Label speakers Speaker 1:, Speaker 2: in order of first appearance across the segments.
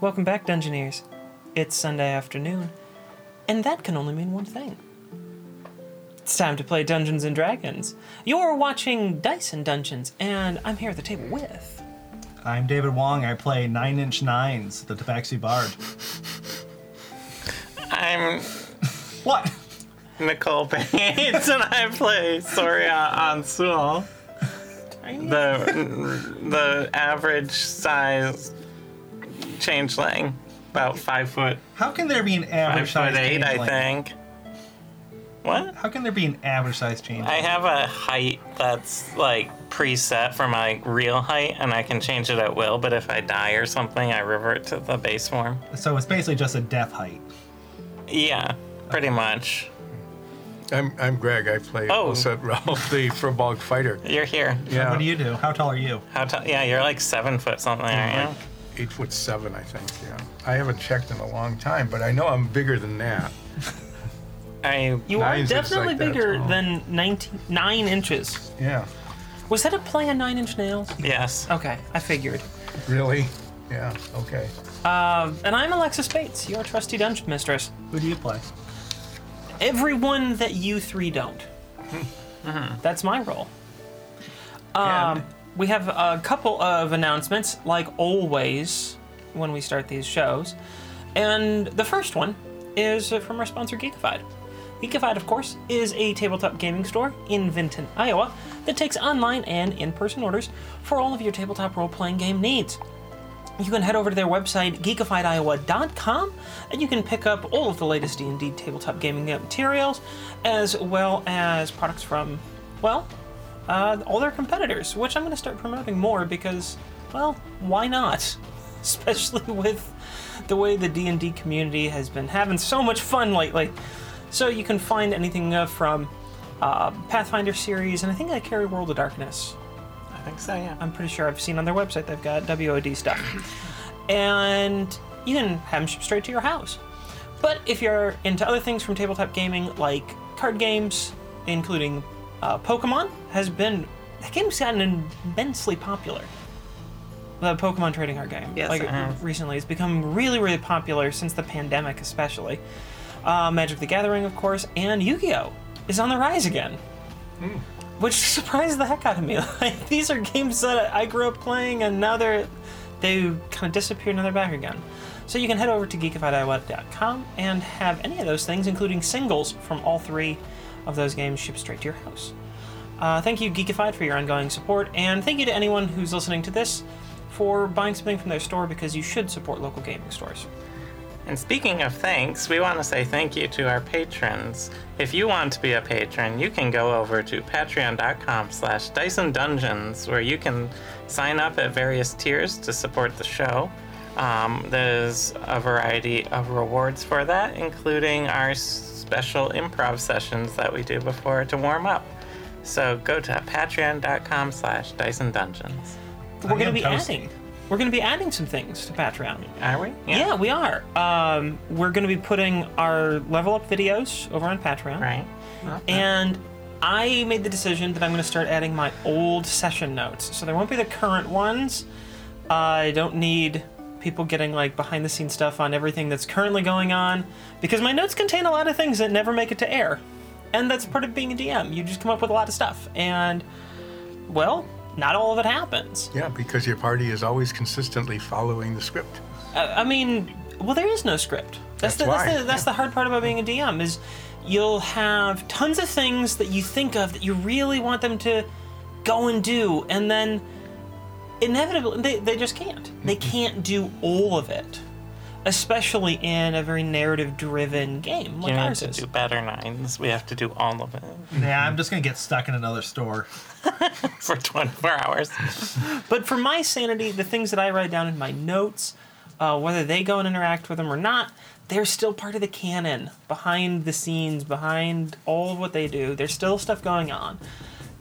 Speaker 1: Welcome back, Dungeoneers. It's Sunday afternoon, and that can only mean one thing. It's time to play Dungeons and Dragons. You're watching Dice and Dungeons, and I'm here at the table with.
Speaker 2: I'm David Wong. I play Nine Inch Nines, the Tabaxi Bard.
Speaker 3: I'm
Speaker 2: What?
Speaker 3: Nicole Bates and I play Soria Ansul, the the average size changeling, about five foot,
Speaker 2: How can there be an
Speaker 3: five
Speaker 2: average
Speaker 3: foot
Speaker 2: size
Speaker 3: eight, I
Speaker 2: changeling?
Speaker 3: think. What?
Speaker 2: How can there be an average size change?
Speaker 3: I have a height that's like preset for my real height, and I can change it at will. But if I die or something, I revert to the base form.
Speaker 2: So it's basically just a death height.
Speaker 3: Yeah, pretty much.
Speaker 4: I'm, I'm Greg. I play
Speaker 3: Oh.
Speaker 4: Oset Ralph, the Frobog fighter.
Speaker 3: You're here.
Speaker 4: Yeah,
Speaker 2: What do you do? How tall are you?
Speaker 3: How tall? Yeah, you're like seven foot something, aren't you?
Speaker 4: eight foot seven, I think. Yeah, I haven't checked in a long time, but I know I'm bigger than that.
Speaker 3: Are you?
Speaker 1: You
Speaker 4: Nines is
Speaker 1: are definitely
Speaker 4: like that
Speaker 1: bigger
Speaker 4: tall.
Speaker 1: than 19, 9 inches.
Speaker 4: Yeah,
Speaker 1: Was that a play on 9 inch nails?
Speaker 3: Yes.
Speaker 1: Okay, I figured.
Speaker 4: really? Yeah. Okay.
Speaker 1: Uh, and I'm Alexis Bates, your trusty dungeon mistress.
Speaker 2: Who do you play?
Speaker 1: Everyone that you three don't. That's my role. Um, we have a couple of announcements, like always, when we start these shows. And the first one is uh, from our sponsor, Geekified. Geekified, of course, is a tabletop gaming store in Vinton, Iowa, that takes online and in person orders for all of your tabletop role playing game needs you can head over to their website geekifiediowa.com and you can pick up all of the latest d&d tabletop gaming materials as well as products from well uh, all their competitors which i'm going to start promoting more because well why not especially with the way the d&d community has been having so much fun lately so you can find anything uh, from uh, pathfinder series and i think i carry world of darkness
Speaker 3: I think so. Yeah.
Speaker 1: I'm pretty sure I've seen on their website they've got WOD stuff. and you can have them shipped straight to your house. But if you're into other things from tabletop gaming, like card games, including uh, Pokemon, has been that game's gotten immensely popular. The Pokemon trading card game,
Speaker 5: Yes,
Speaker 1: like
Speaker 5: it has.
Speaker 1: recently, it's become really, really popular since the pandemic, especially. Uh, Magic: The Gathering, of course, and Yu-Gi-Oh is on the rise again
Speaker 5: Hmm.
Speaker 1: which surprised the heck out of me. Like these are games that I grew up playing, and now they're they kind of disappeared and they're back again. So you can head over to geekifiediowa.com and have any of those things, including singles from all three of those games, shipped straight to your house. Uh, thank you, Geekified, for your ongoing support, and thank you to anyone who's listening to this for buying something from their store because you should support local gaming stores.
Speaker 3: And speaking of thanks, we want to say thank you to our patrons. If you want to be a patron, you can go over to patreon.com slash Dyson Dungeons, where you can sign up at various tiers to support the show. Um, there's a variety of rewards for that, including our special improv sessions that we do before to warm up. So go to patreon.com slash Dyson Dungeons.
Speaker 1: We're going to
Speaker 2: am
Speaker 1: be
Speaker 2: toasty.
Speaker 1: adding. We're going to be adding some things to Patreon.
Speaker 3: Are we?
Speaker 1: Yeah, we are. Um, we're going to be putting our level up videos over on Patreon.
Speaker 3: Right.
Speaker 1: And I made the decision that I'm going to start adding my old session notes. So there won't be the current ones. I don't need people getting like behind the scenes stuff on everything that's currently going on because my notes contain a lot of things that never make it to air. And that's part of being a DM. You just come up with a lot of stuff. And, well, not all of it happens.
Speaker 4: Yeah, because your party is always consistently following the script.
Speaker 1: I mean, well, there is no script. That's,
Speaker 4: That's
Speaker 1: the, that's,
Speaker 4: why.
Speaker 1: the, that's the hard part about being a DM is you'll have tons of things that you think of that you really want them to go and do, and then inevitably they, they just can't. They can't do all of it, especially in a very narrative-driven game like
Speaker 3: You need
Speaker 1: ours
Speaker 3: to
Speaker 1: is.
Speaker 3: do better nines. We have to do all of it
Speaker 2: Nah, I'm just gonna get stuck in another store.
Speaker 3: for 24 hours.
Speaker 1: But for my sanity, the things that I write down in my notes, uh, whether they go and interact with them or not, they're still part of the canon, behind the scenes, behind all of what they do. There's still stuff going on.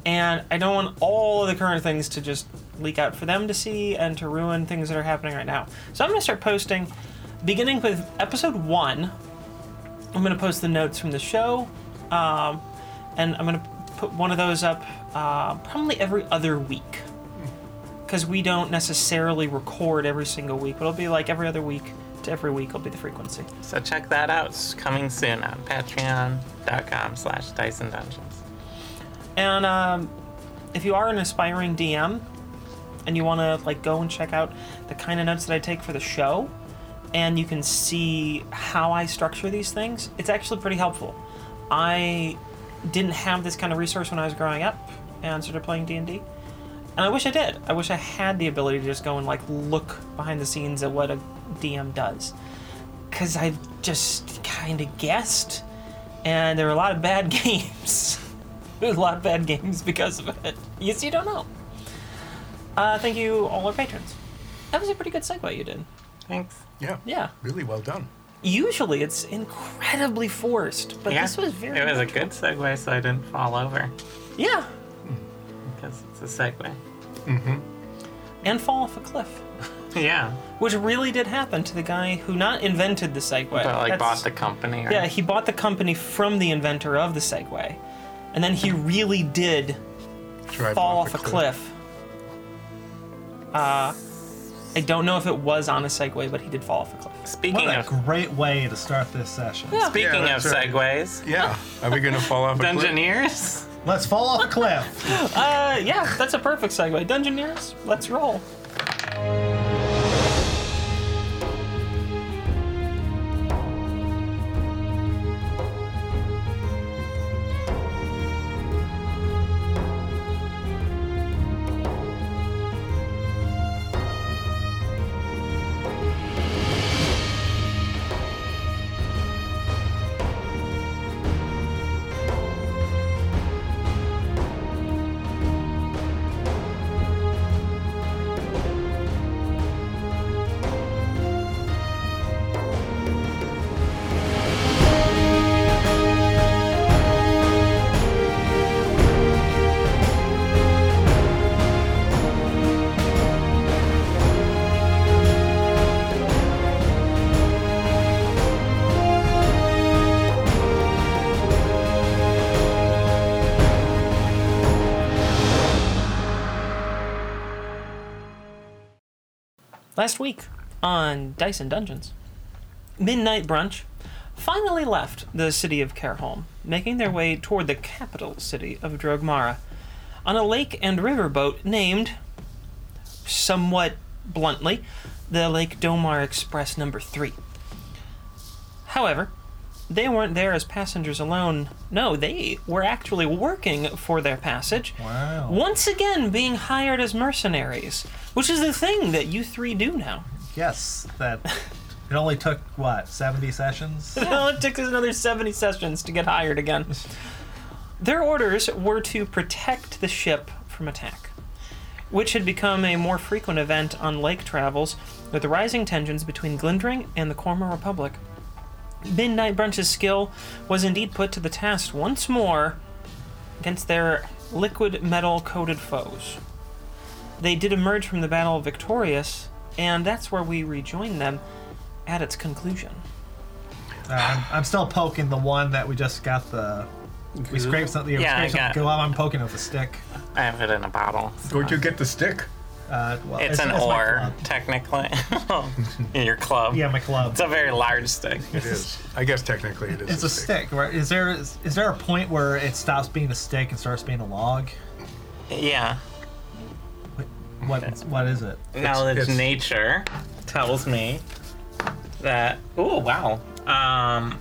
Speaker 1: And I don't want all of the current things to just leak out for them to see and to ruin things that are happening right now. So I'm going to start posting, beginning with episode one. I'm going to post the notes from the show, um, and I'm going to put one of those up uh, probably every other week because we don't necessarily record every single week, but it'll be like every other week to every week will be the frequency.
Speaker 3: So check that out. It's coming soon on patreon.com slash Dyson Dungeons.
Speaker 1: And um, if you are an aspiring DM and you want to like go and check out the kind of notes that I take for the show, and you can see how I structure these things, it's actually pretty helpful. I didn't have this kind of resource when I was growing up and started playing D and D, and I wish I did. I wish I had the ability to just go and like look behind the scenes at what a DM does, because I just kind of guessed, and there were a lot of bad games. There's a lot of bad games because of it. Yes, you don't know. Uh, thank you, all our patrons. That was a pretty good segue you did.
Speaker 3: Thanks.
Speaker 4: Yeah.
Speaker 1: Yeah.
Speaker 4: Really well done.
Speaker 1: Usually it's incredibly forced, but
Speaker 3: Yeah,
Speaker 1: this was very.
Speaker 3: It was a good segue, so I didn't fall over
Speaker 1: Yeah,
Speaker 3: because it's a segue.
Speaker 1: and fall off a cliff,
Speaker 3: yeah,
Speaker 1: which really did happen to the guy who not invented the Segway.
Speaker 3: but like
Speaker 1: That's-
Speaker 3: bought the company. Right?
Speaker 1: Yeah, he bought the company from the inventor of the Segway, and then he really did
Speaker 4: Drive
Speaker 1: fall off a cliff. Uh, I don't know if it was on a Segway, but he did fall off a cliff.
Speaker 3: Speaking
Speaker 2: What a
Speaker 3: of
Speaker 2: great way to start this session.
Speaker 1: Yeah.
Speaker 3: speaking
Speaker 4: Yeah,
Speaker 3: of
Speaker 4: that's right.
Speaker 3: segues,
Speaker 4: Yeah. Are we going to fall off a cliff?
Speaker 3: Dungeoneers.
Speaker 2: Let's fall off a cliff.
Speaker 1: Uh, yeah, that's a perfect segue. Dungeoneers, let's roll. Last week on Dice and Dungeons, Midnight Brunch finally left the city of Kerholm, making their way toward the capital city of Drogmara on a lake and river boat named, somewhat bluntly, the Lake Domar Express Number 3. However, they weren't there as passengers alone. No, they were actually working for their passage
Speaker 2: Wow.
Speaker 1: once again being hired as mercenaries, which is the thing that you three do now.
Speaker 2: Yes, that. It only took what seventy sessions. Uh,
Speaker 1: Well, it took us another 70 sessions to get hired again. Their orders were to protect the ship from attack, which had become a more frequent event on lake travels with the rising tensions between Glindering and the Corma Republic. Midnight Brunch's skill was indeed put to the test once more against their liquid metal coated foes. They did emerge from the battle victorious, and that's where we rejoin them at its conclusion.
Speaker 2: Uh, I'm, I'm still poking the one that we just got the. We scraped something. Yeah, we
Speaker 3: Yeah, I
Speaker 2: scraped some
Speaker 3: got-
Speaker 2: glue. I'm poking it with a stick.
Speaker 3: I have it in a bottle.
Speaker 4: Where'd you get the stick?
Speaker 2: Uh, well,
Speaker 3: It's, an
Speaker 2: my
Speaker 3: oar,
Speaker 2: club.
Speaker 3: technically. in your club.
Speaker 2: Yeah, my club.
Speaker 3: It's a very large stick.
Speaker 4: It is. I guess technically it is.
Speaker 2: It's a stick, right? Is there is, is there a point where it stops being a stick and starts being a log?
Speaker 3: Yeah.
Speaker 2: What what, what is it?
Speaker 3: Knowledge
Speaker 4: it's-
Speaker 3: nature tells me that. Oh wow. Um,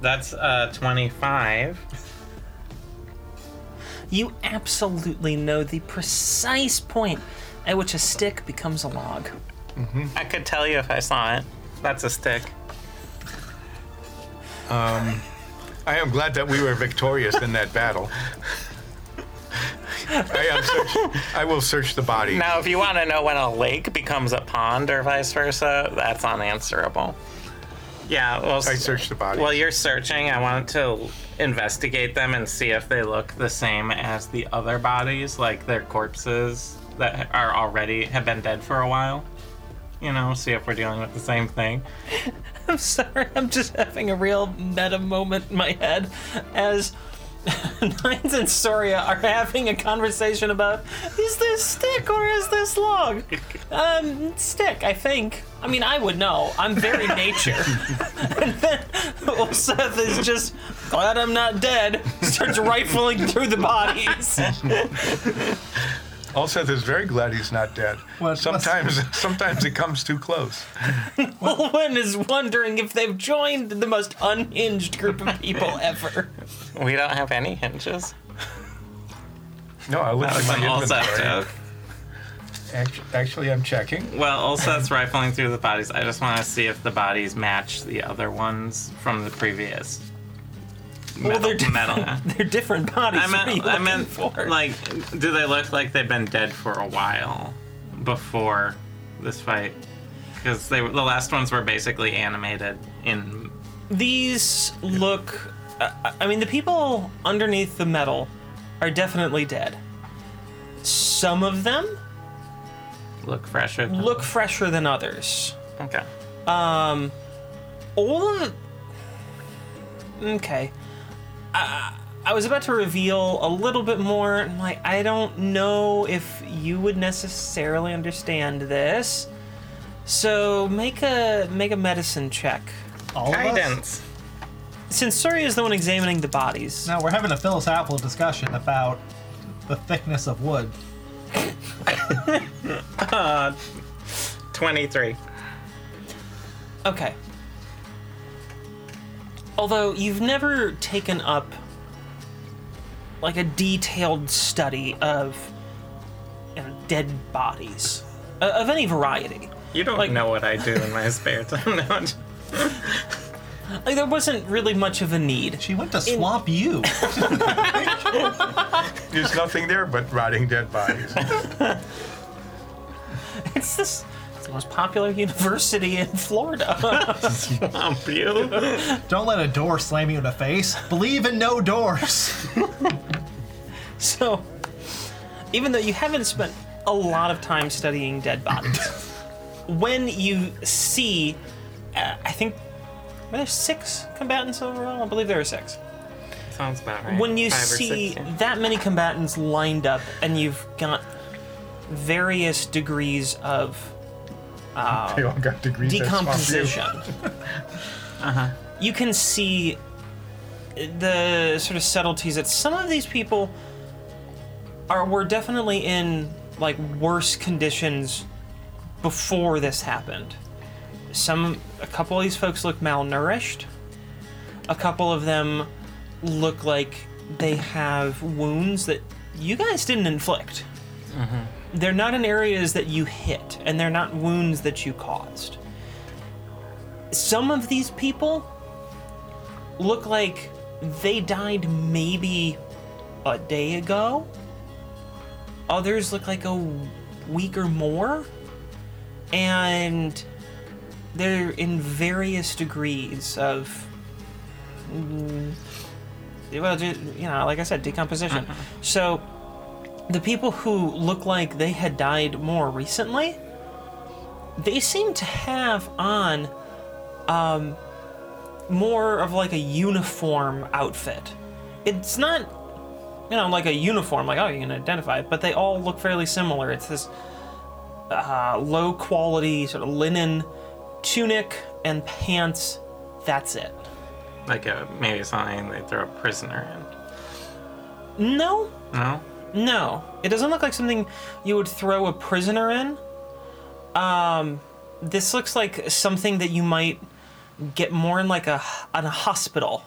Speaker 3: that's uh 25.
Speaker 1: You absolutely know the precise point at which a stick becomes a log.
Speaker 3: I could tell you if I saw it. That's a stick.
Speaker 4: I am glad that we were victorious in that battle. I am search- I will search the body.
Speaker 3: Now, if you want to know when a lake becomes a pond or vice versa, that's unanswerable. Yeah, well,
Speaker 4: I searched the body.
Speaker 3: While you're searching, I want to investigate them and see if they look the same as the other bodies, like their corpses that are already have been dead for a while. You know, see if we're dealing with the same thing.
Speaker 1: I'm sorry, I'm just having a real meta moment in my head as Nines and Soria are having a conversation about is this stick or is this log? Um, stick, I think. I mean, I would know. I'm very nature. and then old Seth is just glad I'm not dead. Starts rifling through the bodies.
Speaker 4: Ulseth is very glad he's not dead.
Speaker 2: What-
Speaker 4: sometimes, sometimes it comes too close.
Speaker 1: Owen is wondering if they've joined the most unhinged group of people ever.
Speaker 6: We don't have any hinges.
Speaker 4: No, I looked
Speaker 3: That
Speaker 4: at
Speaker 3: was an uh,
Speaker 4: my
Speaker 3: Ulseth
Speaker 4: inventory.
Speaker 3: joke.
Speaker 4: Actu- Actually, I'm checking.
Speaker 3: Well, Ulseth's rifling through the bodies. I just want to see if the bodies match the other ones from the previous.
Speaker 1: well, they're
Speaker 3: metal-
Speaker 1: different.
Speaker 3: metal.
Speaker 1: They're different bodies.
Speaker 3: I
Speaker 1: What are you
Speaker 3: meant, I
Speaker 1: looking
Speaker 3: meant,
Speaker 1: for?
Speaker 3: like, do they look like they've been dead for a while before this fight? Because they were, the last ones were basically animated in.
Speaker 1: These look. I I mean, the people underneath the metal are definitely dead. Some of them
Speaker 3: Look fresher. than-
Speaker 1: look fresher than others.
Speaker 3: Okay.
Speaker 1: All of. Okay. I, I was about to reveal a little bit more. and, Like, I don't know if you would necessarily understand this. So make a make a medicine check.
Speaker 2: All of us?
Speaker 6: Guidance.
Speaker 1: Since Surya is the one examining the bodies,
Speaker 2: No, we're having a philosophical discussion about the thickness of wood.
Speaker 6: 23.
Speaker 1: Okay. Although you've never taken up like a detailed study of you know, dead bodies uh, of any variety.
Speaker 6: You don't
Speaker 1: Like-
Speaker 6: know what I do in my spare time. No, I'm just-
Speaker 1: Like there wasn't really much of a need.
Speaker 2: She went to swamp you.
Speaker 4: There's nothing there but rotting dead bodies.
Speaker 1: It's this it's the most popular university in Florida.
Speaker 6: I'm you.
Speaker 2: Don't let a door slam you in the face. Believe in no doors.
Speaker 1: so even though you haven't spent a lot of time studying dead bodies, when you see uh, I think were there six combatants overall? I believe there were six.
Speaker 3: Sounds about right.
Speaker 1: when you
Speaker 6: Five or
Speaker 1: see
Speaker 6: six, yeah.
Speaker 1: that many combatants lined up and you've got various degrees of
Speaker 4: they all got degrees. that swamp you.
Speaker 1: decomposition uh-huh. you can see the sort of subtleties that some of these people are were definitely in like worse conditions before this happened some a couple of these folks look malnourished a couple of them look like they have wounds that you guys didn't inflict they're not in areas that you hit, and they're not wounds that you caused. Some of these people look like they died maybe a day ago. Others look like a week or more. And they're in various degrees of. mm, Well, ju- you know, like I said, decomposition. So the people who look like they had died more recently, they seem to have on um, more of like a uniform outfit. It's not, you know, like a uniform, like, oh, you can identify it, but they all look fairly similar. It's this uh, low quality sort of linen tunic and pants. That's it.
Speaker 3: Like a, maybe something they throw a prisoner
Speaker 1: No,
Speaker 3: in. No?
Speaker 1: No, it doesn't look like something you would throw a prisoner in. Um, this looks like something that you might get more in like a on a hospital.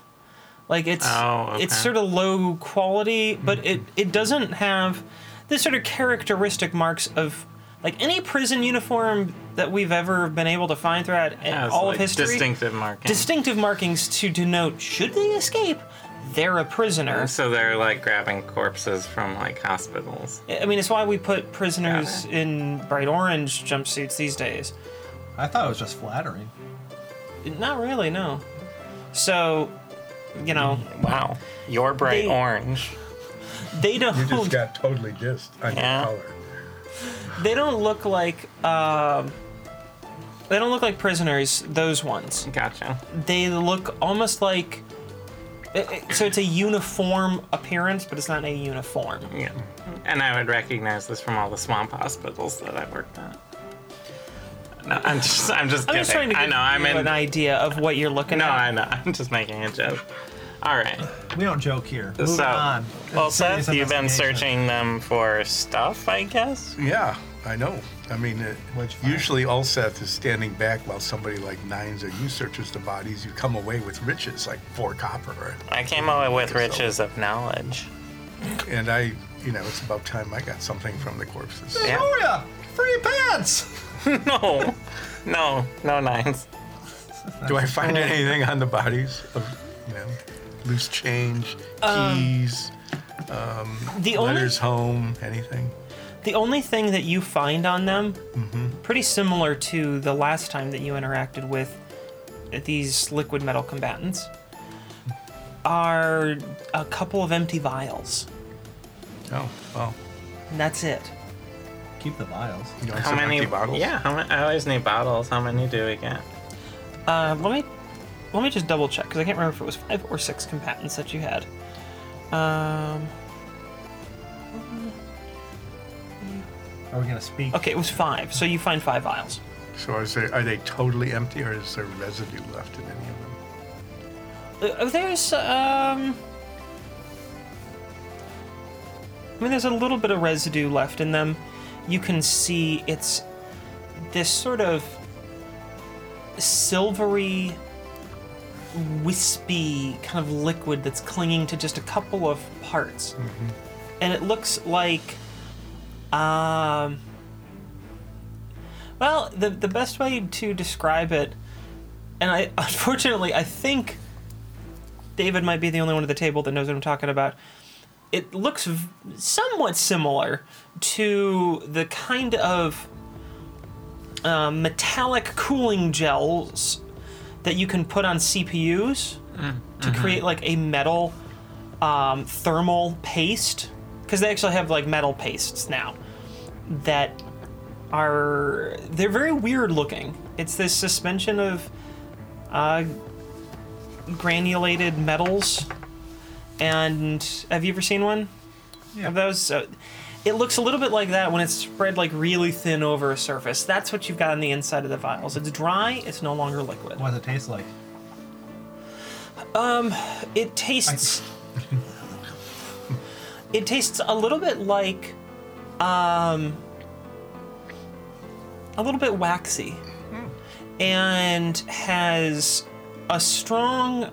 Speaker 1: Like it's
Speaker 3: Oh, okay.
Speaker 1: it's sort of low quality, but it it doesn't have the sort of characteristic marks of like any prison uniform that we've ever been able to find throughout
Speaker 3: Yeah, it's
Speaker 1: all
Speaker 3: like
Speaker 1: of history.
Speaker 3: Distinctive marking.
Speaker 1: Distinctive markings to denote should they escape, they're a prisoner.
Speaker 3: So they're like grabbing corpses from like hospitals.
Speaker 1: I mean, it's why we put prisoners in bright orange jumpsuits these days.
Speaker 2: I thought it was just flattering.
Speaker 1: Not really, no. So, you know,
Speaker 6: Wow. You're bright
Speaker 1: They-
Speaker 6: orange.
Speaker 1: they don't.
Speaker 4: You just got totally dissed on
Speaker 6: Yeah.
Speaker 4: your color.
Speaker 1: They don't look like. Um, they don't look like prisoners. Those ones.
Speaker 3: Gotcha.
Speaker 1: They look almost like It- it- so it's a uniform appearance, but it's not a uniform.
Speaker 3: Yeah. And I would recognize this from all the swamp hospitals that I worked at. No, I'm just, I'm just
Speaker 1: I'm
Speaker 3: kidding.
Speaker 1: just trying to
Speaker 3: I
Speaker 1: give
Speaker 3: know, I'm
Speaker 1: you
Speaker 3: in.
Speaker 1: an idea of what you're looking
Speaker 3: no,
Speaker 1: at.
Speaker 3: I know. I'm just making a joke. All right.
Speaker 2: We don't joke here. Moving
Speaker 3: so,
Speaker 2: on.
Speaker 3: well,
Speaker 2: It's a serious
Speaker 3: Seth, you've been
Speaker 2: investigation.
Speaker 3: searching them for stuff, I guess.
Speaker 4: Yeah, I know. I mean, it, usually all Seth is standing back while somebody like Nines or you searches the bodies. You come away with riches like four copper, right?
Speaker 3: I came away with riches of knowledge.
Speaker 4: and I, you know, it's about time I got something from the corpses.
Speaker 3: Yeah.
Speaker 2: Gloria, free pants.
Speaker 3: No, no, no nines.
Speaker 4: Do I find anything on the bodies of, you know, loose change, keys,
Speaker 1: The only
Speaker 4: letters home, anything?
Speaker 1: the only thing that you find on them, pretty similar to the last time that you interacted with these liquid metal combatants, are a couple of empty vials.
Speaker 4: Oh, well.
Speaker 1: And that's it.
Speaker 2: Keep the vials.
Speaker 4: You know,
Speaker 3: How many
Speaker 4: bottles?
Speaker 3: Yeah, how many, I always need bottles. How many do we get?
Speaker 1: Uh, let me let me just double check because I can't remember if it was five or six combatants that you had. Um,
Speaker 2: Are we gonna speak?
Speaker 1: okay, it was five. So you find five vials.
Speaker 4: So is there, are they totally empty or is there residue left in any of them?
Speaker 1: Uh, There's um. I mean, there's a little bit of residue left in them. You can see it's this sort of silvery, wispy kind of liquid that's clinging to just a couple of parts, and it looks like, um. Well, the the best way to describe it, and I unfortunately I think David might be the only one at the table that knows what I'm talking about. It looks v- somewhat similar to the kind of uh, metallic cooling gels that you can put on CPUs to create like a metal um, thermal paste. Because they actually have like metal pastes now that are they're very weird looking. It's this suspension of uh, granulated metals. And have you ever seen one
Speaker 2: Yeah.
Speaker 1: of those? Uh, it looks a little bit like that when it's spread like really thin over a surface. That's what you've got on the inside of the vials. It's dry. It's no longer liquid.
Speaker 2: What does it taste like?
Speaker 1: It tastes. it tastes a little bit like, um, a little bit waxy, and has a strong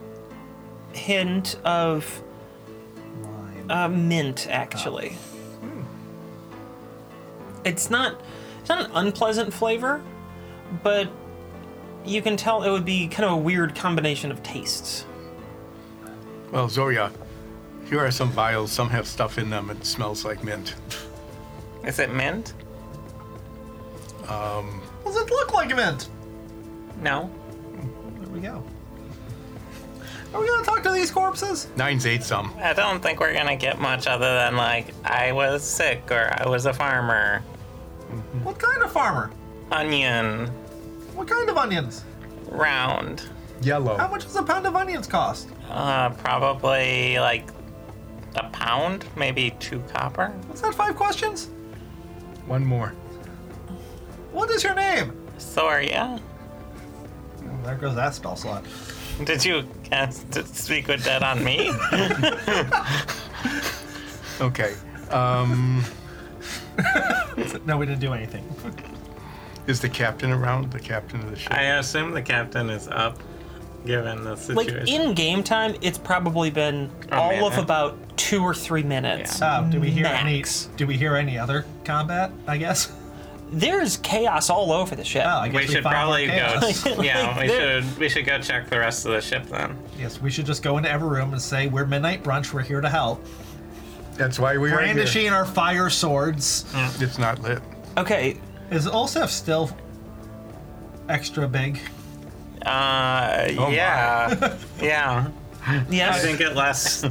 Speaker 1: hint of
Speaker 2: Lime.
Speaker 1: uh, mint. Actually,
Speaker 3: Oh.
Speaker 1: it's not. It's not an unpleasant flavor, but you can tell it would be kind of a weird combination of tastes.
Speaker 4: Well, Zoria, here are some vials. Some have stuff in them. It smells like mint.
Speaker 3: Is it mint?
Speaker 2: Does it look like mint?
Speaker 3: No.
Speaker 2: There we go. Are we gonna talk to these corpses?
Speaker 4: Nines ate some.
Speaker 3: I don't think we're gonna get much other than like I was sick or I was a farmer.
Speaker 2: What kind of farmer?
Speaker 3: Onion
Speaker 2: What kind of onions?
Speaker 3: round,
Speaker 4: Yellow.
Speaker 2: How much does a pound of onions cost?
Speaker 3: uh, probably like a pound, maybe two copper.
Speaker 2: What's that? Five questions.
Speaker 4: One more.
Speaker 2: What is your name?
Speaker 3: Soria,
Speaker 2: Oh, there goes that spell slot.
Speaker 3: did you guess to speak with that on me?
Speaker 4: Okay. Um,
Speaker 2: No, we didn't do anything.
Speaker 4: is the captain around? The captain of the ship?
Speaker 7: I assume the captain is up, given the
Speaker 1: like
Speaker 7: situation.
Speaker 1: in game time it's probably been
Speaker 3: A
Speaker 1: all of
Speaker 3: minute.
Speaker 1: about two or three minutes
Speaker 2: Uh, do we hear
Speaker 1: Max.
Speaker 2: any? Do we hear any other combat? I guess.
Speaker 1: there's chaos all over the ship
Speaker 2: Oh, I guess
Speaker 3: we
Speaker 2: we,
Speaker 3: should
Speaker 2: found
Speaker 3: probably
Speaker 2: more
Speaker 3: go.
Speaker 2: chaos.
Speaker 3: yeah, we
Speaker 1: There-
Speaker 3: should. We should go check the rest of the ship then.
Speaker 2: Yes, we should just go into every room and say we're midnight brunch. We're here to help.
Speaker 4: That's why we are here.
Speaker 2: Brandishing our fire swords.
Speaker 3: Mm.
Speaker 4: It's not lit.
Speaker 1: okay
Speaker 2: Is Olsef still extra big?
Speaker 3: Uh,
Speaker 4: Oh my.
Speaker 3: yeah, yeah.
Speaker 1: yes
Speaker 7: I think it lasts.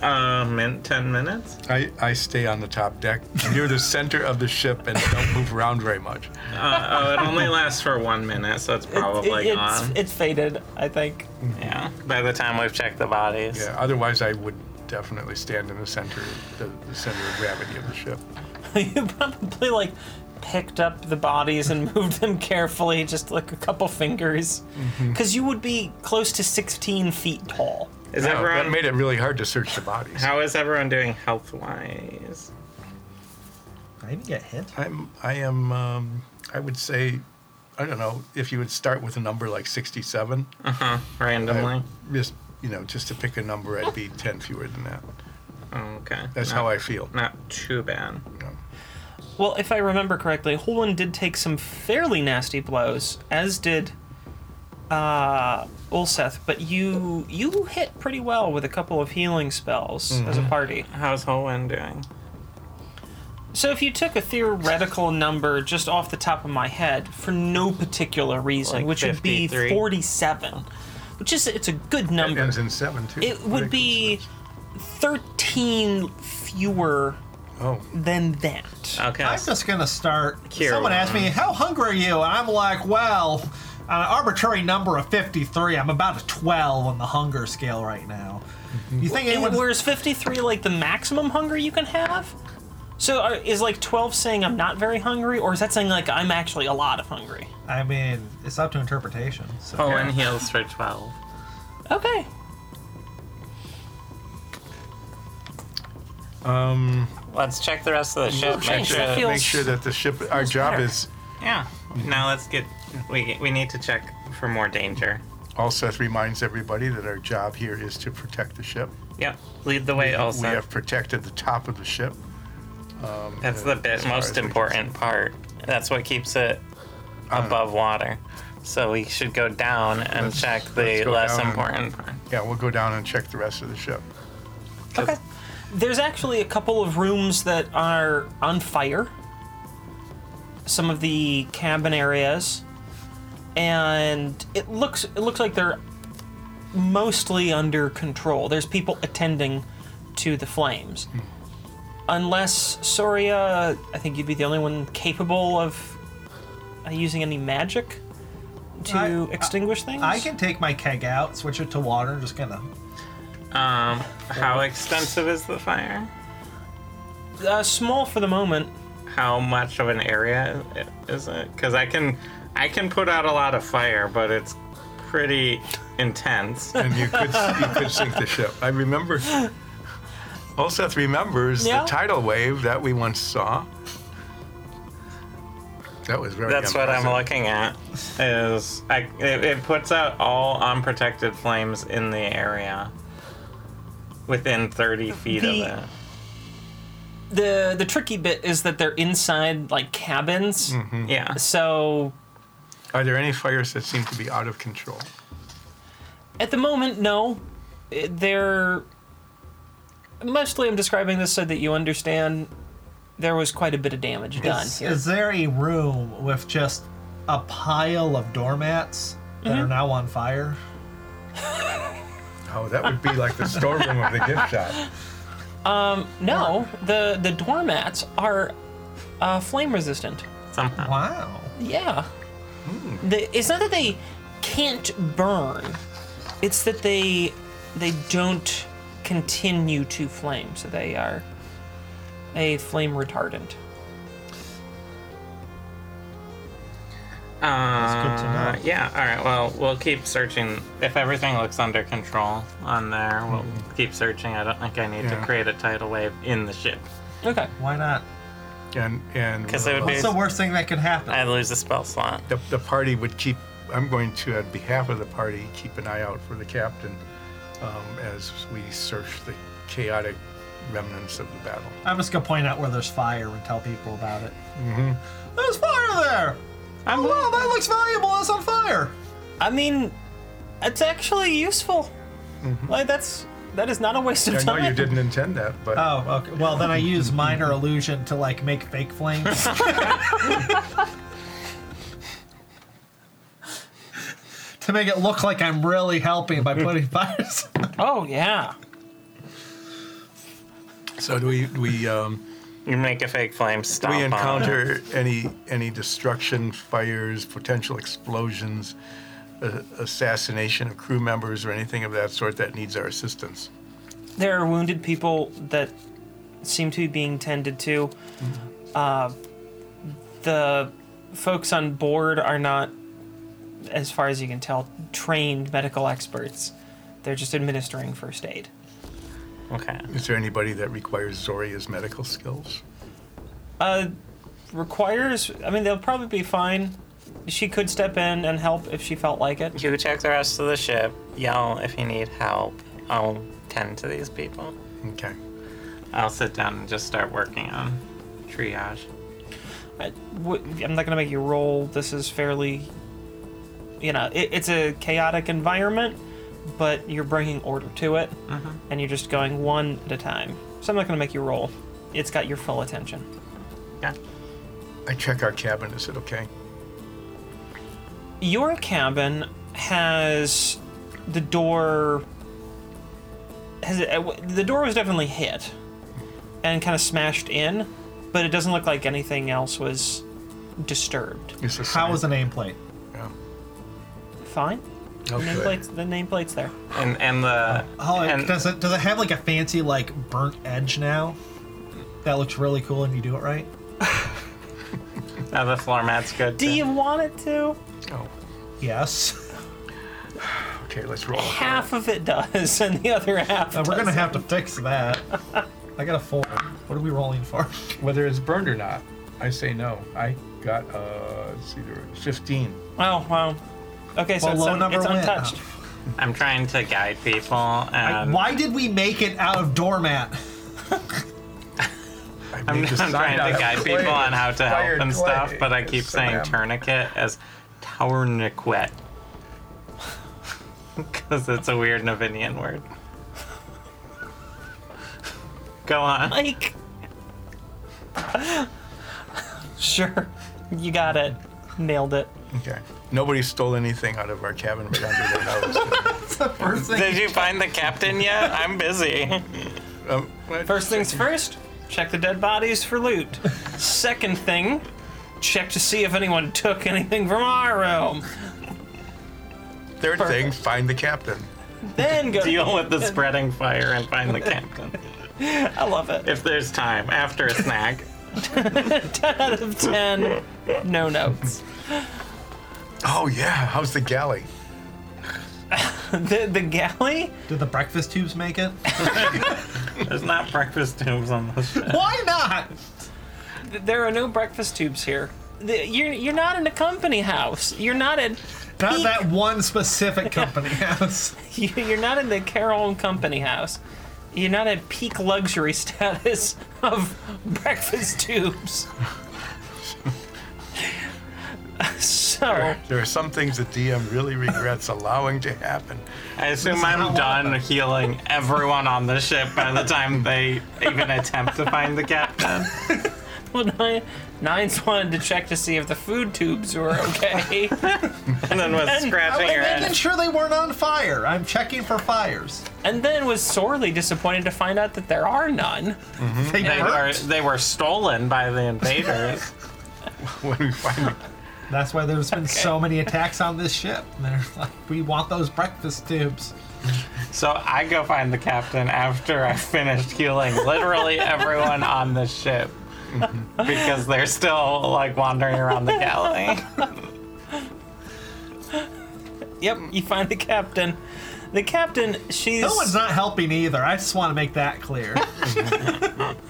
Speaker 3: uh, min- 10 minutes?
Speaker 4: I, I stay on the top deck near the center of the ship and don't move around very much.
Speaker 3: Uh, oh, it only lasts for one minute, so it's
Speaker 1: It-
Speaker 3: probably
Speaker 1: it- it's,
Speaker 3: gone.
Speaker 1: it's faded, I think.
Speaker 3: yeah. By the time we've checked the bodies.
Speaker 4: Yeah, otherwise I would definitely stand in the center, the, the center of gravity of the ship.
Speaker 1: you probably like picked up the bodies and moved them carefully, just like a couple fingers, because you would be close to 16 feet tall.
Speaker 3: Is
Speaker 4: Wow, that
Speaker 3: everyone?
Speaker 4: made it really hard to search the bodies.
Speaker 3: how is everyone doing health wise?
Speaker 2: I even get hit.
Speaker 4: I'm, I am, um, I would say, I don't know if you would start with a number like 67.
Speaker 3: Randomly.
Speaker 4: Just you know, just to pick a number, I'd be 10 fewer than that.
Speaker 3: Oh, okay.
Speaker 4: That's
Speaker 3: not,
Speaker 4: how I feel.
Speaker 3: Not too bad.
Speaker 1: Well, if I remember correctly, Holland did take some fairly nasty blows, as did uh, Ulseth. But you you hit pretty well with a couple of healing spells as a party.
Speaker 3: How's Holwyn doing?
Speaker 1: So if you took a theoretical number just off the top of my head for no particular reason,
Speaker 3: Like
Speaker 1: which would
Speaker 3: 53?
Speaker 1: be 47, which is it's a good
Speaker 4: It
Speaker 1: number.
Speaker 4: ends in seven too.
Speaker 1: It would be 13 fewer
Speaker 4: Oh,
Speaker 1: than that.
Speaker 3: Okay.
Speaker 2: I'm just gonna start.
Speaker 3: Cure
Speaker 2: Someone asked me,
Speaker 3: wound.
Speaker 2: "How hungry are you?" And I'm like, "Well, an arbitrary number of 53. I'm about a 12 on the hunger scale right now." You think
Speaker 1: And
Speaker 2: anyone?
Speaker 1: whereas 53 like the maximum hunger you can have? So are, is like 12 saying I'm not very hungry or is that saying like I'm actually a lot of hungry?
Speaker 2: I mean, it's up to interpretation. So.
Speaker 3: Holwyn heals for 12.
Speaker 1: Okay.
Speaker 3: Let's check the rest of the ship. Make
Speaker 1: thanks,
Speaker 3: sure.
Speaker 1: that feels-
Speaker 4: um, make sure that the ship. Our job
Speaker 1: better.
Speaker 4: is
Speaker 3: yeah. Now let's get. We we need to check for more danger.
Speaker 4: All Seth reminds everybody that our job here is to protect the ship.
Speaker 3: Yep. Lead the way, also.
Speaker 4: We have protected the top of the ship.
Speaker 3: That's the bit,
Speaker 4: far as
Speaker 3: most
Speaker 4: we can Oh.
Speaker 3: important part. That's what keeps it above water. So we should go down and
Speaker 4: Let's-
Speaker 3: check
Speaker 4: let's
Speaker 3: the
Speaker 4: go
Speaker 3: less
Speaker 4: down.
Speaker 3: important part.
Speaker 4: Yeah, we'll go down and check the rest of the ship.
Speaker 1: Okay. There's actually a couple of rooms that are on fire. Some of the cabin areas, and it looks it looks like they're mostly under control. There's people attending to the flames. Unless Soria, I think you'd be the only one capable of uh, using any magic to
Speaker 2: I- uh,
Speaker 1: extinguish things.
Speaker 2: I can take my keg out, switch it to water, and just gonna.
Speaker 3: Um, how extensive is the fire?
Speaker 1: uh, small for the moment.
Speaker 3: How much of an area i- is it? Because I can, I can put out a lot of fire, but it's pretty intense.
Speaker 4: And you could you could sink the ship. I remember. All Seth remembers
Speaker 1: Yeah.
Speaker 4: the tidal wave that we once saw. That was very.
Speaker 3: That's what I'm
Speaker 4: impressive.
Speaker 3: looking at. Is I, it, it puts out all unprotected flames in the area within 30 feet
Speaker 1: The-
Speaker 3: of it.
Speaker 1: the the tricky bit is that they're inside like cabins
Speaker 3: Yeah.
Speaker 1: so
Speaker 4: Are there any fires that seem to be out of control?
Speaker 1: at the moment no Eh, they're mostly i'm describing this so that you understand there was quite a bit of damage done
Speaker 2: Is,
Speaker 1: here
Speaker 2: is there a room with just a pile of doormats that
Speaker 1: Mm-hmm.
Speaker 2: are now on fire?
Speaker 4: Oh, that would be like the storeroom of the gift shop.
Speaker 1: no the the doormats are uh, flame resistant
Speaker 3: Somehow.
Speaker 2: Wow.
Speaker 1: yeah the, it's not that they can't burn it's that they they don't continue to flame so they are a flame retardant
Speaker 2: good to
Speaker 3: Uh,
Speaker 2: know.
Speaker 3: yeah, all right. Well, we'll keep searching. If everything looks under control on there, we'll keep searching. I don't think I need to
Speaker 4: Yeah.
Speaker 3: create a tidal wave in the ship
Speaker 1: Okay.
Speaker 2: Why not?
Speaker 4: And and
Speaker 3: because it would be.
Speaker 2: What's the worst thing that could happen?
Speaker 3: I'd lose a spell slot.
Speaker 4: the, the party would keep. I'm going to, on behalf of the party, keep an eye out for the captain um, as we search the chaotic remnants of the battle.
Speaker 2: I'm just gonna point out where there's fire and tell people about it. Mm-hmm. There's fire there.
Speaker 1: I'm,
Speaker 2: Oh, wow, that looks valuable. That's on fire.
Speaker 1: I mean, it's actually useful. Like that's that is not a waste of
Speaker 4: Mm-hmm. I know
Speaker 1: time.
Speaker 4: you didn't intend that, but
Speaker 2: Oh, okay. Well, then I use minor illusion to like make fake flames. to make it look like I'm really helping by putting fires.
Speaker 1: Oh yeah.
Speaker 4: So do we do we um,
Speaker 6: You make a fake flame
Speaker 4: do
Speaker 6: stomp.
Speaker 4: we
Speaker 6: on it.
Speaker 4: encounter any any destruction, fires, potential explosions, uh, assassination of crew members, or anything of that sort that needs our assistance?
Speaker 1: There are wounded people that seem to be being tended to.
Speaker 4: Mm-hmm.
Speaker 1: Uh, the folks on board are not, as far as you can tell, trained medical experts. They're just administering first aid.
Speaker 6: Okay.
Speaker 4: Is there anybody that requires Zoria's medical skills?
Speaker 1: Uh, requires, I mean, they'll probably be fine. She could step in and help if she felt like it.
Speaker 6: You check the rest of the ship. Yell if you need help. I'll tend to these people.
Speaker 4: Okay.
Speaker 3: I'll sit down and just start working on triage.
Speaker 1: I, am not gonna make you roll. This is fairly, you know, it, it's a chaotic environment, but you're bringing order to it, and you're just going one at a time. So I'm not gonna make you roll. It's got your full attention.
Speaker 3: Yeah.
Speaker 4: I check our cabin. Is it okay?
Speaker 1: Your cabin has the door. Has it, the door was definitely hit and kind of smashed in, but it doesn't look like anything else was disturbed.
Speaker 4: Is this
Speaker 2: How was the nameplate?
Speaker 4: Yeah.
Speaker 1: Fine.
Speaker 4: Okay.
Speaker 1: Nameplate's, the nameplate's there.
Speaker 3: And and the
Speaker 2: Oh,
Speaker 3: and,
Speaker 2: does it does it have like a fancy like burnt edge now? That looks really cool, and you do it right.
Speaker 3: uh, the floor mat's good.
Speaker 1: Do
Speaker 3: too.
Speaker 1: you want it to?
Speaker 4: Oh,
Speaker 2: Yes,
Speaker 4: okay. Let's roll.
Speaker 1: Half of it does, and the other half.
Speaker 2: Uh, we're gonna
Speaker 1: doesn't.
Speaker 2: have to fix that. I got a four. What are we rolling for?
Speaker 4: Whether it's burned or not, I say no. I got uh, it's either 15.
Speaker 1: Oh wow. Okay, so
Speaker 2: Well,
Speaker 1: it's,
Speaker 2: low
Speaker 1: un-
Speaker 2: number
Speaker 1: it's
Speaker 2: went.
Speaker 1: untouched.
Speaker 3: I'm trying to guide people.
Speaker 2: I-
Speaker 3: And
Speaker 2: Why did we make it out of doormat?
Speaker 4: I
Speaker 3: I'm,
Speaker 4: made this
Speaker 3: I'm
Speaker 4: sign
Speaker 3: trying
Speaker 4: out
Speaker 3: to
Speaker 4: of
Speaker 3: guide
Speaker 4: clay.
Speaker 3: people on how to
Speaker 4: Fire
Speaker 3: help and stuff,
Speaker 4: clay.
Speaker 3: but I keep
Speaker 4: Yes,
Speaker 3: saying
Speaker 4: ma'am.
Speaker 3: tourniquet as tourniquet. Because it's a weird Navinian word. Go on.
Speaker 1: Like. sure, you got it. Nailed it.
Speaker 4: Okay. Nobody stole anything out of our cabin right under their nose.
Speaker 2: First thing.
Speaker 6: Did you find the captain yet? I'm busy.
Speaker 4: Um, what?
Speaker 1: First things first, check the dead bodies for loot. Second thing, check to see if anyone took anything from our room.
Speaker 4: Third thing, find the captain.
Speaker 1: Then go.
Speaker 3: Deal with the spreading fire and find the captain.
Speaker 1: I love it.
Speaker 3: If there's time, after a snack.
Speaker 1: 10 out of 10. No notes.
Speaker 4: Oh yeah, how's the galley?
Speaker 1: The, the galley?
Speaker 2: Did the breakfast tubes make it?
Speaker 3: There's not breakfast tombs on this ship.
Speaker 2: Why not?
Speaker 1: There are no breakfast tubes here. The- You're you're not in a company house. You're not in
Speaker 2: Not
Speaker 1: Peak.
Speaker 2: that one specific company house.
Speaker 1: you're not in the Carroll company house. You're not at peak luxury status of breakfast tubes. so
Speaker 4: There are some things that DM really regrets allowing to happen.
Speaker 3: I assume I'm done healing everyone on the ship by the time they even attempt to find the captain.
Speaker 1: well, Nine, Nines wanted to check to see if the food tubes were okay.
Speaker 3: And then was scratching
Speaker 2: I'm
Speaker 3: your
Speaker 2: making
Speaker 3: head.
Speaker 2: sure they weren't on fire. I'm checking for fires.
Speaker 1: and then was sorely disappointed to find out that there are none.
Speaker 2: They
Speaker 3: They were,
Speaker 2: burnt.
Speaker 3: they were stolen by the invaders.
Speaker 4: When we find the,
Speaker 2: That's why there's been so many attacks on this ship. They're like, we want those breakfast tubes.
Speaker 3: so I go find the captain after I finished healing literally everyone on the ship. Because they're still like wandering around the galley.
Speaker 1: Yep, you find the captain. The captain, she's
Speaker 2: No one's not helping either. I just want to make that clear.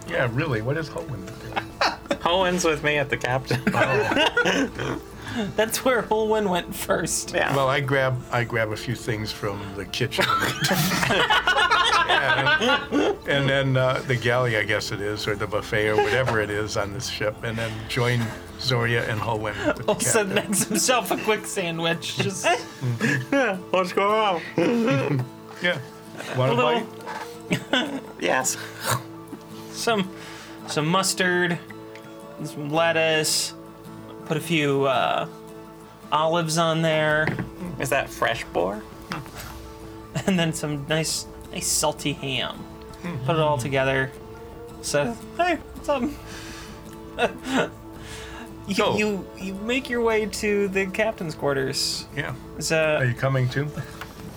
Speaker 4: yeah, really, what is Holman doing?
Speaker 3: Hohen's with me at the captain.
Speaker 4: Oh.
Speaker 1: that's where Holwyn went first.
Speaker 3: Yeah.
Speaker 4: Well, I grab I grab a few things from the kitchen, and, and then uh, the galley, I guess it is, or the buffet, or whatever it is on this ship, and then join Zoria and Holwyn. with the
Speaker 1: Also
Speaker 4: captain.
Speaker 1: makes himself a quick sandwich. Just
Speaker 3: What's going on?
Speaker 4: Yeah. Want a
Speaker 1: little-
Speaker 4: bite?
Speaker 3: Yes.
Speaker 1: some some mustard, some lettuce, put a few uh, olives on there,
Speaker 3: Is that fresh boar?
Speaker 1: and then some nice nice salty ham. Put it all together, Seth. Hey, what's up? you,
Speaker 4: So-
Speaker 1: you you make your way to the captain's quarters,
Speaker 4: Yeah. Are
Speaker 1: so,
Speaker 4: you coming too?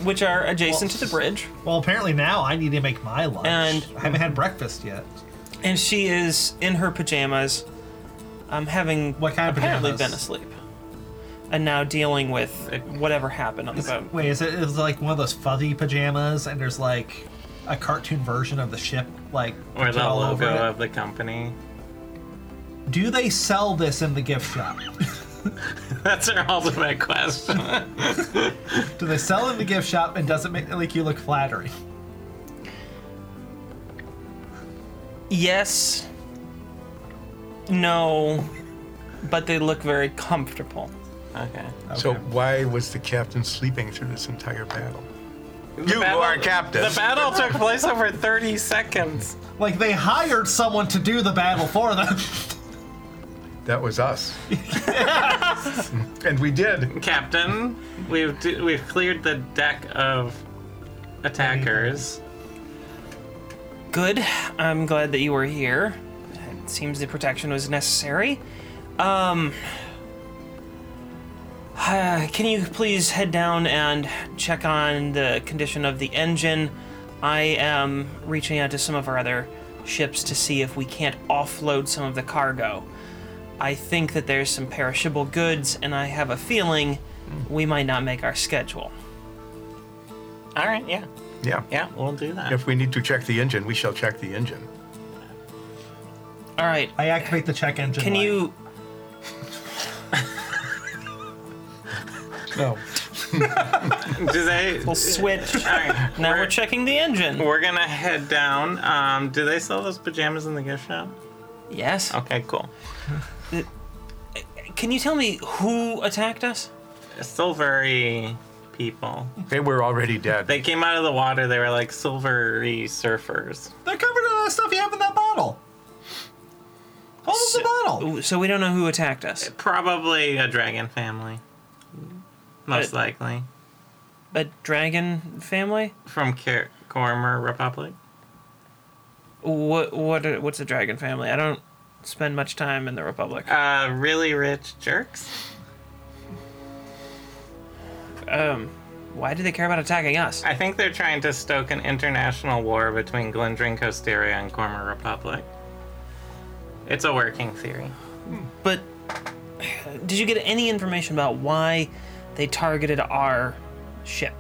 Speaker 1: which are adjacent to the bridge,
Speaker 2: Well, apparently now I need to make my lunch.
Speaker 1: And-
Speaker 2: I haven't had breakfast yet.
Speaker 1: and she is in her pajamas, um, having
Speaker 2: What kind of
Speaker 1: apparently
Speaker 2: pajamas?
Speaker 1: been asleep, and now dealing with whatever happened on the boat.
Speaker 2: Wait, is it is it like one of those fuzzy pajamas, and there's like a cartoon version of the ship, like
Speaker 3: Or
Speaker 2: printed
Speaker 3: the
Speaker 2: all over it?
Speaker 3: logo of the company.
Speaker 2: Do they sell this in the gift shop?
Speaker 3: That's our ultimate question.
Speaker 2: Do they sell it in the gift shop, and does it make like you look flattering?
Speaker 1: Yes. No. But they look very comfortable.
Speaker 3: Okay.
Speaker 4: So
Speaker 2: Okay.
Speaker 4: why was the captain sleeping through this entire battle? you
Speaker 3: battle-
Speaker 4: are captain.
Speaker 3: The battle took place over 30 seconds.
Speaker 2: Like they hired someone to do the battle for them.
Speaker 4: that was us. and we did.
Speaker 3: Captain, we've d- we've cleared the deck of attackers.
Speaker 1: Good. I'm glad that you were here. It seems the protection was necessary. Um. uh, can you please head down and check on the condition of the engine? I am reaching out to some of our other ships to see if we can't offload some of the cargo. I think that there's some perishable goods, and I have a feeling we might not make our schedule.
Speaker 3: All right, yeah.
Speaker 4: Yeah.
Speaker 3: Yeah, we'll do that.
Speaker 4: If we need to check the engine, we shall check the engine.
Speaker 1: All right.
Speaker 2: I activate the check engine.
Speaker 1: Can
Speaker 2: light.
Speaker 1: you
Speaker 4: No.
Speaker 3: Do they?
Speaker 1: We'll switch.
Speaker 3: All right.
Speaker 1: Now
Speaker 3: we're,
Speaker 1: we're checking the engine.
Speaker 3: we're gonna head down. Um, do they sell those pajamas in the gift shop?
Speaker 1: Yes.
Speaker 3: Okay, cool.
Speaker 1: Oh. Can you tell me who attacked us?
Speaker 3: Silvery people.
Speaker 4: They were already dead.
Speaker 3: They came out of the water. They were like silvery surfers.
Speaker 2: They're covered in all that stuff you have in that bottle. Hold up the bottle.
Speaker 1: Ooh, So we don't know who attacked us.
Speaker 3: Probably a dragon family, most
Speaker 1: But-
Speaker 3: likely
Speaker 1: A dragon family?
Speaker 3: from Cor- Cormer Republic.
Speaker 1: What? What? What's a dragon family? I don't spend much time in the Republic.
Speaker 3: Uh, really rich jerks.
Speaker 1: Um, why do they care about attacking us?
Speaker 3: I think they're trying to stoke an international war between Glendrin Costeria and Cormer Republic. It's a working theory.
Speaker 1: But did you get any information about why they targeted our ship?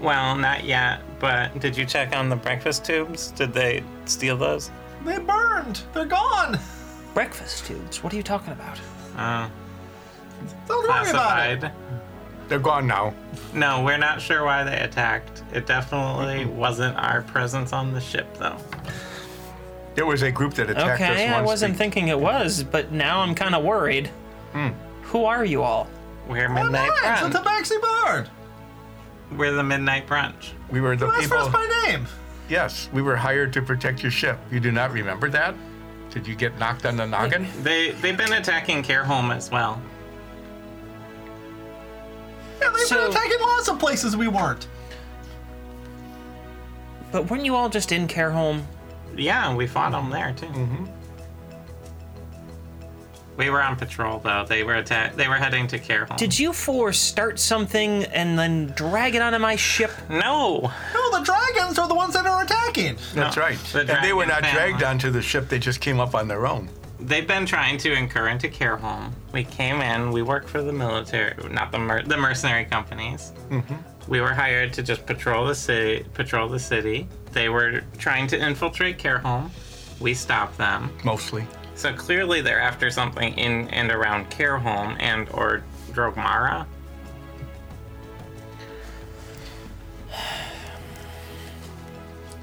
Speaker 3: Well, not yet, but did you check on the breakfast tubes? Did they steal those?
Speaker 2: They burned. They're gone.
Speaker 1: Breakfast tubes? What are you talking about?
Speaker 3: Uh,
Speaker 2: Don't worry about it.
Speaker 3: classified.
Speaker 4: They're gone now.
Speaker 3: No, we're not sure why they attacked. It definitely wasn't our presence on the ship, though.
Speaker 4: There was a group that attacked us
Speaker 1: Okay,
Speaker 4: once.
Speaker 1: I wasn't
Speaker 4: They- Hmm.
Speaker 1: thinking it was, but now I'm kind of worried. Who are you all?
Speaker 3: We're
Speaker 2: They're
Speaker 3: Midnight
Speaker 2: knives with
Speaker 3: Brunch.
Speaker 2: the Tabaxi Bard.
Speaker 3: We're the Midnight Brunch.
Speaker 4: we were the
Speaker 2: That's
Speaker 4: people.
Speaker 2: first by name.
Speaker 4: Yes, we were hired to protect your ship. You do not remember that? Did you get knocked on the noggin?
Speaker 3: They, they've been attacking Care Home as well.
Speaker 2: Yeah, they've
Speaker 1: So-
Speaker 2: been attacking lots of places we weren't.
Speaker 1: But weren't you all just in care home?
Speaker 3: Yeah, we fought them there too. We were on patrol though. They were atta- They were heading to Care Home.
Speaker 1: Did you four start something and then drag it onto my ship?
Speaker 3: no.
Speaker 2: No, the dragons are the ones that are attacking.
Speaker 4: That's
Speaker 3: No,
Speaker 4: right.
Speaker 3: the
Speaker 4: and they were not
Speaker 3: dragon
Speaker 4: dragged
Speaker 3: family.
Speaker 4: onto the ship, they just came up on their own.
Speaker 3: They've been trying to incur into Care Home. We came in. We work for the military, not the mer- the mercenary companies. We were hired to just patrol the city. Patrol the city. They were trying to infiltrate Care Home. We stopped them.
Speaker 4: Mostly.
Speaker 3: So clearly they're after something in and around Care Home and or Drogmara.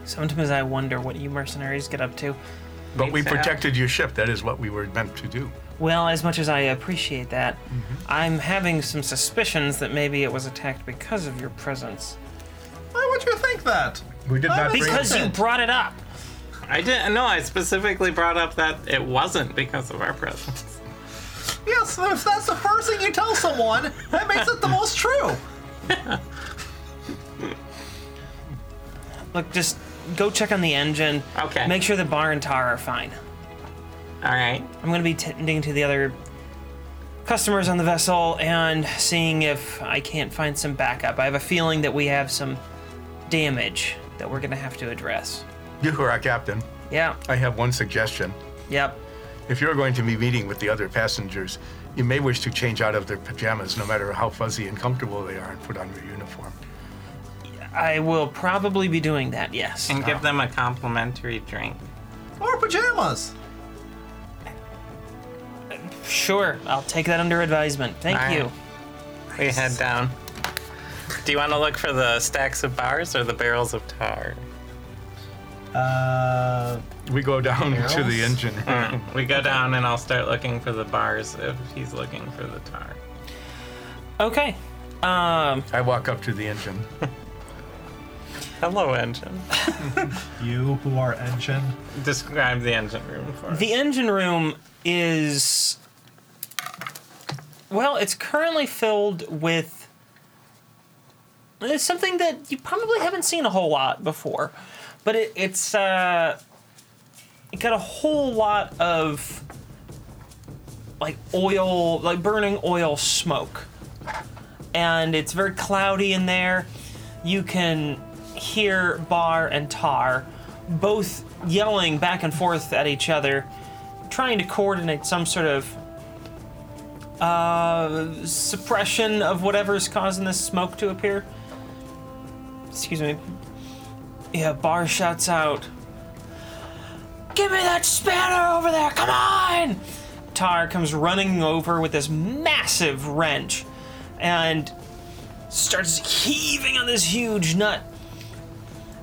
Speaker 1: Sometimes I wonder what you mercenaries get up to.
Speaker 4: But we
Speaker 3: Makes sense.
Speaker 4: protected your ship. That is what we were meant to do.
Speaker 1: Well, as much as I appreciate that, I'm having some suspicions that maybe it was attacked because of your presence.
Speaker 2: Why would you think that?
Speaker 4: We did
Speaker 2: Oh,
Speaker 4: not
Speaker 2: that's-
Speaker 4: bring.
Speaker 1: Because you
Speaker 2: Present.
Speaker 1: brought it up.
Speaker 3: I didn't. No, I specifically brought up that it wasn't because of our presence.
Speaker 2: Yes, if that's the first thing you tell someone, that makes it the most true.
Speaker 1: Look, just go check on the engine.
Speaker 3: Okay.
Speaker 1: Make sure the bar and tar are fine.
Speaker 3: All right.
Speaker 1: I'm going to be tending to the other customers on the vessel and seeing if I can't find some backup. I have a feeling that we have some damage that we're going to have to address.
Speaker 4: You who are captain,
Speaker 1: Yeah.
Speaker 4: I have one suggestion.
Speaker 1: Yep.
Speaker 4: If you're going to be meeting with the other passengers, you may wish to change out of their pajamas, no matter how fuzzy and comfortable they are, and put on your uniform.
Speaker 1: I will probably be doing that. Yes.
Speaker 3: And give them a complimentary drink.
Speaker 2: Or pajamas.
Speaker 1: Sure. I'll take that under advisement. Thank
Speaker 3: All
Speaker 1: you.
Speaker 3: right. We head down. Do you want to look for the stacks of bars or the barrels of tar?
Speaker 2: Uh,
Speaker 4: We go down to the engine.
Speaker 3: We go down and I'll start looking for the bars if he's looking for the tar.
Speaker 1: Okay. Um,
Speaker 4: I walk up to the engine.
Speaker 3: Hello, engine.
Speaker 2: you who are engine.
Speaker 3: Describe the engine room for us.
Speaker 1: the engine room is well, it's currently filled with it's something that you probably haven't seen a whole lot before, but it, it's uh, it got a whole lot of like oil, like burning oil smoke, and it's very cloudy in there. You can hear Bar and Tar both yelling back and forth at each other, trying to coordinate some sort of uh, suppression of whatever's causing this smoke to appear. Excuse me. Yeah, Bar shouts out, Give me that spanner over there, come on! Tar comes running over with this massive wrench and starts heaving on this huge nut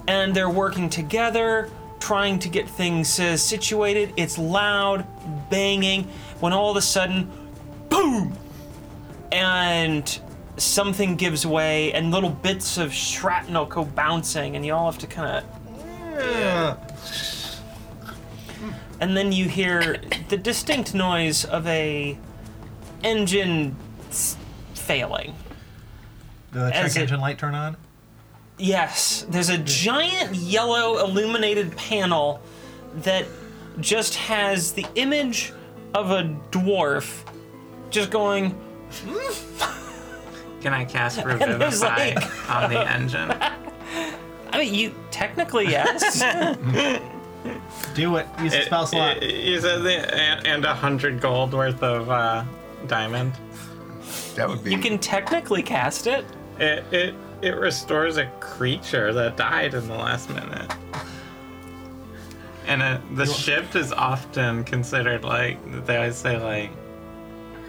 Speaker 1: and they're working together, trying to get things uh, situated. It's loud, banging, when all of a sudden, boom! And something gives way, and little bits of shrapnel go bouncing, and you all have to kind of. And then you hear the distinct noise of a engine s- failing.
Speaker 2: Did the
Speaker 1: As it-
Speaker 2: check engine light turn on?
Speaker 1: Yes, there's a giant yellow illuminated panel that just has the image of a dwarf just going,
Speaker 3: Can I cast
Speaker 1: there's
Speaker 3: Revivify
Speaker 1: like-
Speaker 3: on the engine?
Speaker 1: I mean, you technically, yes.
Speaker 2: Do it. Use the spell slot.
Speaker 3: You said the, and, and a hundred gold worth of uh, diamond.
Speaker 4: That would be.
Speaker 1: you can technically cast it.
Speaker 3: It, it it restores a creature that died in the last minute. And uh the ship is often considered like they always say like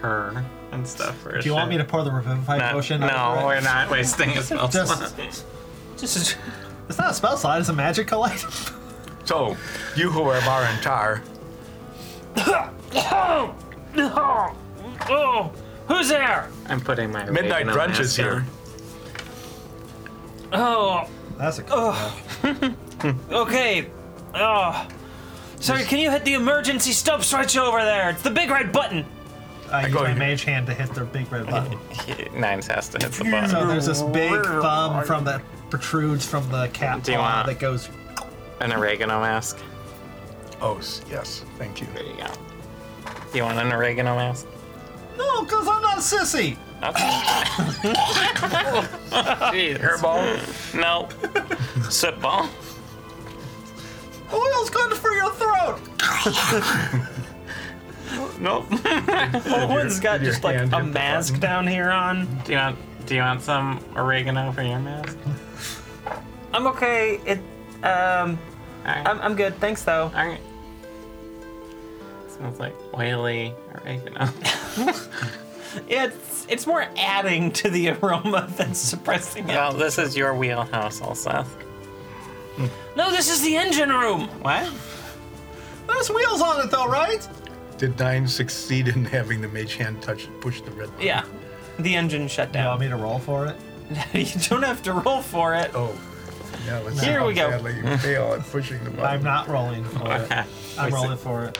Speaker 3: her and stuff. For a
Speaker 2: Do you want me
Speaker 3: ship.
Speaker 2: to pour the revivify
Speaker 3: Not-
Speaker 2: potion?
Speaker 3: no,
Speaker 2: over it?
Speaker 3: we're not wasting a spell
Speaker 2: Just-
Speaker 3: slot.
Speaker 1: Just
Speaker 2: It's not a spell slot. It's a magical item.
Speaker 4: So, you who are bar and tar,
Speaker 1: oh, oh, who's there?
Speaker 3: I'm putting my
Speaker 4: midnight
Speaker 3: oregano
Speaker 4: brunch
Speaker 3: mask
Speaker 4: is here.
Speaker 3: on.
Speaker 1: Oh,
Speaker 2: That's a cool one.
Speaker 1: okay. Oh, sorry. Can you hit the emergency stop switch over there? It's the big red button.
Speaker 2: I, use
Speaker 4: go
Speaker 2: my
Speaker 4: here.
Speaker 2: mage hand to hit their big red button.
Speaker 3: He- Nines has to hit the button.
Speaker 2: So there's this big thumb from that protrudes from the cat
Speaker 3: Do you
Speaker 2: paw
Speaker 3: want-
Speaker 2: that goes.
Speaker 3: An oregano mask.
Speaker 4: Oh, s- yes, thank you.
Speaker 3: There you go. You want an oregano mask?
Speaker 2: No, because I'm not a sissy.
Speaker 3: Jeez.
Speaker 4: Hairball?
Speaker 3: No. Sip ball.
Speaker 2: Oil's good for your throat.
Speaker 3: Nope.
Speaker 1: Owen's got
Speaker 4: your
Speaker 1: just like
Speaker 4: hand
Speaker 1: a
Speaker 4: hit the
Speaker 1: mask
Speaker 4: button?
Speaker 1: down here on.
Speaker 3: Do you want do you want some oregano for your mask?
Speaker 1: I'm okay. It, um,
Speaker 3: Alright.
Speaker 1: I'm, I'm good. Thanks though.
Speaker 3: Alright. Smells like oily oregano.
Speaker 1: It's it's more adding to the aroma than suppressing it.
Speaker 3: well, this is your wheelhouse also.
Speaker 1: No, this is the engine room.
Speaker 3: What?
Speaker 2: There's wheels on it though, right?
Speaker 4: Did Nine succeed in having the mage hand touch push the red?
Speaker 1: Yeah, the engine shut
Speaker 2: Do you want
Speaker 1: down.
Speaker 2: me to roll for it?
Speaker 1: you don't have to roll for it.
Speaker 4: Oh, yeah. Let's
Speaker 1: Here
Speaker 4: how
Speaker 1: we go.
Speaker 4: Sadly, you fail at pushing the button.
Speaker 2: I'm not rolling for it.
Speaker 3: Okay.
Speaker 2: I'm
Speaker 3: Wait, so-
Speaker 2: rolling for it.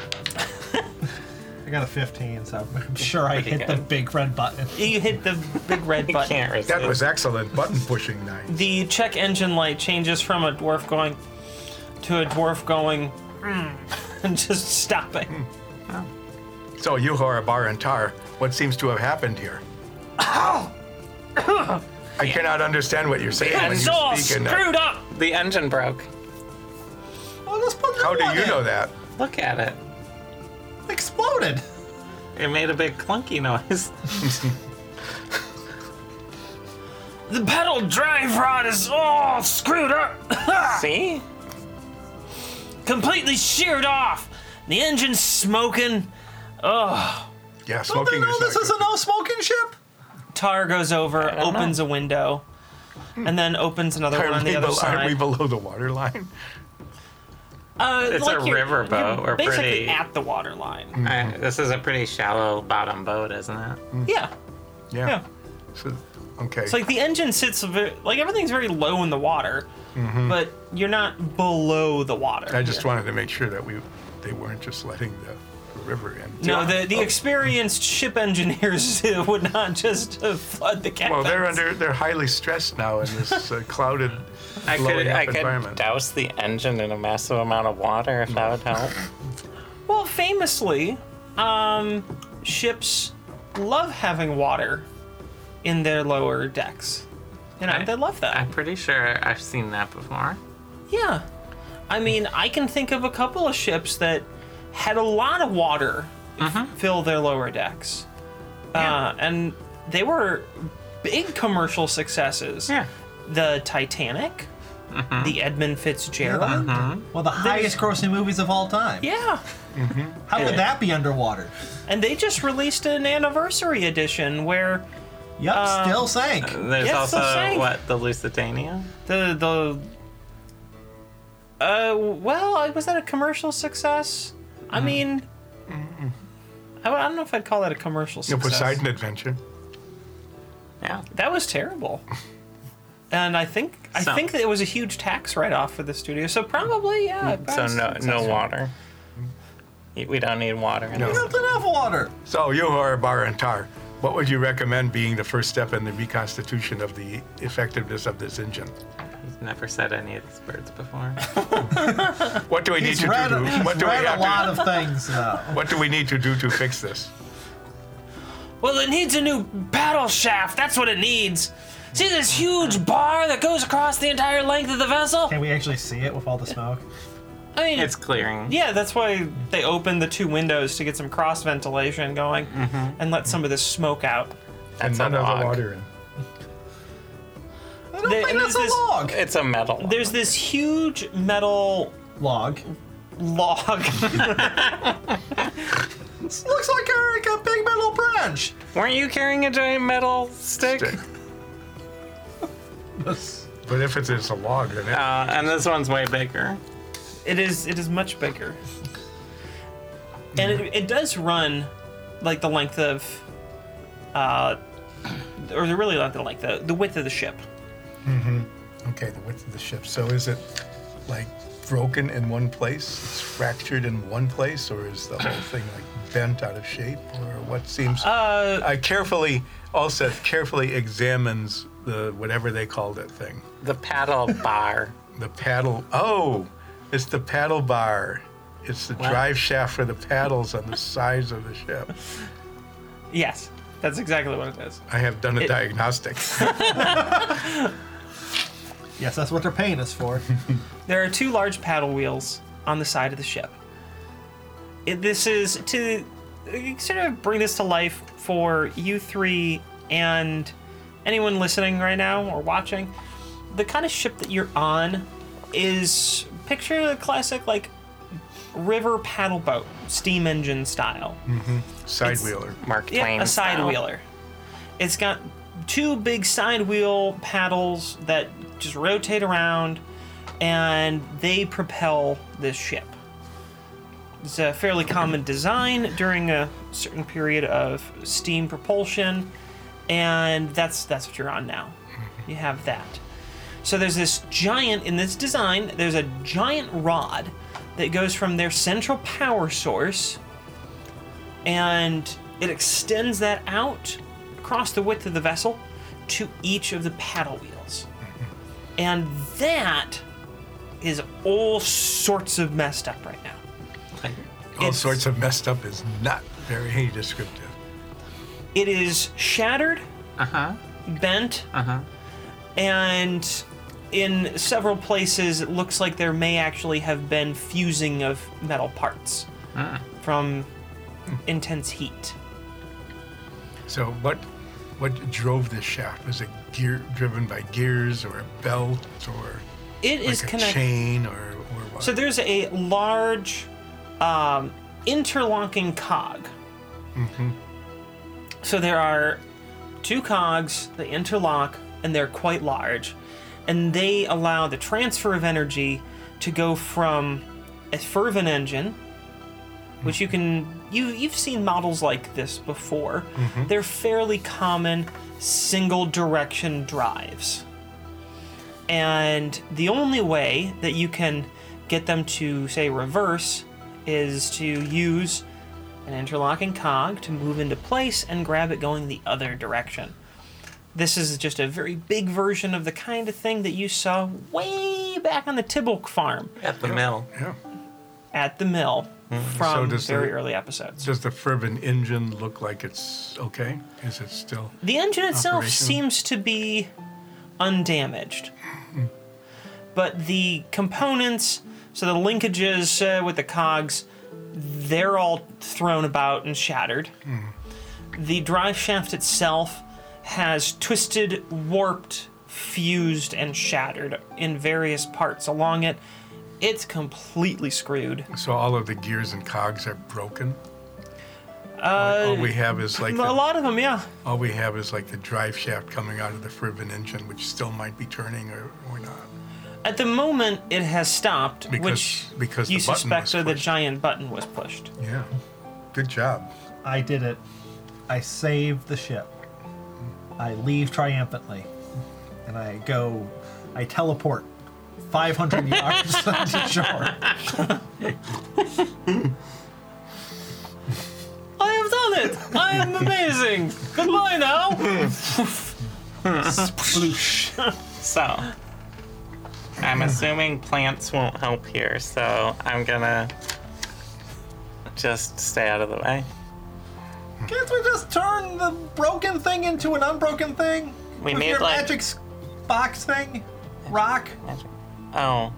Speaker 2: I got a 15, so I'm sure I
Speaker 3: Pretty
Speaker 2: hit the
Speaker 3: good.
Speaker 2: big red button.
Speaker 1: You hit the big red
Speaker 3: You
Speaker 1: button.
Speaker 3: can't resist.
Speaker 4: That was excellent button pushing, Nine.
Speaker 1: The check engine light changes from a dwarf going, to a dwarf going,
Speaker 3: Hmm.
Speaker 1: "Mm," and just stopping.
Speaker 4: So Yuhor, Bar, and Tar, what seems to have happened here? I cannot understand what you're saying when
Speaker 1: It's
Speaker 4: you
Speaker 1: all
Speaker 4: speak. in that.
Speaker 1: screwed up.
Speaker 3: The engine broke.
Speaker 2: Well, Oh, let's put
Speaker 4: How do you know that?
Speaker 3: Look at it.
Speaker 2: Exploded.
Speaker 3: It made a big clunky noise.
Speaker 1: The pedal drive rod is all screwed up.
Speaker 3: See?
Speaker 1: Completely sheared off. The engine's smoking.
Speaker 4: Yeah,
Speaker 2: Don't they
Speaker 4: smoking
Speaker 2: know
Speaker 4: is
Speaker 2: this
Speaker 4: not
Speaker 2: is a no smoking ship?
Speaker 1: Tar goes over, opens a window, and then opens another
Speaker 4: good.
Speaker 1: one
Speaker 4: Are
Speaker 1: on
Speaker 4: we,
Speaker 1: the other
Speaker 4: bel- are we
Speaker 1: side.
Speaker 4: below the water line?
Speaker 1: Uh,
Speaker 3: It's a
Speaker 1: like you're-
Speaker 3: river boat.
Speaker 1: you're
Speaker 3: We're
Speaker 1: basically
Speaker 3: pretty.
Speaker 1: at the water line.
Speaker 3: I- this is a pretty shallow bottom boat, isn't it?
Speaker 1: Yeah,
Speaker 4: Yeah.
Speaker 1: yeah.
Speaker 4: So, okay.
Speaker 1: It's like the engine sits ve- like everything's very low in the water,
Speaker 3: Mm-hmm.
Speaker 1: but you're not below the water.
Speaker 4: I just
Speaker 1: here.
Speaker 4: wanted to make sure that we they weren't just letting the, the river in.
Speaker 1: No, the, the experienced ship engineers would not just uh, flood the cabin.
Speaker 4: Well, they're under they're highly stressed now in this uh, clouded,
Speaker 3: I could,
Speaker 4: blowing up
Speaker 3: I could
Speaker 4: environment.
Speaker 3: douse the engine in a massive amount of water if that would help.
Speaker 1: Well, famously, um, ships love having water in their lower decks. You know,
Speaker 3: I-
Speaker 1: they love that.
Speaker 3: I'm pretty sure I've seen that before.
Speaker 1: yeah. I mean, I can think of a couple of ships that had a lot of water
Speaker 4: Mm-hmm.
Speaker 1: fill their lower decks. Uh, and they were big commercial successes.
Speaker 3: Yeah.
Speaker 1: The Titanic,
Speaker 4: Mm-hmm.
Speaker 1: the Edmund Fitzgerald.
Speaker 2: Well, the highest grossing movies of all time.
Speaker 1: Yeah.
Speaker 2: How could that be underwater?
Speaker 1: And they just released an anniversary edition where
Speaker 2: Yep,
Speaker 4: Um,
Speaker 2: still sank.
Speaker 4: uh,
Speaker 3: There's
Speaker 1: Yes,
Speaker 3: also
Speaker 1: I'm saying-
Speaker 3: what the Lusitania.
Speaker 1: the the uh well I- was that a commercial success i mean I, I don't know if i'd call that a commercial
Speaker 4: the
Speaker 1: success
Speaker 4: Poseidon Adventure.
Speaker 3: Yeah.
Speaker 1: that was terrible and i think i
Speaker 3: So-
Speaker 1: think that it was a huge tax write-off for the studio so probably yeah
Speaker 3: Mm, So
Speaker 1: probably
Speaker 3: no, no
Speaker 1: successful.
Speaker 3: water. Mm-hmm. We don't need water. in
Speaker 4: No.
Speaker 3: this.
Speaker 2: Not enough water.
Speaker 4: So Yuhor, Bar, and Tar, what would you recommend being the first step in the reconstitution of the effectiveness of this engine?
Speaker 3: He's never said any of these words before.
Speaker 4: What do we
Speaker 2: He's
Speaker 4: need to
Speaker 2: read,
Speaker 4: do?
Speaker 2: he's
Speaker 4: what do we
Speaker 2: read a
Speaker 4: have
Speaker 2: lot
Speaker 4: to,
Speaker 2: of things, though.
Speaker 4: What do we need to do to fix this?
Speaker 1: well it needs a new paddle shaft that's what it needs see this huge bar that goes across the entire length of the vessel
Speaker 2: Can we actually see it with all the smoke?
Speaker 1: i mean
Speaker 3: It's clearing.
Speaker 1: Yeah, that's why they opened the two windows to get some cross ventilation going and let some of this smoke out.
Speaker 3: That's a
Speaker 4: None of the
Speaker 3: log.
Speaker 4: water in.
Speaker 2: I
Speaker 1: There-
Speaker 2: don't think
Speaker 1: and
Speaker 2: that's
Speaker 1: there's
Speaker 2: a
Speaker 1: this-
Speaker 2: log.
Speaker 3: It's a metal. one.
Speaker 1: There's this huge metal
Speaker 2: Log.
Speaker 1: log.
Speaker 2: This looks like a, like a big metal branch.
Speaker 3: Weren't you carrying a giant metal stick?
Speaker 4: Stick. But if it's, it's a log, then it,
Speaker 3: Uh, and this one's way bigger.
Speaker 1: it is it is much bigger. And it, it does run like the length of uh or the really not the length, the, the width of the ship.
Speaker 4: okay, the width of the ship. So is it like broken in one place? It's fractured in one place, or is the whole thing like bent out of shape, or what seems?
Speaker 1: Uh
Speaker 4: I carefully, also carefully examines the whatever they called it thing.
Speaker 3: The paddle bar.
Speaker 4: The paddle. Oh, it's the paddle bar. It's the drive shaft for the paddles on the sides of the ship.
Speaker 1: yes. That's exactly what it is.
Speaker 4: I have done a diagnostic.
Speaker 2: Yes, that's what they're paying us for.
Speaker 1: There are two large paddle wheels on the side of the ship. It- this is to uh, sort of bring this to life for you three and anyone listening right now or watching. The kind of ship that you're on is picture the classic like river paddle boat, steam engine style.
Speaker 4: Side wheeler.
Speaker 3: Mark
Speaker 1: Yeah,
Speaker 3: Twain.
Speaker 1: a side
Speaker 3: style.
Speaker 1: wheeler. It's got two big side wheel paddles that just rotate around, and they propel this ship. It's a fairly common design during a certain period of steam propulsion, and that's that's what you're on now. You have that. So there's this giant in this design. There's a giant rod that goes from their central power source and it extends that out across the width of the vessel
Speaker 4: Mm-hmm.
Speaker 1: to each of the paddle wheels. And that is all sorts of messed up right now.
Speaker 4: All
Speaker 1: It's-
Speaker 4: sorts of messed up is not very descriptive.
Speaker 1: It is shattered,
Speaker 3: Uh-huh,
Speaker 1: bent, and in several places, it looks like there may actually have been fusing of metal parts from intense heat.
Speaker 4: So what what drove this shaft? Was it gear driven by gears or a belt or
Speaker 1: It
Speaker 4: like
Speaker 1: is
Speaker 4: a
Speaker 1: connected.
Speaker 4: chain or, or what?
Speaker 1: So there's a large um, interlocking cog. So there are two cogs, they interlock, and they're quite large. And they allow the transfer of energy to go from a fervent engine, which you can you you've seen models like this before. They're fairly common single direction drives and the only way that you can get them to say reverse is to use an interlocking cog to move into place and grab it going the other direction. This is just a very big version of the kind of thing that you saw way back on the Tibble farm
Speaker 6: At the mill.
Speaker 4: yeah.
Speaker 1: at the mill from
Speaker 4: Mm-hmm. So does
Speaker 1: very
Speaker 4: the-
Speaker 1: early episodes.
Speaker 4: Does the Fervent engine look like it's okay? Is it still
Speaker 1: The engine itself
Speaker 4: Operation.
Speaker 1: seems to be undamaged. But the components, so the linkages uh, with the cogs, they're all thrown about and shattered. The drive shaft itself has twisted, warped, fused, and shattered in various parts along it. It's completely screwed.
Speaker 4: so all of the gears and cogs are broken? Uh, all we have is like
Speaker 1: a
Speaker 4: the-
Speaker 1: lot of them, yeah.
Speaker 4: all we have is like the drive shaft coming out of the Fervent engine, which still might be turning or, or not.
Speaker 1: At the moment, it has stopped,
Speaker 4: Because-
Speaker 1: which
Speaker 4: because
Speaker 1: you
Speaker 4: the button was
Speaker 1: suspect that the
Speaker 4: pushed.
Speaker 1: giant button was pushed.
Speaker 4: Yeah. Good job.
Speaker 2: I did it. I saved the ship. I leave triumphantly. And I go, I teleport 500 yards to shore.
Speaker 1: I have done it! I am amazing! Goodbye now!
Speaker 2: Sploosh.
Speaker 3: So, I'm assuming plants won't help here, so I'm gonna just stay out of the way.
Speaker 2: Can't we just turn the broken thing into an unbroken thing?
Speaker 3: We
Speaker 2: With
Speaker 3: need,
Speaker 2: your
Speaker 3: like-
Speaker 2: magic s- box thing? Rock?
Speaker 3: Oh,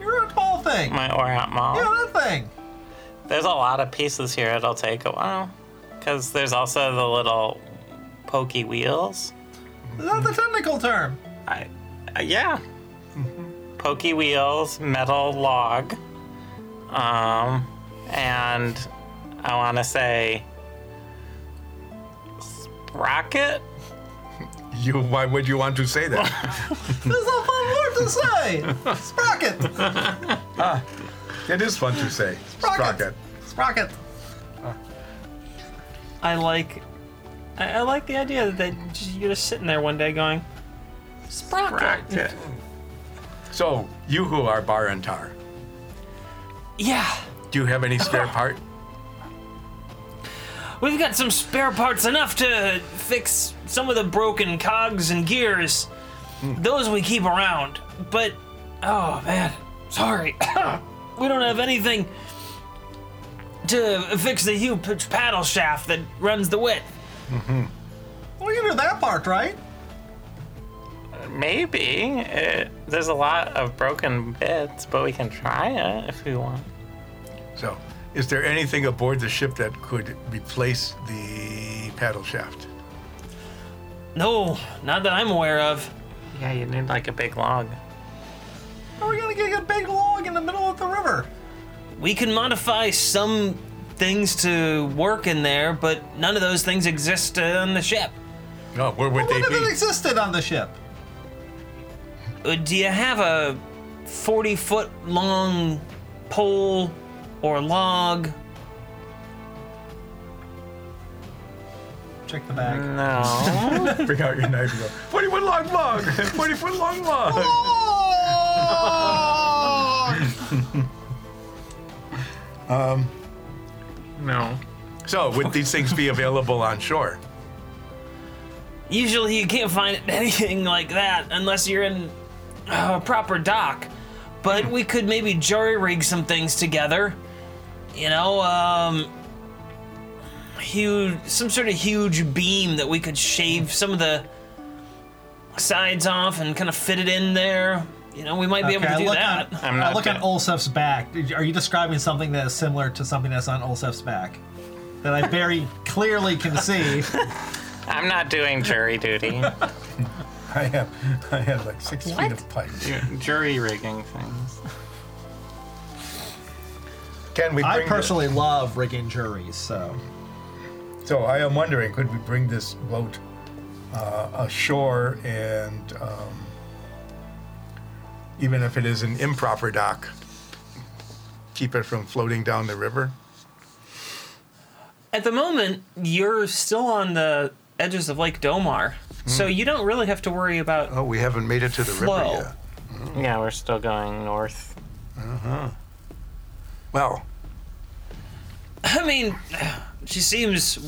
Speaker 2: You're a tall thing.
Speaker 3: my Orat Mall.
Speaker 2: You're that thing.
Speaker 3: There's a lot of pieces here. It'll take a while. Because there's also the little pokey wheels.
Speaker 2: Is that the technical term?
Speaker 3: I, uh, yeah. Pokey wheels, metal log. Um, and I want to say sprocket?
Speaker 4: You why would you want to say that?
Speaker 2: That's a fun word to say. Sprocket.
Speaker 4: it is fun to say.
Speaker 2: Sprocket. Sprocket.
Speaker 1: I like I, I like the idea that just- you're just sitting there one day going, Sprocket.
Speaker 6: Rocket.
Speaker 4: So you who are Bar and Tar,
Speaker 1: Yeah.
Speaker 4: do you have any spare part?
Speaker 1: We've got some spare parts enough to fix some of the broken cogs and gears. Those we keep around. But oh man, sorry. we don't have anything to fix the huge paddle shaft that runs the width.
Speaker 2: We can do that part, right?
Speaker 3: Maybe. It, there's a lot of broken bits, but we can try it if we want.
Speaker 4: So, is there anything aboard the ship that could replace the paddle shaft?
Speaker 1: No, not that I'm aware of.
Speaker 3: Yeah, you need like a big log.
Speaker 2: Or we're gonna get a big log in the middle of the river.
Speaker 1: We can modify some things to work in there, but none of those things exist uh, on the ship.
Speaker 4: Oh, No, where would
Speaker 2: What
Speaker 4: they
Speaker 2: if it
Speaker 4: be?
Speaker 2: existed on the ship?
Speaker 1: Uh, Do you have a 40 foot long pole or log?
Speaker 2: Check the bag.
Speaker 6: Mm.
Speaker 3: No.
Speaker 4: Bring out your knife and go, 40 foot long log! 40 foot long log!
Speaker 2: Oh!
Speaker 3: no.
Speaker 4: So, would these things be available on shore?
Speaker 1: Usually you can't find anything like that unless you're in uh, a proper dock. but we could maybe jury rig some things together. You know, um, huge, some sort of huge beam that we could shave some of the sides off and kind of fit it in there. You know, we might be able to
Speaker 2: Okay, I
Speaker 1: do
Speaker 2: look
Speaker 1: that.
Speaker 2: on-
Speaker 6: I'm
Speaker 2: I
Speaker 6: not
Speaker 2: look on
Speaker 6: dead.
Speaker 2: Olsef's back. Did you- Are you describing something that is similar to something that's on Olsef's back? That I very clearly can see.
Speaker 6: I'm not doing jury duty.
Speaker 4: I have, I have like six feet of pipe.
Speaker 3: Ju- Jury rigging things.
Speaker 4: Can we? Bring
Speaker 2: I
Speaker 4: the-
Speaker 2: personally love rigging juries, so
Speaker 4: so I am wondering, could we bring this boat uh, ashore and, um, even if it is an improper dock, keep it from floating down the river?
Speaker 1: At the moment, you're still on the edges of Lake Domar,
Speaker 2: Hmm.
Speaker 1: so you don't really have to worry about
Speaker 4: Oh, we haven't made it to the
Speaker 1: Flow.
Speaker 4: river yet.
Speaker 6: yeah, we're still going north.
Speaker 4: Well,
Speaker 1: I mean, she seems,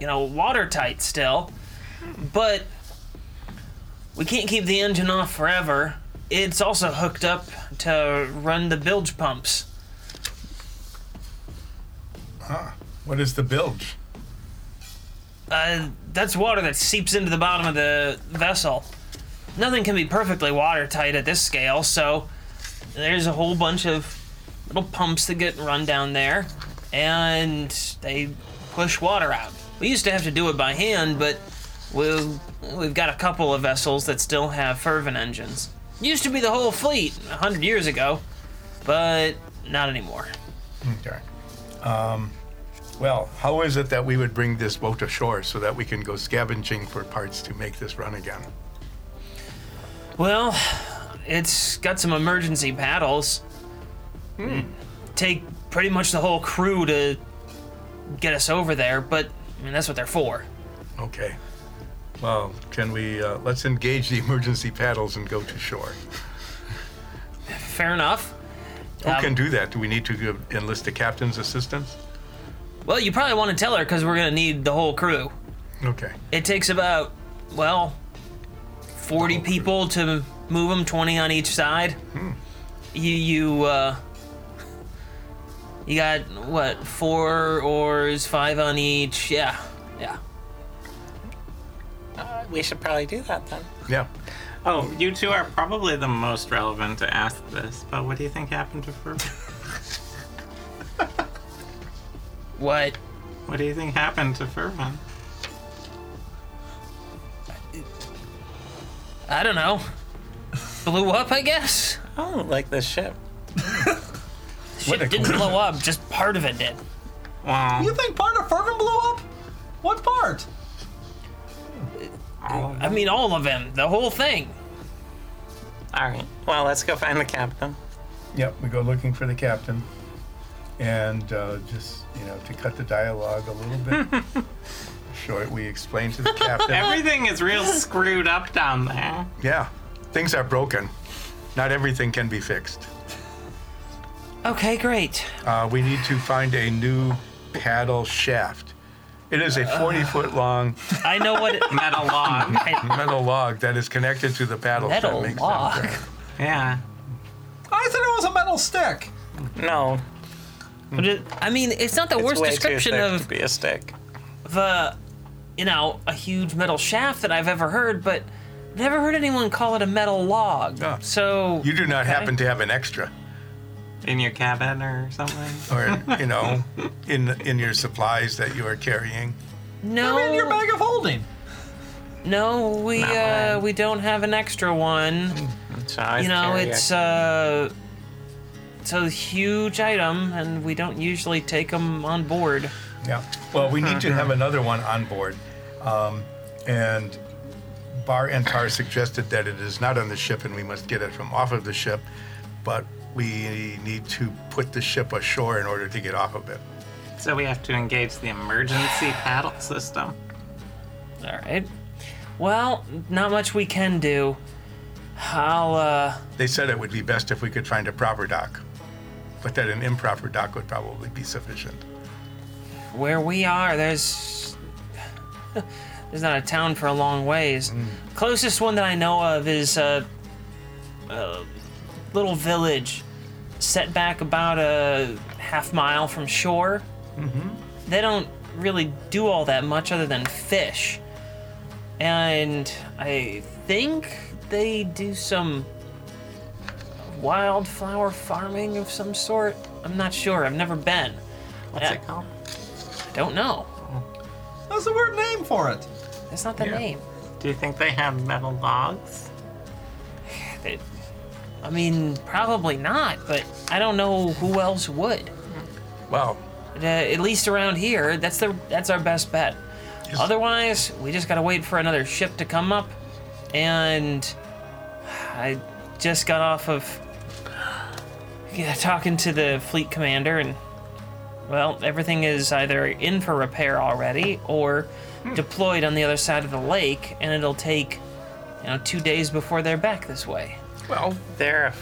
Speaker 1: you know, watertight still, but we can't keep the engine off forever. It's also hooked up to run the bilge pumps.
Speaker 4: what is the bilge?
Speaker 1: Uh, that's water that seeps into the bottom of the vessel. Nothing can be perfectly watertight at this scale, so there's a whole bunch of little pumps that get run down there, and they push water out. We used to have to do it by hand, but we've, we've got a couple of vessels that still have fervent engines. Used to be the whole fleet a 100 years ago, but not anymore.
Speaker 4: Okay. Um, well, how is it that we would bring this boat ashore so that we can go scavenging for parts to make this run again?
Speaker 1: Well, it's got some emergency paddles.
Speaker 4: Hmm.
Speaker 1: Take pretty much the whole crew to get us over there, but I mean that's what they're for.
Speaker 4: Okay. Well, can we uh, let's engage the emergency paddles and go to shore?
Speaker 1: Fair enough.
Speaker 4: Who
Speaker 1: Um,
Speaker 4: can do that? Do we need to give, enlist the captain's assistance?
Speaker 1: Well, you probably want to tell her because we're gonna need the whole crew.
Speaker 4: Okay.
Speaker 1: It takes about well, forty people to move them, twenty on each side.
Speaker 4: Hmm.
Speaker 1: You you uh, you got what four oars, five on each. Yeah, yeah.
Speaker 6: Uh, we should probably do that then.
Speaker 4: Yeah.
Speaker 3: Oh, you two are probably the most relevant to ask this, but what do you think happened to Fer?
Speaker 1: What?
Speaker 3: what do you think happened to Fervin?
Speaker 1: I don't know. Blew up, I guess.
Speaker 6: Oh, like the ship.
Speaker 1: Shit
Speaker 4: a
Speaker 1: didn't blow up, just part of it did.
Speaker 3: Well,
Speaker 2: you think part of Fervin blew up? What part?
Speaker 3: all of
Speaker 1: I
Speaker 3: them.
Speaker 1: mean, all of them, the whole thing.
Speaker 6: All right. Well, let's go find the captain.
Speaker 4: Yep. We go looking for the captain, and uh, just you know to cut the dialogue a little bit short, we explain to the captain.
Speaker 3: everything is real screwed up down there.
Speaker 4: Yeah, things are broken. Not everything can be fixed.
Speaker 1: Okay, great.
Speaker 4: Uh, we need to find a new paddle shaft. It is a 40 foot long
Speaker 1: I know what. It,
Speaker 3: Metal log.
Speaker 4: metal log that is connected to the paddle. if that
Speaker 1: Metal
Speaker 4: makes sense.
Speaker 1: log.
Speaker 3: Yeah.
Speaker 2: I thought it was a metal stick.
Speaker 6: No,
Speaker 1: But it- I mean, it's not the
Speaker 6: it's
Speaker 1: worst
Speaker 6: way
Speaker 1: description
Speaker 6: too thick
Speaker 1: of
Speaker 6: to be a stick.
Speaker 1: the, you know, a huge metal shaft that I've ever heard, but never heard anyone call it a metal log.
Speaker 4: Yeah.
Speaker 1: So
Speaker 4: You do not happen to have an extra,
Speaker 3: In your cabin or something.
Speaker 4: or you know, in in your supplies that you are carrying.
Speaker 1: no,
Speaker 2: I mean, your bag of holding.
Speaker 1: no, we
Speaker 3: Not
Speaker 1: uh,
Speaker 3: mine.
Speaker 1: we don't have an extra one.
Speaker 6: So I
Speaker 1: you know,
Speaker 6: carry a-
Speaker 1: it's uh, it's a huge item, and we don't usually take them on board.
Speaker 4: Yeah. Well, we need to have another one on board, um, and Bar Antar suggested that it is not on the ship, and we must get it from off of the ship, but we need to put the ship ashore in order to get off of it.
Speaker 3: So we have to engage the emergency paddle system.
Speaker 1: All right. Well, not much we can do. I'll uh,
Speaker 4: They said it would be best if we could find a proper dock, but that an improper dock would probably be sufficient.
Speaker 1: where we are. There's there's not a town for a long ways. Closest one that I know of is uh, uh, little village set back about a half mile from shore. They don't really do all that much other than fish. And I think they do some wildflower farming of some sort. I'm not sure. I've never been.
Speaker 6: What's
Speaker 1: Yeah.
Speaker 6: it called?
Speaker 1: I don't know.
Speaker 2: That's a weird name for it.
Speaker 1: That's not the
Speaker 6: Yeah.
Speaker 1: name.
Speaker 6: Do you think they have metal logs?
Speaker 1: They- I mean, probably not, but I don't know who else would.
Speaker 4: Wow.
Speaker 1: Uh, at least around here, that's the that's our best bet. Otherwise, we just gotta wait for another ship to come up. And I just got off of yeah, talking to the fleet commander, and well, everything is either in for repair already or deployed on the other side of the lake, and it'll take you know two days before they're back this way.
Speaker 6: Well, they're a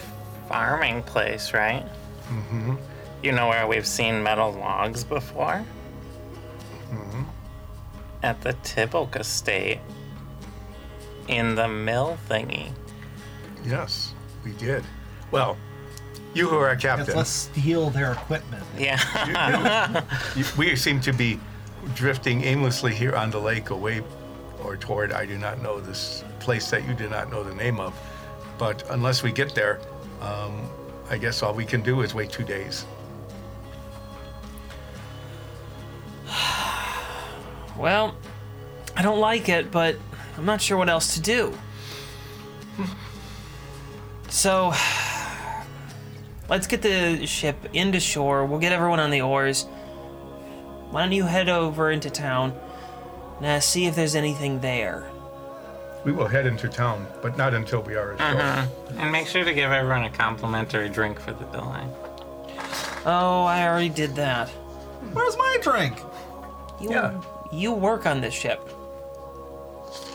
Speaker 6: farming place, right? Mm-hmm. You know where we've seen metal logs before? Mm-hmm. At the Tibok estate. In the mill thingy.
Speaker 4: Yes, we did. Well, you who are our
Speaker 2: Yes,
Speaker 4: captain,
Speaker 2: let's steal their equipment.
Speaker 6: Yeah.
Speaker 4: you- we seem to be drifting aimlessly here on the lake away or toward, I do not know this place that you do not know the name of. But unless we get there, um, I guess all we can do is wait two days.
Speaker 1: Well, I don't like it, but I'm not sure what else to do. So, let's get the ship into shore. We'll get everyone on the oars. Why don't you head over into town and uh, see if there's anything there?
Speaker 4: We will head into town, but not until we are ashore.
Speaker 3: And make sure to give everyone a complimentary drink for the delay.
Speaker 1: Oh, I already did that.
Speaker 2: Where's my drink?
Speaker 1: You,
Speaker 4: Yeah.
Speaker 1: you work on this ship.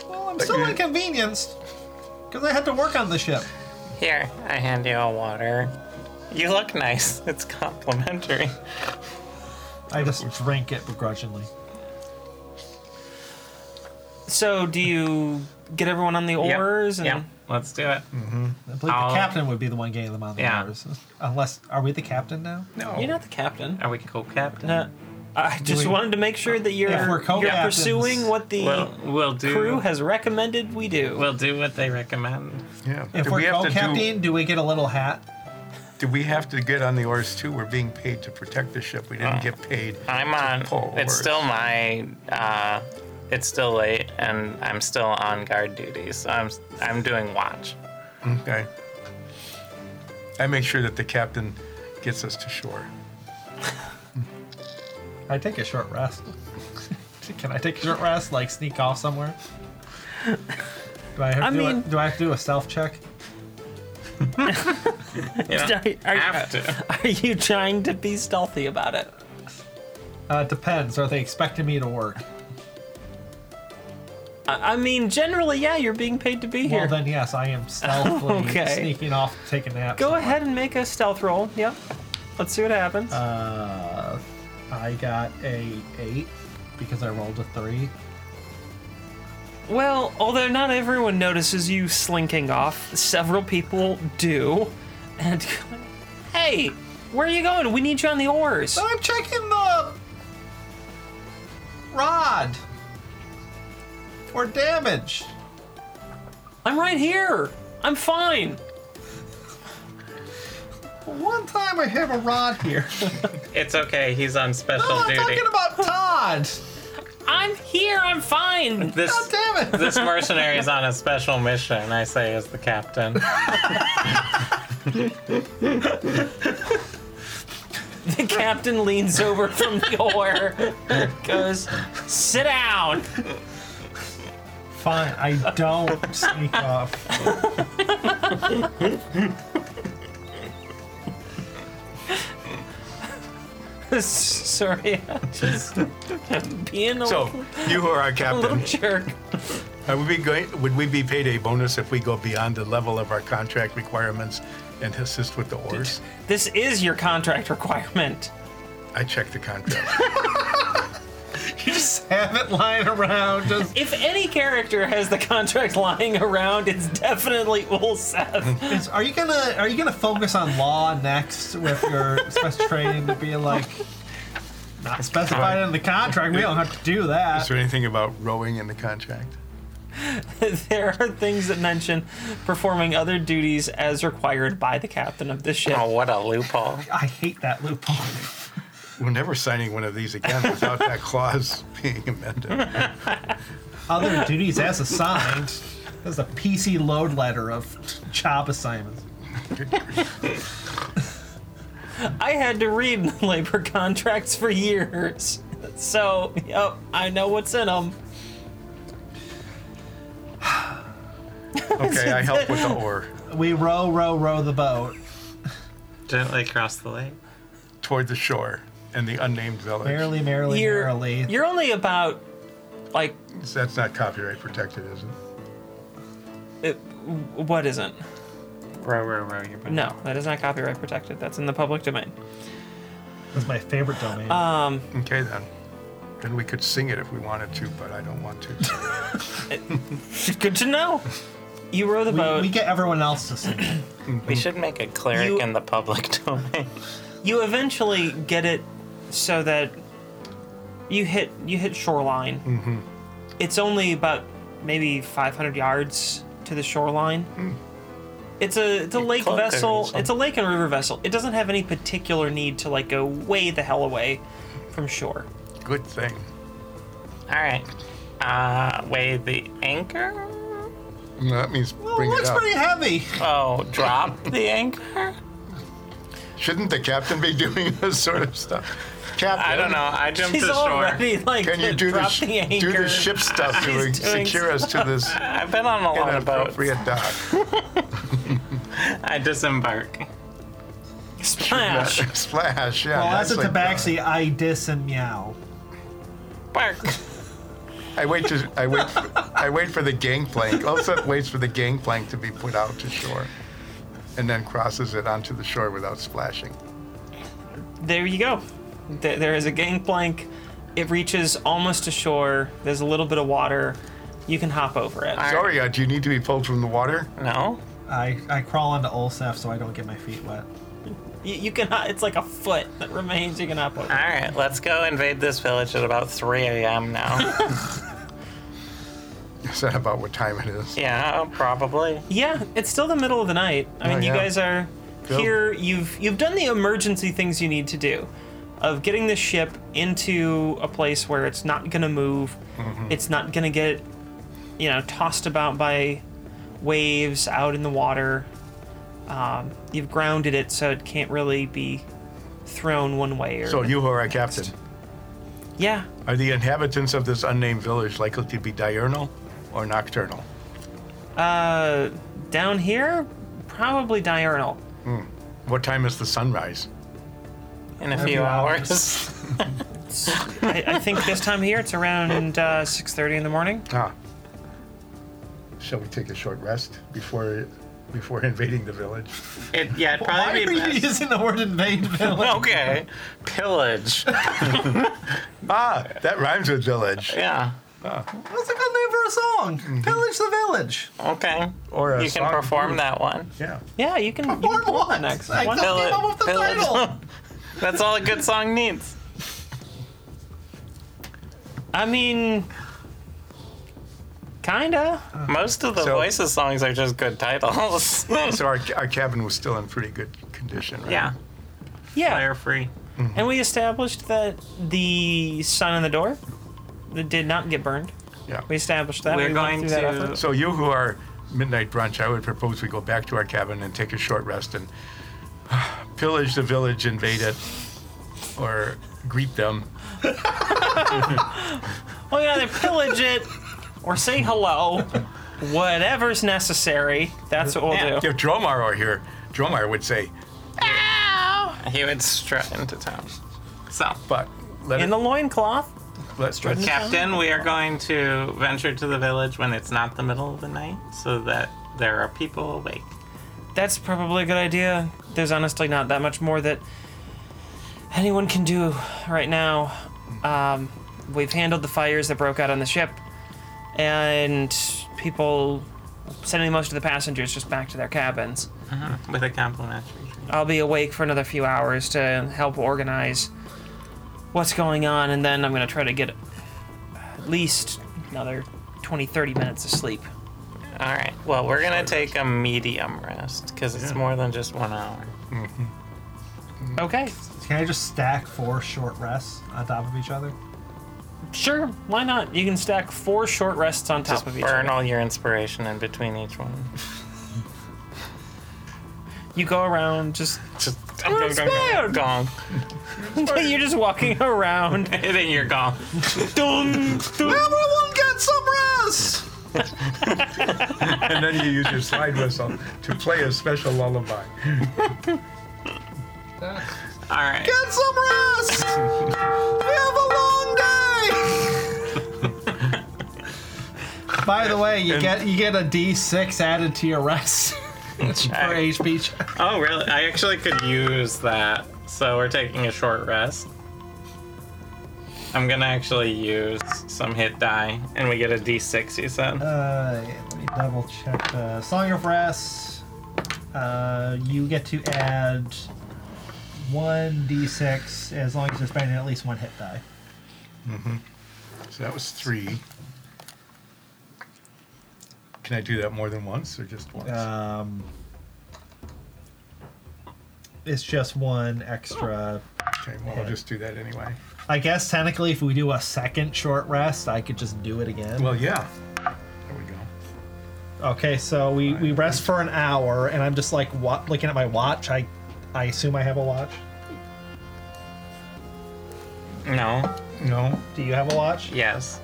Speaker 2: Well, I'm still
Speaker 4: you-
Speaker 2: inconvenienced because I had to work on the ship.
Speaker 6: Here, I hand you a water.
Speaker 3: You look nice. It's complimentary.
Speaker 2: I just drank it begrudgingly.
Speaker 1: So, do you get everyone on the oars?
Speaker 3: Yep. Let's do it.
Speaker 2: I believe
Speaker 4: Um,
Speaker 3: I'll-
Speaker 2: the captain would be the one getting them on the
Speaker 3: Yeah.
Speaker 2: oars. Unless, are we the captain now?
Speaker 4: No.
Speaker 1: You're not the captain.
Speaker 3: Are we co-captain?
Speaker 1: No, I just
Speaker 2: we-
Speaker 1: wanted to make sure that you're,
Speaker 2: If we're
Speaker 1: you're
Speaker 2: co-captains-
Speaker 1: pursuing what the
Speaker 3: We'll, we'll do.
Speaker 1: crew has recommended we do.
Speaker 3: we'll do what they recommend.
Speaker 4: Yeah.
Speaker 2: If
Speaker 4: do
Speaker 2: we're
Speaker 4: we have to
Speaker 2: co-captain, do...
Speaker 4: do,
Speaker 2: we get a little hat?
Speaker 4: do we have to get on the oars too? We're being paid to protect the ship. We didn't get paid.
Speaker 3: Uh-huh.
Speaker 6: I'm on.
Speaker 4: pull
Speaker 6: It's
Speaker 4: or-
Speaker 6: still my. Uh, it's still late, and I'm still on guard duty, so I'm I'm doing watch.
Speaker 4: Okay. I make sure that the captain gets us to shore.
Speaker 2: I take a short rest. Can I take a short rest? Like sneak off somewhere? Do I have to
Speaker 1: I
Speaker 2: do
Speaker 1: mean-
Speaker 2: a, do I have to do a stealth check?
Speaker 1: are,
Speaker 3: Have to.
Speaker 1: are you trying to be stealthy about it?
Speaker 2: Uh, it depends. Are they expecting me to work?
Speaker 1: I, I mean, generally, yeah, you're being paid to be
Speaker 2: Well
Speaker 1: here.
Speaker 2: then, yes, I am stealthily
Speaker 1: Okay.
Speaker 2: sneaking off to take a nap.
Speaker 1: Go ahead and make a stealth roll. Yep. Let's see what happens.
Speaker 2: Uh, I got a eight because I rolled a three.
Speaker 1: well, although not everyone notices you slinking off, several people do. And hey, where are you going? We need you on the oars.
Speaker 2: I'm checking the rod for damage.
Speaker 1: I'm right here. I'm fine.
Speaker 2: One time I have a rod here.
Speaker 3: It's okay. He's on special
Speaker 2: No, Oh, I'm
Speaker 3: duty.
Speaker 2: talking about Todd.
Speaker 1: I'm here. I'm fine.
Speaker 2: God
Speaker 3: this
Speaker 2: damn it.
Speaker 3: this mercenary is on a special mission. I say as the captain.
Speaker 1: The captain leans over from the oar, goes, "Sit down."
Speaker 2: Fine, I don't sneak off.
Speaker 1: Sorry, I'm just being a
Speaker 4: So,
Speaker 1: little,
Speaker 4: Oh, you who are our
Speaker 1: little
Speaker 4: captain,
Speaker 1: jerk.
Speaker 4: uh, would, we going, would we be paid a bonus if we go beyond the level of our contract requirements and assist with the oars?
Speaker 1: This is your contract requirement.
Speaker 4: I checked the contract.
Speaker 2: You just have it lying around. Just
Speaker 1: If any character has the contract lying around, it's definitely Old Seth.
Speaker 2: Is- are you gonna are you gonna focus on law next with your special training to be like not specified in the contract? We don't have to do
Speaker 4: Is
Speaker 2: that.
Speaker 4: there anything about rowing in the contract?
Speaker 1: there are things that mention performing other duties as required by the captain of the ship.
Speaker 6: Oh, what a loophole.
Speaker 2: I hate that loophole.
Speaker 4: We're never signing one of these again without that clause being amended.
Speaker 2: Other duties as assigned. There's a PC load letter of job assignments.
Speaker 1: I had to read labor contracts for years, so yep, I know what's in them.
Speaker 4: Okay, I help with the oar
Speaker 2: We row, row, row the boat.
Speaker 3: Gently cross the lake.
Speaker 4: toward the shore and the unnamed village.
Speaker 2: Merrily, merrily,
Speaker 1: You're
Speaker 2: merrily.
Speaker 1: you're only about like
Speaker 4: That's not copyright protected, is it?
Speaker 1: it, what isn't?
Speaker 3: Row, row, row your boat.
Speaker 1: No, that is not copyright protected. That's in the public domain.
Speaker 2: That's my favorite domain.
Speaker 1: Uh,
Speaker 4: Okay, then. Then we could sing it if we wanted to, but I don't want to.
Speaker 1: Good to know. You row the
Speaker 2: we,
Speaker 1: boat.
Speaker 2: we get everyone else to sing. it.
Speaker 6: We should make a cleric
Speaker 1: You-
Speaker 6: in the public domain.
Speaker 1: you eventually get it so that you hit you hit shoreline. Mm-hmm. It's only about maybe 500 yards to the shoreline. It's a it's a lake
Speaker 6: close there,
Speaker 1: vessel.
Speaker 6: so-
Speaker 1: It's a lake and river vessel. It doesn't have any particular need to like go way the hell away from shore.
Speaker 4: Good thing.
Speaker 6: All right. Uh, weigh the anchor?
Speaker 4: No, that means
Speaker 2: Well, it
Speaker 4: bring it
Speaker 2: looks
Speaker 4: up.
Speaker 2: pretty heavy.
Speaker 6: Oh, drop the anchor?
Speaker 4: Shouldn't the captain be doing this sort of stuff? Captain,
Speaker 3: I don't know. I jumped
Speaker 1: He's
Speaker 3: to shore.
Speaker 1: already like
Speaker 4: Can you do the,
Speaker 1: drop
Speaker 4: sh-
Speaker 1: the anchor.
Speaker 4: do the ship stuff to
Speaker 1: He's doing
Speaker 4: secure us to this
Speaker 3: I've been on a lot of boats.
Speaker 4: inappropriate dock?
Speaker 3: I disembark.
Speaker 1: splash.
Speaker 4: Splash, yeah.
Speaker 2: Well, Oh, that's a
Speaker 4: like,
Speaker 2: tabaxi. I diss and meow.
Speaker 3: Bark.
Speaker 4: uh, I wait to I wait for, I wait for the gangplank. Also waits for the gangplank to be put out to shore, and then crosses it onto the shore without splashing.
Speaker 1: there you go. There, there is a gangplank. It reaches almost to shore. There's a little bit of water. You can hop over it.
Speaker 6: right.
Speaker 4: Sorry, uh, do you need to be pulled from the water?
Speaker 6: No?
Speaker 2: I, I crawl onto Olsef so I don't get my feet wet.
Speaker 1: You, you can. hop- It's like a foot that remains. You can hop over.
Speaker 6: All right, let's go invade this village at about 3 a.m. now.
Speaker 4: Is that about what time it is?
Speaker 6: yeah, probably.
Speaker 1: Yeah, it's still the middle of the night. I mean,
Speaker 4: Oh,
Speaker 1: you
Speaker 4: yeah.
Speaker 1: guys are
Speaker 4: Cool.
Speaker 1: here. You've you've done the emergency things you need to do, of getting the ship into a place where it's not gonna move.
Speaker 4: Mm-hmm.
Speaker 1: It's not gonna get, you know, tossed about by waves out in the water. Um, you've grounded it so it can't really be thrown one way or
Speaker 4: So you who are a captain,
Speaker 1: yeah.
Speaker 4: are the inhabitants of this unnamed village likely to be diurnal or nocturnal?
Speaker 1: Uh, down here, probably diurnal.
Speaker 4: What time is the sunrise?
Speaker 6: In a
Speaker 2: Every
Speaker 6: few
Speaker 2: hour.
Speaker 6: hours.
Speaker 1: I, I think this time here it's around uh, six thirty in the morning.
Speaker 4: Ah. Shall we take a short rest before before invading the village?
Speaker 3: It, yeah, it'd
Speaker 2: Why are
Speaker 3: probably be
Speaker 2: you
Speaker 3: best.
Speaker 2: using the word invade village?
Speaker 6: okay. Pillage.
Speaker 4: Ah, that rhymes with village.
Speaker 6: Yeah.
Speaker 2: That's a good name for a song.
Speaker 4: Mm-hmm.
Speaker 2: Pillage the village.
Speaker 6: Okay.
Speaker 4: Or a
Speaker 6: you can
Speaker 4: song.
Speaker 6: perform that one.
Speaker 4: Yeah.
Speaker 1: Yeah, you can. you
Speaker 2: Born
Speaker 1: can
Speaker 2: one.
Speaker 1: next.
Speaker 2: I
Speaker 1: One-
Speaker 2: just
Speaker 6: Pillar-
Speaker 2: came up with the
Speaker 6: pillars.
Speaker 2: title.
Speaker 6: That's all a good song needs.
Speaker 1: I mean, kinda.
Speaker 6: Most of the
Speaker 4: So-
Speaker 6: voices songs are just good titles.
Speaker 4: So our, our cabin was still in pretty good condition, right?
Speaker 3: Yeah,
Speaker 1: Yeah,
Speaker 3: fire free.
Speaker 1: and we established that the sign on the door that did not get burned.
Speaker 4: Yeah.
Speaker 1: We established that.
Speaker 3: We're
Speaker 1: we went
Speaker 3: going
Speaker 1: through that
Speaker 3: to-
Speaker 1: effort.
Speaker 4: So you who are midnight brunch, I would propose we go back to our cabin and take a short rest and pillage the village, invade it, or greet them.
Speaker 1: Well, you either Oh, pillage it or say hello, whatever's necessary. That's what we'll
Speaker 3: Yeah.
Speaker 1: do.
Speaker 4: If Dromar were here, Dromar would say,
Speaker 6: he would strut into town.
Speaker 3: So,
Speaker 4: but let
Speaker 1: In
Speaker 4: it,
Speaker 1: the loincloth.
Speaker 4: let, let's,
Speaker 3: Captain, we are going to venture to the village when it's not the middle of the night so that there are people awake.
Speaker 1: That's probably a good idea. There's honestly not that much more that anyone can do right now. Um, we've handled the fires that broke out on the ship, and people sending most of the passengers just back to their cabins.
Speaker 3: with a complimentary.
Speaker 1: I'll be awake for another few hours to help organize what's going on, and then I'm going to try to get at least another 20, 30 minutes of sleep.
Speaker 3: All right. Well, we're gonna take a medium rest because it's more than just one hour. Mm.
Speaker 1: Okay,
Speaker 2: Can I just stack four short rests on top of each other?
Speaker 1: sure, why not? You can stack four short rests on top
Speaker 3: Just
Speaker 1: of each
Speaker 3: burn
Speaker 1: other.
Speaker 3: all your inspiration in between each one.
Speaker 1: You go around, just
Speaker 3: Just
Speaker 1: You're
Speaker 3: gong, gong, gong,
Speaker 1: inspired!
Speaker 3: gong,
Speaker 1: you're just walking around.
Speaker 3: hitting your gong.
Speaker 1: Dun, dun.
Speaker 2: Everyone get some rest!
Speaker 4: and then you use your slide whistle to play a special lullaby.
Speaker 3: All right.
Speaker 2: Get some rest! we have a long day! By the way, you get you get a D6 added to your rest. It's for HP check.
Speaker 3: Oh, really?
Speaker 8: I actually could use that. So we're taking a short rest. I'm gonna actually use some hit die, and we get a d6, you said?
Speaker 2: Uh, let me double check the song of rest. Uh, you get to add one d6 as long as you're spending at least one hit die.
Speaker 4: So that was three. Can I do that more than once or just once?
Speaker 2: Um, it's just one extra.
Speaker 4: okay, well, I'll just do that anyway.
Speaker 2: I guess technically, if we do a second short rest, I could just do it again.
Speaker 4: Well, yeah. There we go.
Speaker 2: okay, so we, we rest for an hour, and I'm just like wa- looking at my watch. I I assume I have a watch.
Speaker 3: No.
Speaker 4: No?
Speaker 2: Do you have a watch?
Speaker 3: Yes.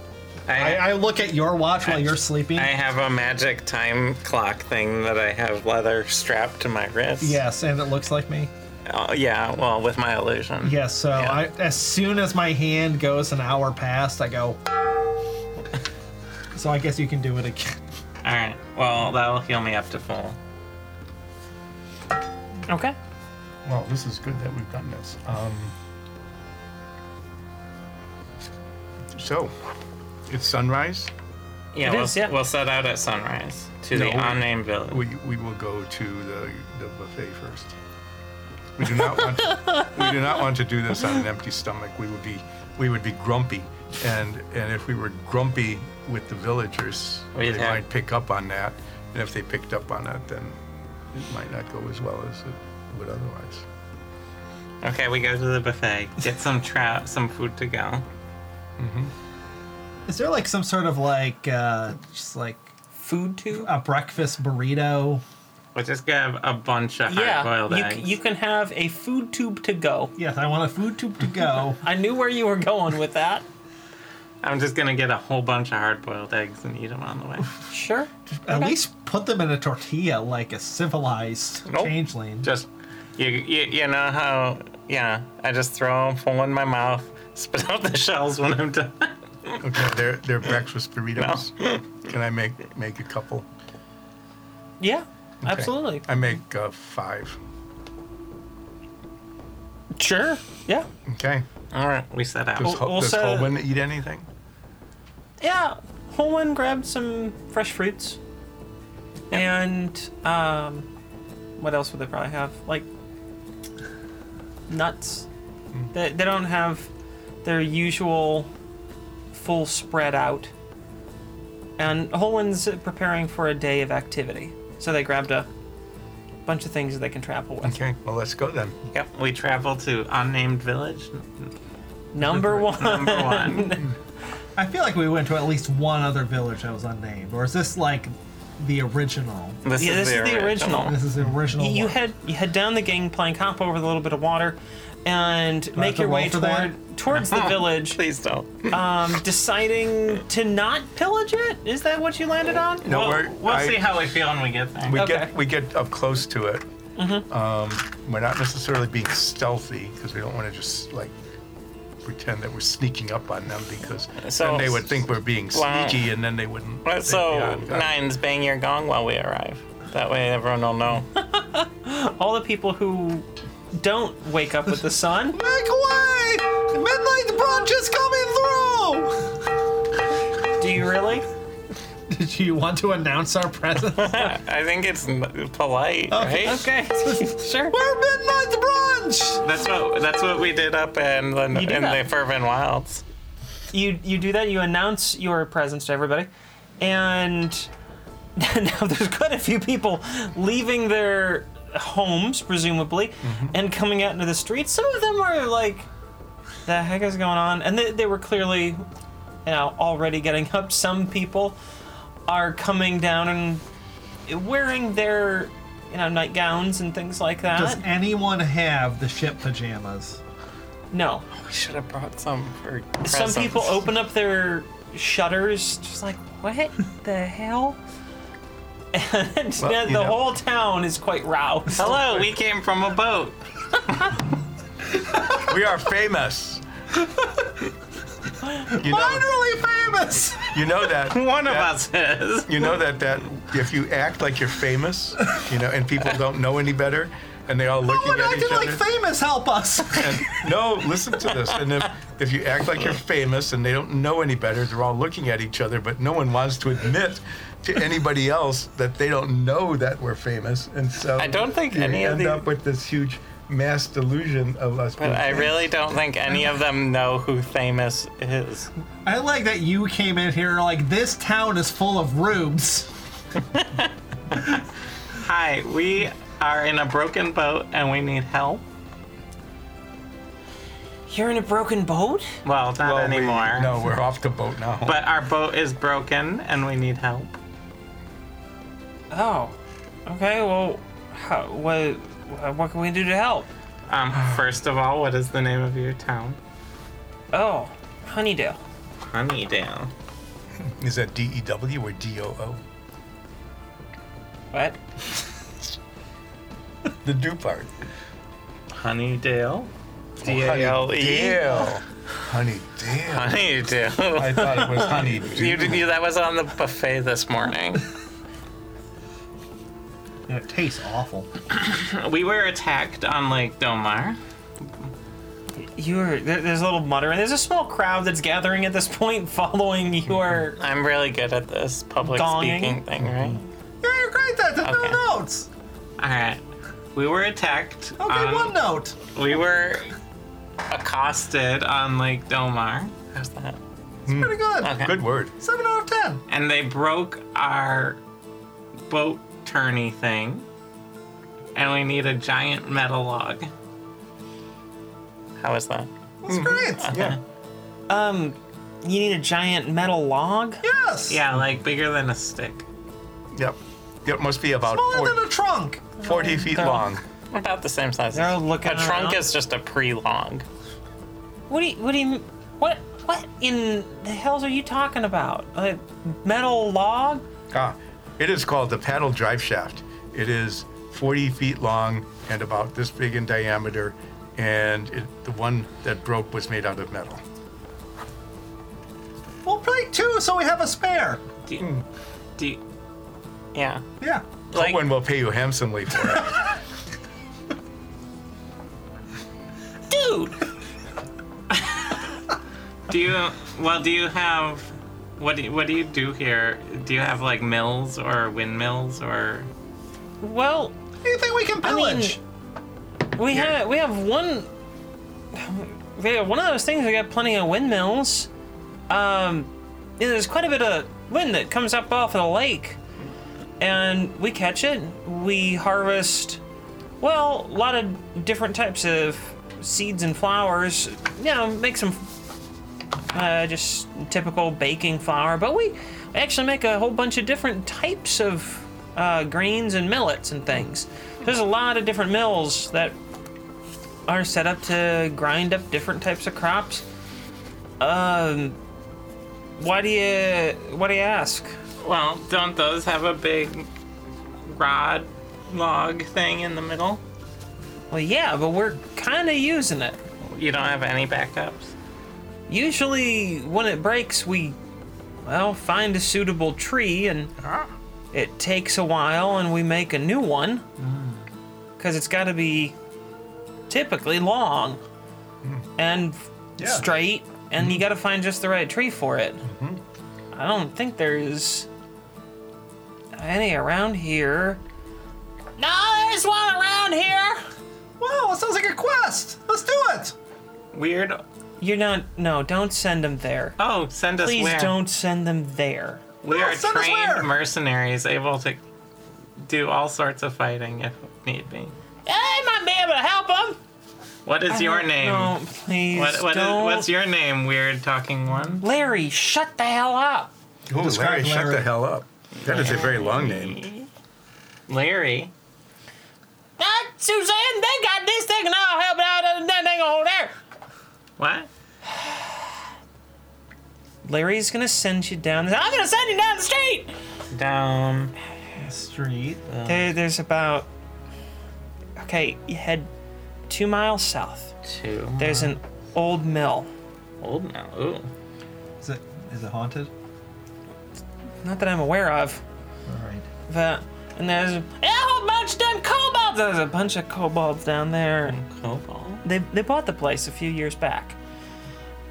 Speaker 2: I, I look at your watch while you're sleeping.
Speaker 3: I have a magic time clock thing that I have leather strapped to my wrist.
Speaker 2: yes, and it looks like me.
Speaker 3: Oh, yeah. Well, with my illusion.
Speaker 2: Yes, so
Speaker 3: Yeah.
Speaker 2: I, as soon as my hand goes an hour past, I go. so I guess you can do it again.
Speaker 3: All right. Well, that'll heal me up to full.
Speaker 1: Okay.
Speaker 4: Well, this is good that we've done this. Um, so, it's sunrise.
Speaker 3: Yeah.
Speaker 1: It
Speaker 3: we'll,
Speaker 1: is, yeah.
Speaker 3: We'll set out at sunrise to
Speaker 4: No,
Speaker 3: the
Speaker 4: we-
Speaker 3: unnamed village.
Speaker 4: We, we will go to the, the buffet first. We do not want we do not want to do this on an empty stomach. We would be we would be grumpy, and and if we were grumpy with the villagers,
Speaker 1: Oh,
Speaker 3: We'd
Speaker 4: they
Speaker 3: have-
Speaker 4: might pick up on that. And if they picked up on it, then it might not go as well as it would otherwise.
Speaker 3: okay. We go to the buffet. Get some trout, some food to go.
Speaker 2: Is there like some sort of like uh, just like
Speaker 1: Food too.
Speaker 2: a breakfast burrito?
Speaker 3: We'll just grab a bunch of hard-boiled
Speaker 1: Yeah, you,
Speaker 3: eggs.
Speaker 1: c- you can have a food tube to go.
Speaker 2: Yes, I want a food tube to go.
Speaker 1: I knew where you were going with that.
Speaker 3: I'm just gonna get a whole bunch of hard-boiled eggs and eat them on the way.
Speaker 1: Sure.
Speaker 2: At
Speaker 1: Okay.
Speaker 2: least put them in a tortilla like a civilized
Speaker 3: Nope.
Speaker 2: changeling.
Speaker 3: just you, you you know how yeah i just throw them full in my mouth spit out the shells when i'm done
Speaker 4: Okay, they're they're breakfast burritos. Can I make make a couple?
Speaker 1: Yeah,
Speaker 4: Okay.
Speaker 1: absolutely.
Speaker 4: I make uh, five.
Speaker 1: Sure. Yeah.
Speaker 4: Okay.
Speaker 3: all right we set out
Speaker 4: Does, Ho-
Speaker 1: we'll
Speaker 4: does
Speaker 1: set-
Speaker 4: Holman eat anything?
Speaker 1: Yeah. Holman grabbed some fresh fruits. And um what else would they probably have? Like nuts. They, they don't have their usual full spread out. And Holman's preparing for a day of activity. So they grabbed a bunch of things that they can travel with.
Speaker 4: Okay. Well, let's go then.
Speaker 3: yep we travel to unnamed village
Speaker 1: Number one.
Speaker 3: number one
Speaker 2: I feel like we went to at least one other village that was unnamed, or is this like the original?
Speaker 3: this,
Speaker 1: Yeah, this is the original.
Speaker 2: This is the original.
Speaker 1: You
Speaker 2: one.
Speaker 1: head you head down the gangplank, hop over the little bit of water, and make
Speaker 2: to
Speaker 1: your
Speaker 2: roll
Speaker 1: way
Speaker 2: for
Speaker 1: toward
Speaker 2: that?
Speaker 1: towards the village.
Speaker 3: please don't
Speaker 1: Um, deciding to not pillage it is that what you landed on?
Speaker 4: No,
Speaker 3: we'll,
Speaker 4: we're,
Speaker 3: we'll
Speaker 4: I-
Speaker 3: see how we feel when we get there
Speaker 4: We
Speaker 1: Okay.
Speaker 4: get we get up close to it.
Speaker 3: Mm-hmm.
Speaker 4: Um, we're not necessarily being stealthy because we don't want to just like pretend that we're sneaking up on them because
Speaker 3: So-
Speaker 4: then they would think we're being
Speaker 3: Wow.
Speaker 4: sneaky and then they wouldn't.
Speaker 3: Well,
Speaker 4: they'd be
Speaker 3: so
Speaker 4: on guard.
Speaker 3: nines bang your gong while we arrive that way everyone will know
Speaker 1: All the people who don't wake up with the sun.
Speaker 2: Make way! Midnight brunch is coming through! no!
Speaker 1: Do you really?
Speaker 2: Did you want to announce our presence?
Speaker 3: I think it's n- polite, right?
Speaker 1: Okay, sure.
Speaker 2: We're midnight brunch!
Speaker 3: That's what that's what we did up in the
Speaker 1: You do
Speaker 3: in
Speaker 1: that.
Speaker 3: the Fervent Wilds.
Speaker 1: You you do that. You announce your presence to everybody, and now there's quite a few people leaving their homes, presumably, and coming out into the streets. Some of them are like, "The heck is going on?" And they, they were clearly, you know, already getting up. Some people are coming down and wearing their, you know, nightgowns and things like that.
Speaker 2: Does anyone have the ship pajamas?
Speaker 1: no,
Speaker 3: We should have brought some for
Speaker 1: some
Speaker 3: presents.
Speaker 1: people open up their shutters, just like, what the hell? And
Speaker 4: Well,
Speaker 1: now
Speaker 4: you
Speaker 1: the
Speaker 4: know.
Speaker 1: whole town is quite roused.
Speaker 3: Hello, we came from a boat.
Speaker 4: We are famous. You know,
Speaker 2: Finally famous!
Speaker 4: you know that
Speaker 3: One of
Speaker 4: that-
Speaker 3: us is.
Speaker 4: You know that that if you act like you're famous, you know, and people don't know any better, and they all looking
Speaker 2: Someone
Speaker 4: at each
Speaker 2: acting like
Speaker 4: other.
Speaker 2: famous, help us!
Speaker 4: and, no, listen to this. And if if you act like you're famous and they don't know any better, they're all looking at each other, but no one wants to admit to anybody else that they don't know that we're famous, and so
Speaker 3: I don't think
Speaker 4: you
Speaker 3: any of
Speaker 4: end
Speaker 3: the-
Speaker 4: up with this huge mass delusion of us.
Speaker 3: But
Speaker 4: being
Speaker 3: I
Speaker 4: famous.
Speaker 3: really don't think any of them know who Thamus is.
Speaker 2: I like that you came in here like this town is full of rubes.
Speaker 3: Hi, we are in a broken boat and we need help.
Speaker 1: You're in a broken boat?
Speaker 3: Well, not
Speaker 4: Well, we-
Speaker 3: anymore.
Speaker 4: no, we're off the boat now.
Speaker 3: But our boat is broken and we need help.
Speaker 1: Oh, okay, well, how, what, uh, what can we do to help?
Speaker 3: Um, first of all, what is the name of your town?
Speaker 1: Oh, Honeydale.
Speaker 3: Honeydale.
Speaker 4: Is that D E W or D O O?
Speaker 1: What?
Speaker 4: The do part.
Speaker 3: Honeydale. D A L E.
Speaker 4: Honeydale. Honeydale.
Speaker 3: Honeydale.
Speaker 4: I thought it was honey.
Speaker 3: You, you, that was on the buffet this morning.
Speaker 2: And it tastes awful.
Speaker 3: we were attacked on Lake Domar.
Speaker 1: You're, there, there's a little muttering. There's a small crowd that's gathering at this point following your.
Speaker 3: I'm really good at this public
Speaker 1: Gonging.
Speaker 3: speaking thing, right?
Speaker 2: Yeah, you're great at that.
Speaker 3: Okay.
Speaker 2: No notes.
Speaker 3: All right. We were attacked.
Speaker 2: Okay,
Speaker 1: Um,
Speaker 3: on-
Speaker 2: one note.
Speaker 3: We were accosted on Lake Domar. How's that?
Speaker 1: hmm.
Speaker 2: Pretty good.
Speaker 4: Good word.
Speaker 2: Seven out of ten.
Speaker 3: and they broke our boat tourney thing. And we need a giant metal log. How is that?
Speaker 2: That's
Speaker 1: Hmm.
Speaker 2: great.
Speaker 4: Yeah.
Speaker 1: Um, you need a giant metal log?
Speaker 2: Yes.
Speaker 3: Yeah, like bigger than a stick.
Speaker 4: Yep. It must be about
Speaker 2: Smaller
Speaker 4: 40,
Speaker 2: than a trunk.
Speaker 4: 40 feet long.
Speaker 3: About the same size. as-
Speaker 1: They're looking
Speaker 3: a trunk
Speaker 1: around.
Speaker 3: is just a pre-log.
Speaker 1: What do you, what do you, what, what in the hells are you talking about? A metal log?
Speaker 4: Ah, it is called the paddle drive shaft. It is 40 feet long and about this big in diameter. And it, the one that broke was made out of metal.
Speaker 2: We'll play two, so we have a spare.
Speaker 3: Do you, do you- yeah.
Speaker 2: Yeah.
Speaker 3: Like,
Speaker 4: Someone will pay you handsomely for it.
Speaker 1: Dude!
Speaker 3: do you? Well, do you have? What do you, what do you do here? Do you have like mills or windmills or?
Speaker 1: Well,
Speaker 2: Do you think we can
Speaker 1: I mean,
Speaker 2: pillage?
Speaker 1: we have, we have one, we have one of those things, we got plenty of windmills. Um, yeah, there's quite a bit of wind that comes up off of the lake. And we catch it, we harvest, well, a lot of different types of seeds and flowers. You know, make some uh, just typical baking flour, but we actually make a whole bunch of different types of uh, grains and millets and things. There's a lot of different mills that are set up to grind up different types of crops. Um, why do you why do you ask?
Speaker 3: Well, don't those have a big rod log thing in the middle?
Speaker 1: Well, yeah, but we're kind of using it.
Speaker 3: You don't have any backups?
Speaker 1: Usually, when it breaks, we, well, find a suitable tree, and it takes a while, and we make a new one. Because it's got to be typically long and f-
Speaker 2: Yeah.
Speaker 1: straight and you got to find just the right tree for it. I don't think there's any around here. No, there's one around here.
Speaker 2: Wow, that sounds like a quest. Let's do it.
Speaker 3: Weird.
Speaker 1: You're not. No, don't send them there.
Speaker 3: Oh, send us
Speaker 1: Please
Speaker 3: where?
Speaker 1: don't send them there.
Speaker 3: We
Speaker 2: No,
Speaker 3: are
Speaker 2: send us where?
Speaker 3: trained mercenaries able to do all sorts of fighting if need be.
Speaker 1: I might be able to help them.
Speaker 3: What is your name?
Speaker 1: No, please
Speaker 3: What, what is,
Speaker 1: don't.
Speaker 3: what's your name, weird talking one?
Speaker 1: Larry, shut the hell up.
Speaker 4: Ooh, Oh, Larry,
Speaker 2: Describe
Speaker 4: shut
Speaker 2: Larry.
Speaker 4: the hell up. That is a very long name.
Speaker 3: Larry.
Speaker 1: Uh, Suzanne, they got this thing, and I'll help out. And that thing over there.
Speaker 3: What?
Speaker 1: Larry's gonna send you down. The, I'm gonna send you down the street.
Speaker 3: Down.
Speaker 2: Street.
Speaker 1: There, there's about. Okay, you head two miles south.
Speaker 3: Two.
Speaker 1: There's an old mill.
Speaker 3: Old now. Ooh.
Speaker 2: Is it is it haunted?
Speaker 1: Not that I'm aware of.
Speaker 2: All right.
Speaker 1: But and there's a whole bunch of them kobolds. There's a bunch of kobolds down there.
Speaker 3: Cobalt.
Speaker 1: They they bought the place a few years back,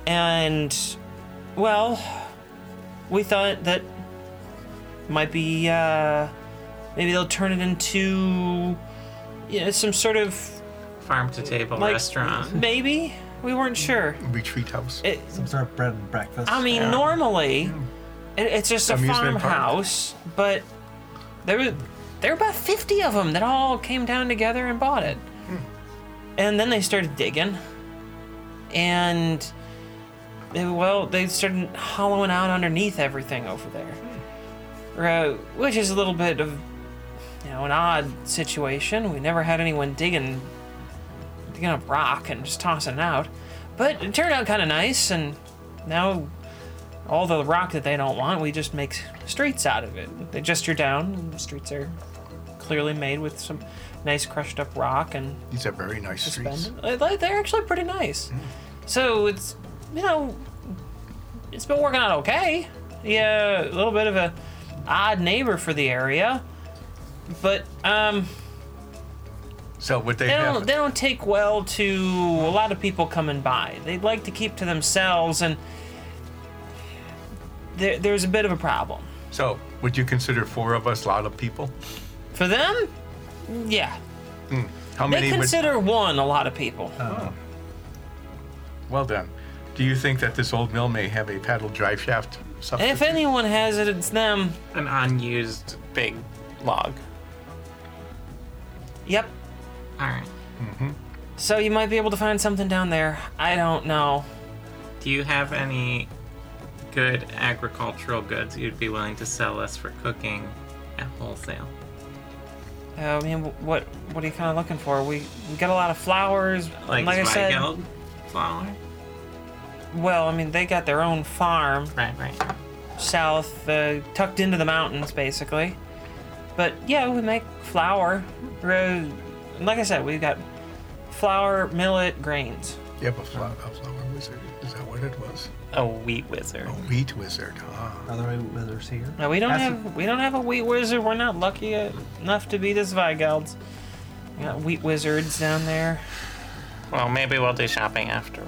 Speaker 1: and well, we thought that might be uh, maybe they'll turn it into you know, some sort of
Speaker 3: Farm to table
Speaker 1: like
Speaker 3: restaurant.
Speaker 1: Maybe we weren't sure.
Speaker 4: Retreat house.
Speaker 1: It,
Speaker 2: Some sort of bread and breakfast.
Speaker 1: I mean,
Speaker 3: Yeah.
Speaker 1: normally it, it's just a
Speaker 4: Amusement park.
Speaker 1: farmhouse, but there was there were about fifty of them that all came down together and bought it,
Speaker 4: Hmm.
Speaker 1: and then they started digging, and they, well, they started hollowing out underneath everything over there,
Speaker 4: Hmm.
Speaker 1: Right, which is a little bit of you know an odd situation. We never had anyone digging digging up rock and just tossing it out. But it turned out kind of nice, and now all the rock that they don't want, we just make streets out of it. They gesture down, and the streets are clearly made with some nice crushed up rock and
Speaker 4: These are very nice streets.
Speaker 1: suspended. Uh, they- They're actually pretty nice. So it's, you know, it's been working out okay. Yeah, a little bit of a odd neighbor for the area, but um,
Speaker 4: So what they
Speaker 1: they
Speaker 4: have.
Speaker 1: don't they don't take well to a lot of people coming by. They like to keep to themselves, and there, there's a bit of a problem
Speaker 4: So would you consider four of us a lot of people?
Speaker 1: for them. Yeah,
Speaker 4: How
Speaker 1: they
Speaker 4: many
Speaker 1: consider one a lot of people.
Speaker 2: Um,
Speaker 4: would? Well done. Do you think that this old mill may have a paddle drive shaft?
Speaker 1: and if
Speaker 4: substitute?
Speaker 1: anyone has it, it's them.
Speaker 3: An unused big log.
Speaker 1: Yep.
Speaker 3: All right.
Speaker 1: So you might be able to find something down there. I don't know.
Speaker 3: Do you have any good agricultural goods you'd be willing to sell us for cooking at wholesale?
Speaker 1: Uh, I mean, wh- what what are you kind of looking for? We we got a lot of flowers.
Speaker 3: Like,
Speaker 1: and like I said,
Speaker 3: Zweigeld flour?
Speaker 1: well, I mean, they got their own farm.
Speaker 3: Right, right.
Speaker 1: south, uh, tucked into the mountains, basically. But yeah, we make flour. Uh, Like I said, we've got flour, millet, grains.
Speaker 4: Yeah, but flower, a flower wizard. Is that what it was?
Speaker 3: A wheat wizard.
Speaker 4: A wheat wizard. Ah.
Speaker 2: are there any withers here?
Speaker 1: Now we don't
Speaker 2: That's-
Speaker 1: have we don't have a wheat wizard. We're not lucky enough to be the Zweigelds. We got wheat wizards down there.
Speaker 3: Well, maybe we'll do shopping after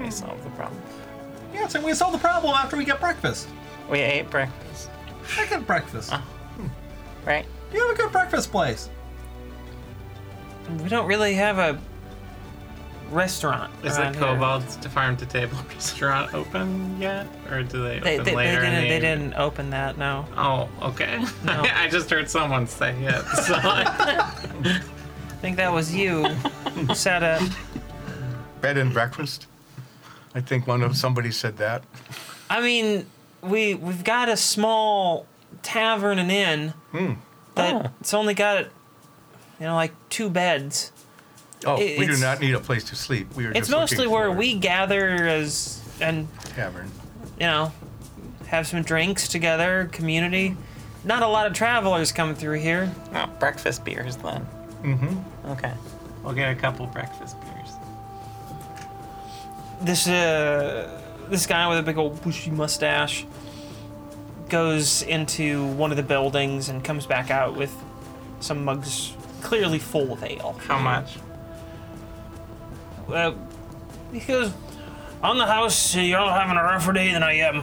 Speaker 3: we solve the problem.
Speaker 2: Yeah, so we solve the problem after we get breakfast.
Speaker 3: We ate breakfast,
Speaker 2: I get
Speaker 1: Ah.
Speaker 2: breakfast. Hmm.
Speaker 3: right?
Speaker 2: You have a good breakfast place.
Speaker 1: We don't really have a restaurant.
Speaker 3: Is
Speaker 1: around
Speaker 3: the
Speaker 1: here.
Speaker 3: Kobold's to farm to table restaurant open yet? Or do they open
Speaker 1: They, they, they
Speaker 3: later? in
Speaker 1: didn't
Speaker 3: the
Speaker 1: they
Speaker 3: evening?
Speaker 1: didn't open that. No.
Speaker 3: Oh, okay.
Speaker 1: No.
Speaker 3: I just heard someone say it. So
Speaker 1: I think that was you. set up.
Speaker 4: Bed and breakfast. I think one of somebody said that.
Speaker 1: I mean, we we've got a small tavern and inn that it's only got you know like two beds.
Speaker 4: Oh,
Speaker 1: It-
Speaker 4: we do
Speaker 1: it's-
Speaker 4: not need a place to sleep. We are.
Speaker 1: It's
Speaker 4: just looking
Speaker 1: mostly where
Speaker 4: for
Speaker 1: we gather as and
Speaker 4: tavern.
Speaker 1: you know have some drinks together, community. Not a lot of travelers come through here.
Speaker 3: Oh, breakfast beers then. Mm-hmm. Okay. We'll get a couple breakfast beers.
Speaker 1: This uh this guy with a big old bushy mustache goes into one of the buildings and comes back out with some mugs clearly full of ale.
Speaker 3: How much?
Speaker 1: uh, he goes, on the house, you're all having a rougher day than I am.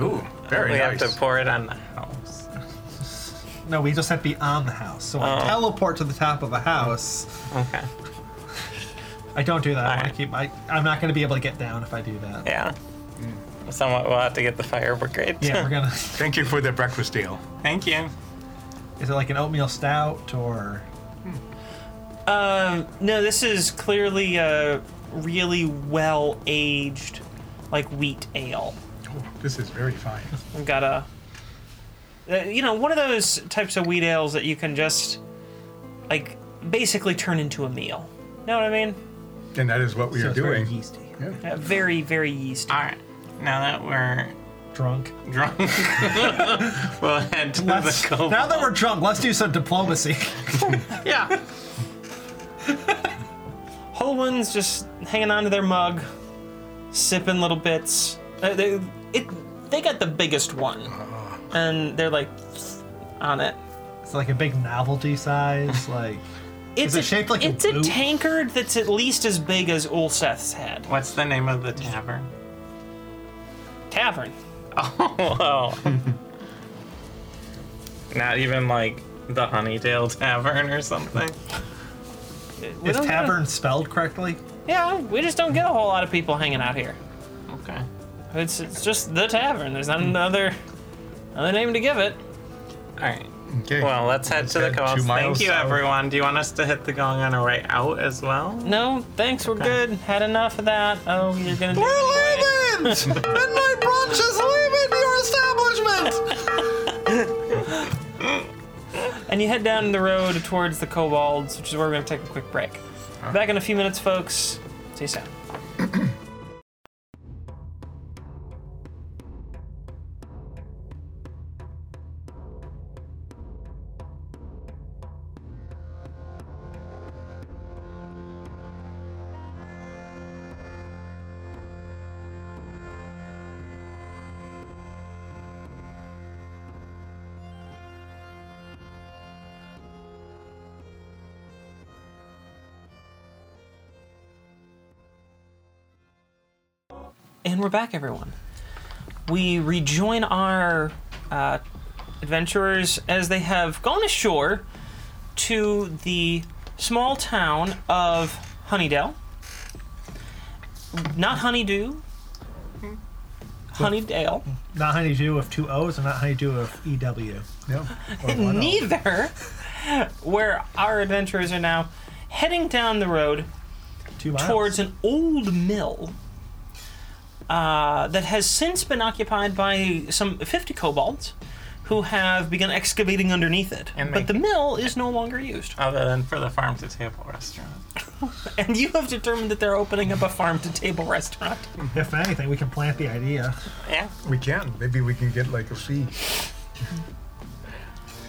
Speaker 4: Ooh, very
Speaker 6: We
Speaker 4: nice.
Speaker 6: have to pour it on the house.
Speaker 2: No, we just have to be on the house. So
Speaker 1: Oh.
Speaker 2: I teleport to the top of a house.
Speaker 6: Okay.
Speaker 2: I don't do that. I want
Speaker 6: Alright.
Speaker 2: to keep. I, I'm not going to be able to get down if I do that.
Speaker 6: Yeah.
Speaker 3: Mm.
Speaker 6: Someone will have to get the fire brigade.
Speaker 2: Yeah, we're gonna.
Speaker 4: Thank you for the breakfast deal.
Speaker 3: Thank you.
Speaker 2: Is it like an oatmeal stout or?
Speaker 1: Um, no, this is clearly a really well aged, like wheat ale.
Speaker 4: Oh, this is very fine.
Speaker 1: We've got a, uh, you know, one of those types of wheat ales that you can just, like, basically turn into a meal. Know what I mean?
Speaker 4: And that is what we
Speaker 2: so
Speaker 4: are
Speaker 2: it's very
Speaker 4: doing.
Speaker 2: yeasty.
Speaker 1: Uh, very, very yeasty.
Speaker 3: All right. Now that we're
Speaker 2: Drunk.
Speaker 3: drunk, we'll head to
Speaker 2: Let's-
Speaker 3: the cobalt.
Speaker 2: now that we're drunk, let's do some diplomacy.
Speaker 3: yeah.
Speaker 1: Holman's just hanging on to their mug, sipping little bits. Uh, they, it, they got the biggest one,
Speaker 2: Uh-huh.
Speaker 1: and they're like on it.
Speaker 2: it's like a big novelty size. Like
Speaker 1: It's
Speaker 2: it shaped like a
Speaker 1: it's a,
Speaker 2: boot?
Speaker 1: tankard that's at least as big as Ulseth's head.
Speaker 3: What's the name of the tavern?
Speaker 1: Tavern.
Speaker 6: Whoa. Not even like the Honeydale Tavern or something.
Speaker 1: Uh, we
Speaker 2: is
Speaker 1: don't get a-
Speaker 2: tavern spelled correctly?
Speaker 1: yeah, we just don't get a whole lot of people hanging out here.
Speaker 3: Okay.
Speaker 1: It's it's just the tavern. There's not another another name to give it.
Speaker 3: All right.
Speaker 4: Okay.
Speaker 6: Well, let's head to the
Speaker 4: head two
Speaker 6: coast. Thank
Speaker 4: miles
Speaker 6: you,
Speaker 4: south.
Speaker 6: everyone. Do you want us to hit the gong on our way out as well?
Speaker 1: No, thanks. We're good. Had enough of that. Oh, you're gonna. do anyway.
Speaker 2: leaving! and my brunch is leaving your establishment!
Speaker 1: And you head down the road towards the kobolds, which is where we're going to take a quick break. Back in a few minutes, folks. See you soon. And we're back, everyone. We rejoin our uh, adventurers as they have gone ashore to the small town of Honeydale. Not Honeydew. Honeydale.
Speaker 2: Not honeydew of two O's and not honeydew of EW.
Speaker 4: no. Or one else.
Speaker 1: Neither. Where our adventurers are now heading down the road
Speaker 2: Two miles.
Speaker 1: towards an old mill uh, that has since been occupied by some 50 kobolds who have begun excavating underneath it.
Speaker 6: And Uh.
Speaker 1: but the
Speaker 6: making-
Speaker 1: mill is no longer used.
Speaker 3: Other than for the farm to table restaurant.
Speaker 1: And you have determined that they're opening up a farm to table restaurant.
Speaker 2: If anything, we can plant the idea.
Speaker 6: Yeah.
Speaker 4: We can. Maybe we can get like a fee.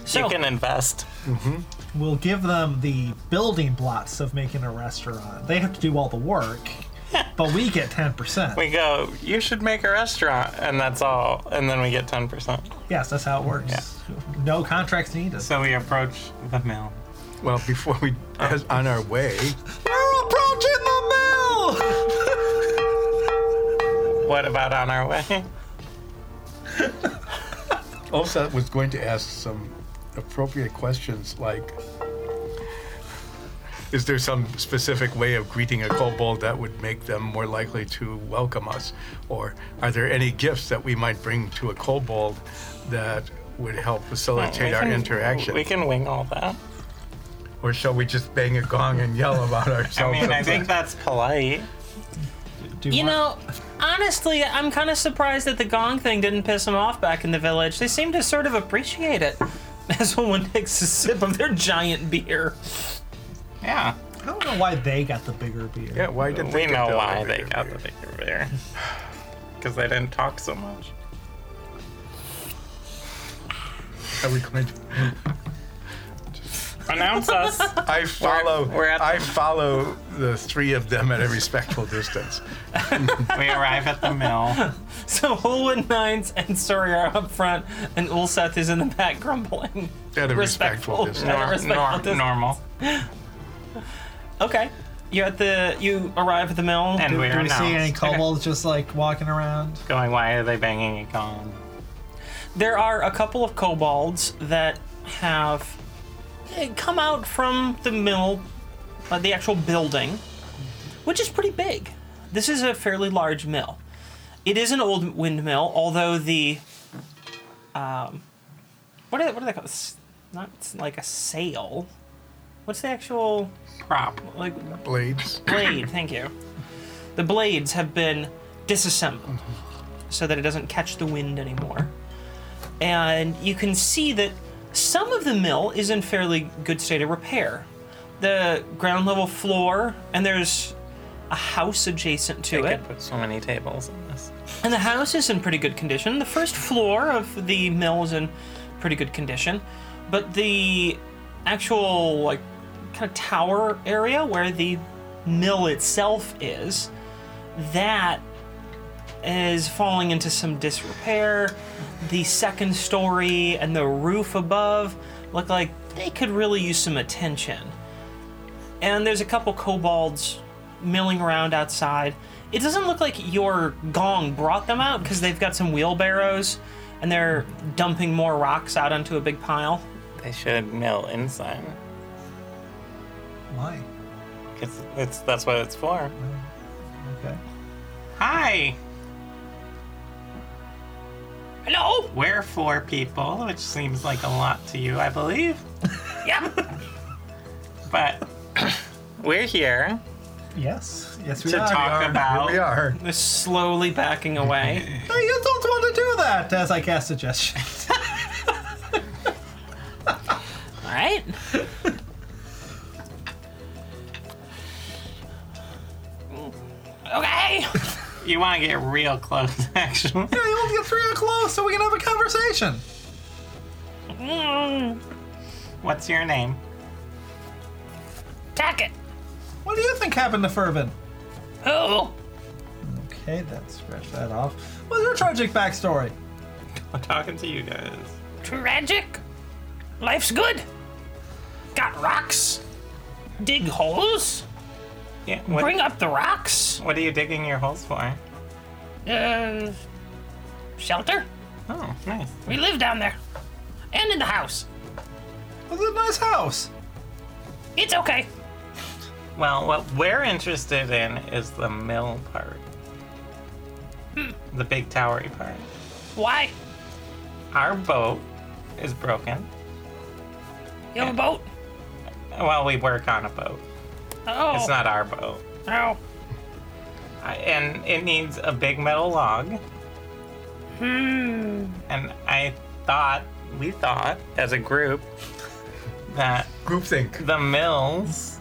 Speaker 1: So,
Speaker 6: You can uh, invest.
Speaker 2: We'll give them the building blocks of making a restaurant. They have to do all the work, but we get 10%.
Speaker 6: We go, you should make a restaurant, and that's all. And then we get 10%.
Speaker 2: Yes, that's how it works. No contracts needed.
Speaker 3: So we approach the mill.
Speaker 4: Well, before we,
Speaker 6: Oh.
Speaker 4: as, on our way,
Speaker 2: We're approaching the mill!
Speaker 6: What about on our way?
Speaker 4: Olsa was going to ask some appropriate questions like Is there some specific way of greeting a kobold that would make them more likely to welcome us? Or are there any gifts that we might bring to a kobold that would help facilitate our
Speaker 6: We can-
Speaker 4: interaction?
Speaker 6: We can wing all that.
Speaker 4: or shall we just bang a gong and yell about
Speaker 3: I
Speaker 4: ourselves?
Speaker 3: mean, I think that's polite.
Speaker 2: Do
Speaker 1: you
Speaker 2: want-
Speaker 1: know, honestly, I'm kind of surprised that the gong thing didn't piss them off back in the village. They seem to sort of appreciate it. As one takes a sip of their giant beer.
Speaker 3: Yeah.
Speaker 2: I don't know why they got the bigger beer.
Speaker 4: yeah, why did
Speaker 6: we
Speaker 4: they get
Speaker 6: know
Speaker 4: the
Speaker 6: why
Speaker 4: elevator
Speaker 6: they got the
Speaker 4: beer?
Speaker 6: bigger bear. Because they didn't talk so much.
Speaker 4: Are we going to?
Speaker 6: Announce us.
Speaker 4: I follow.
Speaker 6: we're at the-
Speaker 4: I follow the three of them at a respectful distance.
Speaker 3: We arrive at the mill.
Speaker 1: So Holwood Nines and Sori are up front, and Ulseth is in the back grumbling.
Speaker 4: At a respectful distance.
Speaker 1: At a
Speaker 3: Nor-
Speaker 1: respectful
Speaker 3: nor-
Speaker 1: distance.
Speaker 3: normal.
Speaker 1: Okay. you're at the you arrive at the mill.
Speaker 3: And
Speaker 2: Do,
Speaker 3: we
Speaker 2: do
Speaker 3: are
Speaker 2: we
Speaker 3: now
Speaker 2: see any kobolds just like walking around?
Speaker 3: going, why are they banging a column?
Speaker 1: there are a couple of kobolds that have eh, come out from the mill, uh, the actual building, which is pretty big. This is a fairly large mill. It is an old windmill, although the um, what are what are they called? It's not it's like a sail. What's the actual
Speaker 3: Prop.
Speaker 1: like
Speaker 4: Blades.
Speaker 1: blade, thank you. The blades have been disassembled so that it doesn't catch the wind anymore. And you can see that some of the mill is in fairly good state of repair. The ground level floor, and there's a house adjacent to
Speaker 6: I
Speaker 1: it.
Speaker 6: could put so many tables in this.
Speaker 1: And the house is in pretty good condition. The first floor of the mill is in pretty good condition, but the actual like kind of tower area where the mill itself is, that is falling into some disrepair. The second story and the roof above look like they could really use some attention. And there's a couple kobolds milling around outside. It doesn't look like your gong brought them out because they've got some wheelbarrows and they're dumping more rocks out onto a big pile.
Speaker 6: They should mill inside.
Speaker 2: Why?
Speaker 6: It's, it's, that's what it's for.
Speaker 2: Okay.
Speaker 3: Hi!
Speaker 1: Hello?
Speaker 3: We're four people, which seems like a lot to you, I believe.
Speaker 1: Yeah.
Speaker 3: But
Speaker 6: We're here.
Speaker 2: Yes. Yes, we
Speaker 3: to
Speaker 2: are.
Speaker 3: talk about
Speaker 4: Here we are.
Speaker 1: They're slowly backing away.
Speaker 2: Hey, you don't want to do that. As I cast suggestion.
Speaker 1: All right. okay.
Speaker 3: You want to get real close, actually.
Speaker 2: yeah, you want to get three or close so we can have a conversation.
Speaker 1: Mm,
Speaker 3: What's your name?
Speaker 1: tack it.
Speaker 2: What do you think happened to Fervin?
Speaker 1: Oh.
Speaker 2: Okay, that scratch that off. What's your tragic backstory?
Speaker 3: I'm talking to you guys.
Speaker 1: tragic. Life's good. Got rocks. Dig holes.
Speaker 3: Yeah. What,
Speaker 1: Bring up the rocks.
Speaker 3: what are you digging your holes for?
Speaker 1: Uh, shelter.
Speaker 3: Oh, nice.
Speaker 1: We live down there. And in the house.
Speaker 2: Was it a nice house?
Speaker 1: It's okay.
Speaker 3: Well, what we're interested in is the mill part, the big towery part.
Speaker 1: Why?
Speaker 3: Our boat is broken.
Speaker 1: You have a boat?
Speaker 3: Well, we work on a boat.
Speaker 1: Oh.
Speaker 3: It's not our boat,
Speaker 1: No.
Speaker 3: I, and it needs a big metal log.
Speaker 1: Hmm.
Speaker 3: And I thought, we thought, as a group, that
Speaker 4: Groupthink.
Speaker 3: The mills,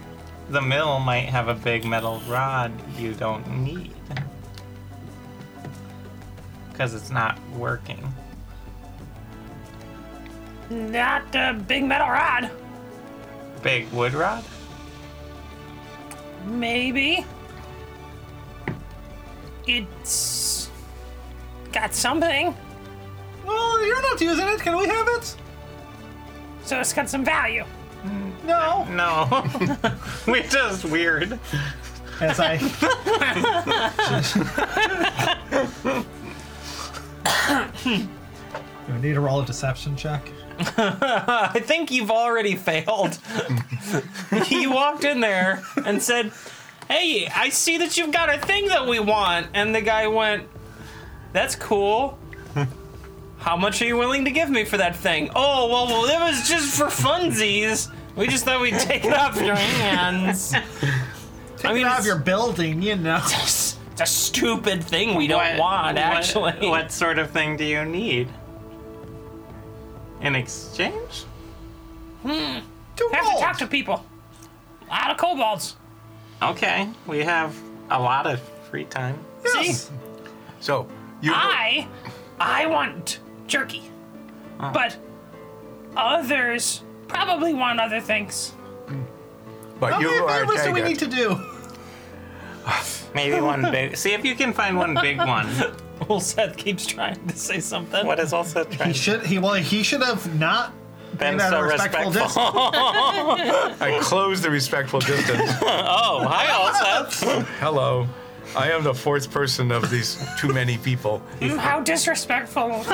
Speaker 3: the mill might have a big metal rod you don't need because it's not working.
Speaker 1: Not a big metal rod.
Speaker 3: Big wood rod?
Speaker 1: Maybe. It's got something,
Speaker 2: Well, you're not using it. Can we have it?
Speaker 1: so it's got some value.
Speaker 2: No.
Speaker 3: No, we're just weird.
Speaker 2: As I. you need a roll of deception check.
Speaker 1: I think you've already failed. you walked in there and said, Hey, I see that you've got a thing that we want. And the guy went, That's cool. How much are you willing to give me for that thing? Oh, well, well it was just for funsies. We just thought we'd take it off your hands. I mean,
Speaker 2: you have
Speaker 1: it's-
Speaker 2: your building, you know.
Speaker 1: It's a stupid thing we don't want,
Speaker 3: What- what-
Speaker 1: actually.
Speaker 3: What sort of thing do you need? In exchange?
Speaker 2: Two
Speaker 1: Have to
Speaker 2: rolls.
Speaker 1: talk to people. A lot of kobolds.
Speaker 3: Okay, we have a lot of free time.
Speaker 2: Yes.
Speaker 4: So you
Speaker 1: I, I want jerky,
Speaker 3: Oh.
Speaker 1: but others probably want other things.
Speaker 4: but
Speaker 2: How
Speaker 4: you
Speaker 2: many
Speaker 4: are
Speaker 2: favors do we
Speaker 4: Jagged.
Speaker 2: need to do?
Speaker 3: Maybe one big. See if you can find one big one.
Speaker 1: Well, Seth keeps trying to say something.
Speaker 6: What is also trying
Speaker 2: He should. He well. He should have not
Speaker 3: been
Speaker 2: that
Speaker 3: so
Speaker 2: a respectful
Speaker 3: respectful.
Speaker 4: I close the respectful distance.
Speaker 3: oh, hi, Alseth.
Speaker 4: Hello. I am the fourth person of these too many people.
Speaker 9: How disrespectful!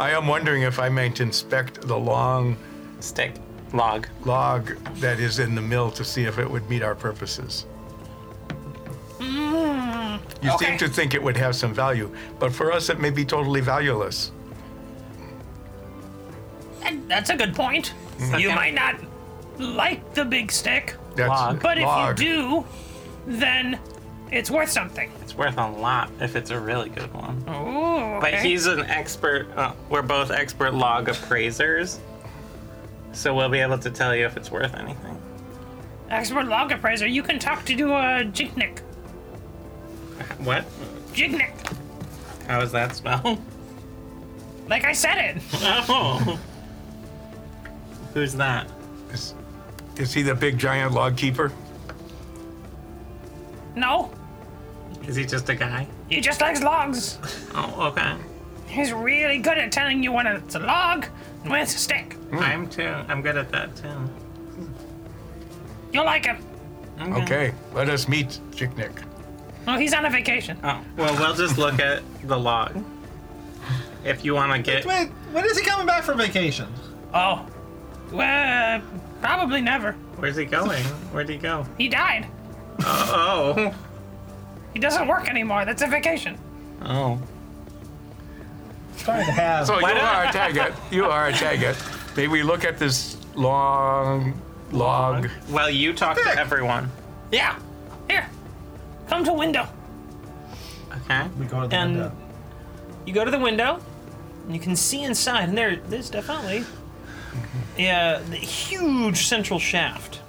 Speaker 4: I am wondering if I might inspect the long
Speaker 3: Stick. Log.
Speaker 4: log that is in the mill to see if it would meet our purposes.
Speaker 2: Hmm.
Speaker 4: You seem
Speaker 9: Okay.
Speaker 4: to think it would have some value, but for us it may be totally valueless.
Speaker 9: That- That's a good point. You
Speaker 3: Okay.
Speaker 9: might not like the big stick,
Speaker 4: That's
Speaker 3: Log.
Speaker 9: but
Speaker 4: log.
Speaker 9: if you do, then it's worth something.
Speaker 3: It's worth a lot if it's a really good one.
Speaker 9: Ooh,
Speaker 3: But
Speaker 9: okay.
Speaker 3: he's an expert. Uh, we're both expert log appraisers, so we'll be able to tell you if it's worth anything.
Speaker 9: expert log appraiser. You can talk to do a jignik.
Speaker 3: What?
Speaker 9: Jignik.
Speaker 3: How is that spelled?
Speaker 9: Like I said it.
Speaker 3: Oh. Who's that?
Speaker 4: Is, is he the big giant log keeper?
Speaker 9: No,
Speaker 3: Is he just a guy?
Speaker 9: he just likes logs.
Speaker 3: Oh, okay.
Speaker 9: He's really good at telling you when it's a log and when it's a stick.
Speaker 3: I'm too. I'm good at that too.
Speaker 9: You'll like him.
Speaker 2: Mm-hmm.
Speaker 4: Okay, let us meet, Chicknick.
Speaker 9: Oh, he's on a vacation.
Speaker 3: Oh, well, we'll just look at the log. If you want to get.
Speaker 2: Wait, when is he coming back from vacation?
Speaker 9: Oh, well, probably never.
Speaker 3: Where's he going? Where'd he go?
Speaker 9: He died.
Speaker 3: Oh.
Speaker 9: He doesn't work anymore. That's a vacation.
Speaker 3: Oh.
Speaker 2: Trying to have.
Speaker 4: So you
Speaker 3: don't-
Speaker 4: are a target. You are a target. May we look at this long log?
Speaker 3: Well, you talk to everyone.
Speaker 9: Yeah. Here, come to window.
Speaker 3: Okay.
Speaker 2: we go to the
Speaker 9: And-
Speaker 2: window.
Speaker 9: You go to the window, and you can see inside, and there, there's definitely yeah, the huge central shaft.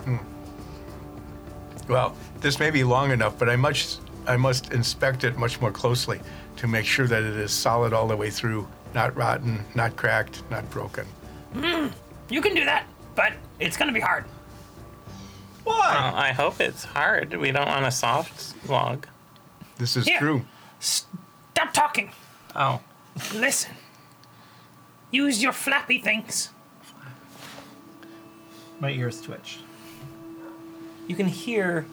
Speaker 4: Well, this may be long enough, but I must I must inspect it much more closely to make sure that it is solid all the way through, not rotten, not cracked, not broken.
Speaker 9: You can do that, but it's gonna be hard.
Speaker 2: Why?
Speaker 4: Oh.
Speaker 3: Well, I hope it's hard. We don't want a soft log.
Speaker 4: This is
Speaker 9: Here.
Speaker 4: true.
Speaker 9: Stop talking.
Speaker 3: Oh.
Speaker 9: Listen. Use your flappy things.
Speaker 2: My ears twitch.
Speaker 9: You can hear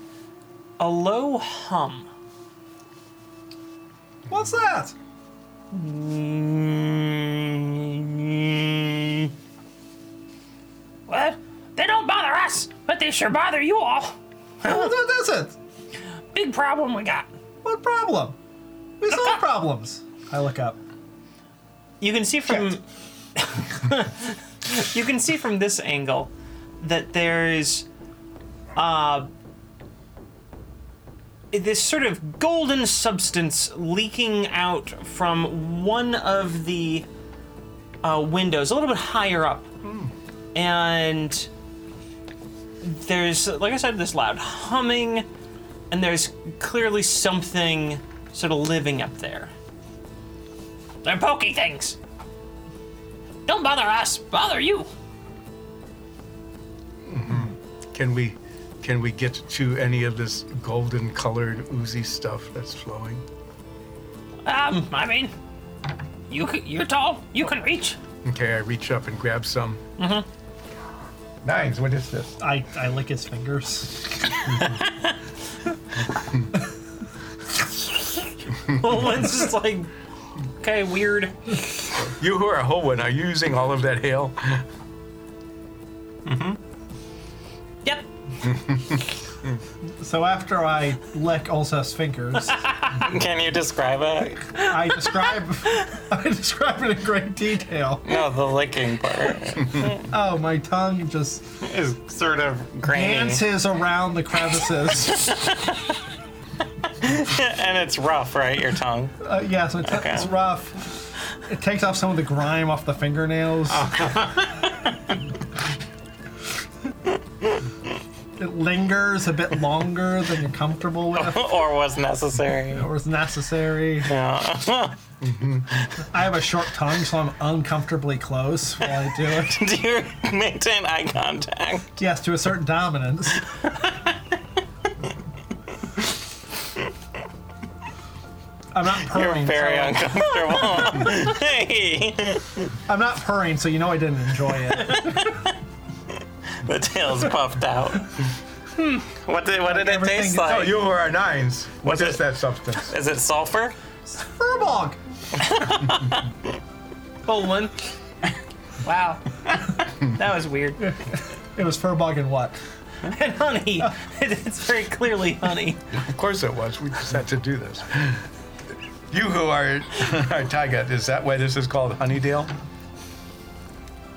Speaker 9: a low hum.
Speaker 2: What's that?
Speaker 9: What? They don't bother us, but they sure bother you all.
Speaker 2: what, what is it?
Speaker 9: Big problem we got.
Speaker 2: What problem? We solve
Speaker 9: up.
Speaker 2: problems. I look up.
Speaker 9: You can see from you can see from this angle that there's uh this sort of golden substance leaking out from one of the uh, windows a little bit higher up and there's like i said this loud humming and there's clearly something sort of living up there they're pokey things. Don't bother us, bother you.
Speaker 4: Can we can we get to any of this golden colored oozy stuff that's flowing?
Speaker 9: Um, I mean, you c- you're tall, you can reach.
Speaker 4: Okay, I reach up and grab some. Mm-hmm. Nines, what is this?
Speaker 2: I, I lick his fingers.
Speaker 9: Owen's just like, okay, weird.
Speaker 4: You who are a whole one, are you using all of that hail?
Speaker 9: Yep.
Speaker 2: So after I lick Ulsa's fingers,
Speaker 3: Can you describe it?
Speaker 2: I describe I describe it in great detail.
Speaker 3: No, the licking part
Speaker 2: Oh, my tongue just
Speaker 3: is sort of grainy.
Speaker 2: dances around the crevices.
Speaker 3: and it's rough, right? Your tongue.
Speaker 2: Uh, yeah, so it's, it's
Speaker 3: Okay.
Speaker 2: rough. It takes off some of the grime off the fingernails. it lingers a bit longer than you're comfortable with
Speaker 3: or was necessary.
Speaker 2: or is necessary.
Speaker 3: No.
Speaker 2: I have a short tongue, so I'm uncomfortably close while I do it.
Speaker 3: Do you maintain eye contact?
Speaker 2: Yes, to a certain dominance. I'm not purring.
Speaker 3: You're
Speaker 2: so
Speaker 3: very
Speaker 2: I-
Speaker 3: uncomfortable. hey,
Speaker 2: I'm not purring, so you know I didn't enjoy it.
Speaker 3: the tail's puffed out. Hmm. What did what did it
Speaker 2: Everything
Speaker 3: taste
Speaker 2: is-
Speaker 4: No,
Speaker 3: like?
Speaker 4: Oh, you were our nines. What
Speaker 3: What's
Speaker 4: is
Speaker 3: it-
Speaker 4: that substance?
Speaker 3: Is it sulfur?
Speaker 2: Furbog!
Speaker 1: Bolin. Wow. that was weird.
Speaker 2: It was furbog and what?
Speaker 1: And honey. It's very clearly honey.
Speaker 4: Of course it was. We just had to do this. You who are our Taiga, is that why this is called Honeydale?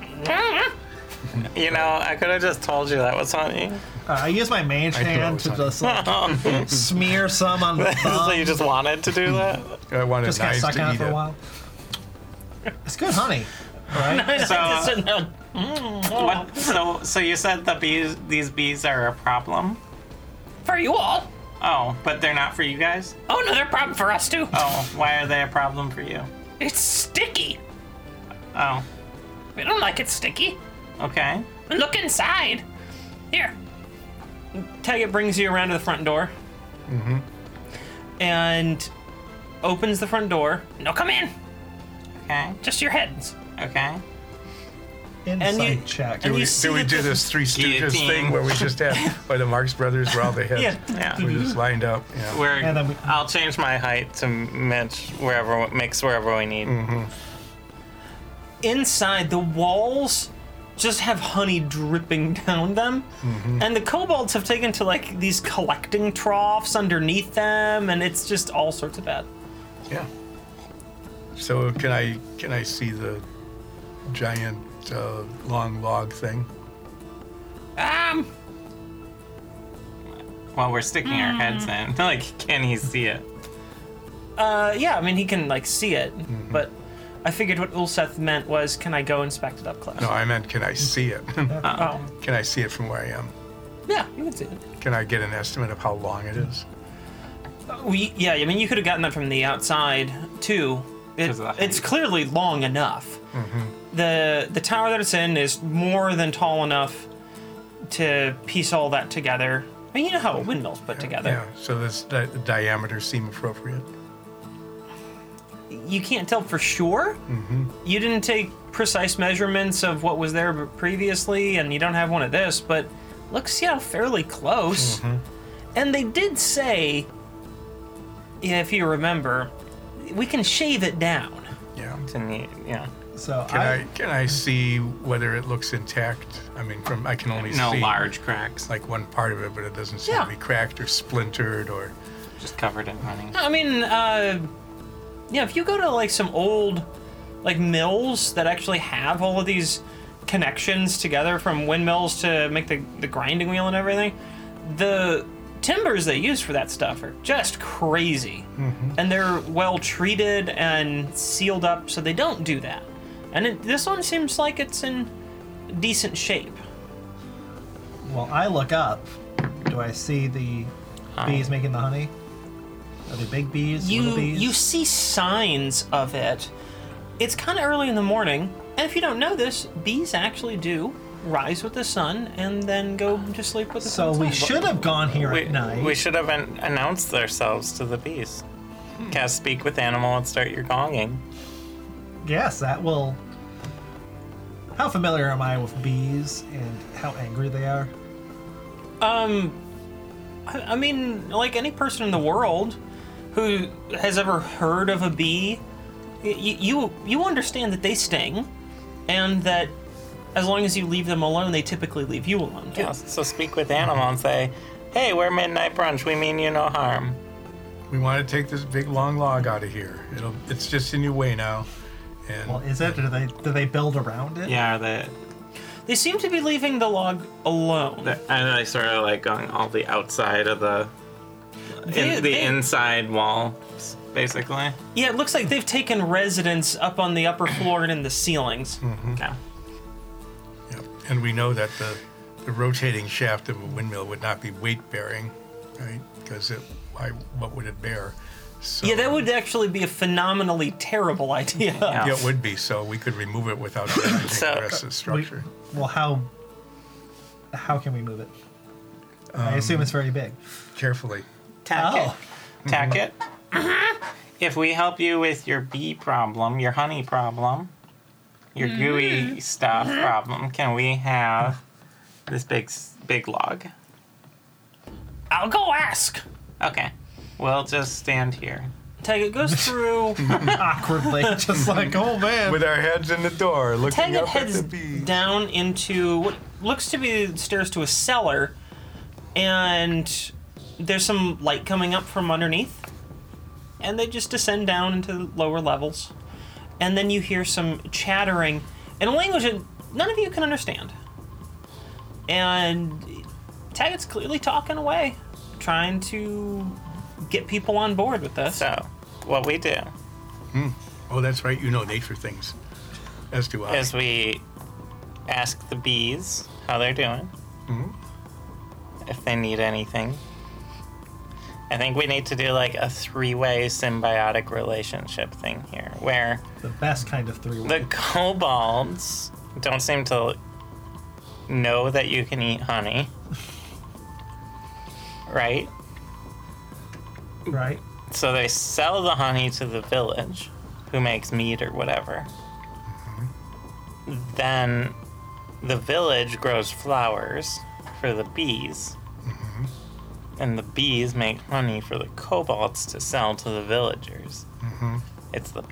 Speaker 1: Mm-hmm.
Speaker 3: You know, I could have just told you that was honey.
Speaker 2: Uh, I use my mage
Speaker 4: thought it
Speaker 2: hand
Speaker 4: was
Speaker 2: to
Speaker 4: something.
Speaker 2: just like, smear some on the thumb.
Speaker 3: so you just wanted to do that.
Speaker 4: I wanted
Speaker 2: just kind of suck
Speaker 4: knives to
Speaker 2: on
Speaker 4: eat
Speaker 2: it for a while. It's good honey, right?
Speaker 1: It's just sitting there.
Speaker 3: What? So so you said the bees these bees are a problem.
Speaker 1: For you all.
Speaker 3: Oh, but they're not for you guys.
Speaker 1: Oh, another problem for us too.
Speaker 3: Oh, why are they a problem for you?
Speaker 1: It's sticky.
Speaker 3: Oh,
Speaker 1: We don't like it sticky.
Speaker 3: okay.
Speaker 1: Look inside. Here. Taggett brings you around to the front door. Mm-hmm. And opens the front door. No, come in.
Speaker 3: Okay.
Speaker 1: Just your heads.
Speaker 3: Okay.
Speaker 2: Insight
Speaker 1: you-
Speaker 2: check.
Speaker 1: and
Speaker 4: Do
Speaker 1: you
Speaker 4: we,
Speaker 1: see
Speaker 4: do we
Speaker 1: that
Speaker 4: do
Speaker 1: the-
Speaker 4: this Three Stooges
Speaker 3: Guillotine.
Speaker 4: thing where we just have, by the Marx Brothers, where all the heads
Speaker 1: Yeah.
Speaker 3: Yeah.
Speaker 4: were just lined up? Yeah.
Speaker 3: We're,
Speaker 2: And then we-
Speaker 3: I'll change my height to match wherever mix wherever we need.
Speaker 1: Inside, the walls just have honey dripping down them. And the kobolds have taken to like these collecting troughs underneath them, and it's just all sorts of bad.
Speaker 4: yeah. So can I can I see the giant uh, long log thing?
Speaker 1: Um,
Speaker 3: While we're sticking our heads in, like, can he see it?
Speaker 1: Uh, yeah, I mean, he can, like, see it, but I figured what Ulseth meant was, can I go inspect it up close?
Speaker 4: No, I meant can I see it?
Speaker 1: Oh,
Speaker 4: can I see it from where I am?
Speaker 1: yeah, you can see it.
Speaker 4: Can I get an estimate of how long it is?
Speaker 1: We, yeah, I mean, you could have gotten that from the outside, too. It-
Speaker 3: 'Cause of the height.
Speaker 1: it's clearly long enough. The, the tower that it's in is more than tall enough to piece all that together. I mean, you know how a windmill's put together.
Speaker 4: Yeah. So does the the diameter seem appropriate?
Speaker 1: you can't tell for sure. You didn't take precise measurements of what was there previously, and you don't have one of this, but looks, you know, fairly close. And they did say, yeah, if you remember, we can shave it down.
Speaker 4: Yeah.
Speaker 3: To need, yeah.
Speaker 2: So
Speaker 4: Can I,
Speaker 2: I,
Speaker 4: can I see whether it looks intact? I mean, from I can only
Speaker 3: No
Speaker 4: see
Speaker 3: large cracks, like
Speaker 4: like one part of it, but it doesn't seem
Speaker 1: Yeah.
Speaker 4: to be cracked or splintered or.
Speaker 3: just covered in honey.
Speaker 1: I mean, uh, yeah, if you go to like some old, like mills that actually have all of these connections together from windmills to make the, the grinding wheel and everything, the timbers they use for that stuff are just crazy. And they're well treated and sealed up, so they don't do that. And it, this one seems like it's in decent shape.
Speaker 2: well, I look up. Do I see the bees making the honey? Are they big bees?
Speaker 1: you
Speaker 2: little bees?
Speaker 1: you see signs of it. It's kind of early in the morning, and if you don't know this, bees actually do rise with the sun and then go to sleep with the
Speaker 2: so
Speaker 1: sun.
Speaker 2: we should have gone here
Speaker 3: We,
Speaker 2: at night.
Speaker 3: we should have an- announced ourselves to the bees.
Speaker 1: Hmm.
Speaker 3: Cast speak with animal and start your gonging.
Speaker 2: Yes, that will. How familiar am I with bees and how angry they are?
Speaker 1: I I mean, like any person in the world who has ever heard of a bee, y- y- you you understand that they sting, and that as long as you leave them alone, they typically leave you alone too.
Speaker 3: Yeah, so speak with animal and say, "Hey, we're midnight brunch. We mean you no harm."
Speaker 4: We want to take this big long log out of here. It'll, it's just in your way now, and
Speaker 2: Well, is it? Do they do they build around it?
Speaker 3: Yeah, are they?
Speaker 1: They seem to be leaving the log alone.
Speaker 3: And I sort of like going all the outside of the,
Speaker 1: They-
Speaker 3: in, the
Speaker 1: they-
Speaker 3: inside wall, basically.
Speaker 1: Yeah, it looks like they've taken residence up on the upper floor and in the ceilings.
Speaker 3: Okay.
Speaker 4: yeah. and we know that the, the rotating shaft of a windmill would not be weight bearing, right? Because it, why, what would it bear? So,
Speaker 1: Yeah, that would actually be a phenomenally terrible idea.
Speaker 3: Yeah.
Speaker 4: Yeah, it would be. So we could remove it without damaging
Speaker 3: So-
Speaker 4: the rest of the
Speaker 2: We-
Speaker 4: structure.
Speaker 2: well, how how can we move it? I assume it's very big.
Speaker 4: Carefully.
Speaker 3: Tack
Speaker 2: Oh.
Speaker 3: it. Tack it. if we help you with your bee problem, your honey problem, your gooey stuff problem, can we have this big s- big log?
Speaker 1: I'll go ask.
Speaker 3: Okay, we'll just stand here.
Speaker 1: Taggart goes through.
Speaker 2: awkwardly, just like, oh man.
Speaker 4: With our heads in the door, looking
Speaker 1: Taggart
Speaker 4: up
Speaker 1: heads
Speaker 4: at the bees.
Speaker 1: down into what looks to be stairs to a cellar, and there's some light coming up from underneath, and they just descend down into the lower levels, and then you hear some chattering in a language that none of you can understand, and Taggart's clearly talking away, trying to get people on board with this.
Speaker 3: So, what we do
Speaker 4: Oh, that's right. You know nature things, as do I.
Speaker 3: is we ask the bees how they're doing, if they need anything. I think we need to do like a three way symbiotic relationship thing here where
Speaker 2: the best kind of three
Speaker 3: the
Speaker 2: way.
Speaker 3: kobolds don't seem to know that you can eat honey. Right?
Speaker 2: Right?
Speaker 3: So they sell the honey to the village, who makes meat or whatever. Then the village grows flowers for the bees. And the bees make honey for the kobolds to sell to the villagers. It's the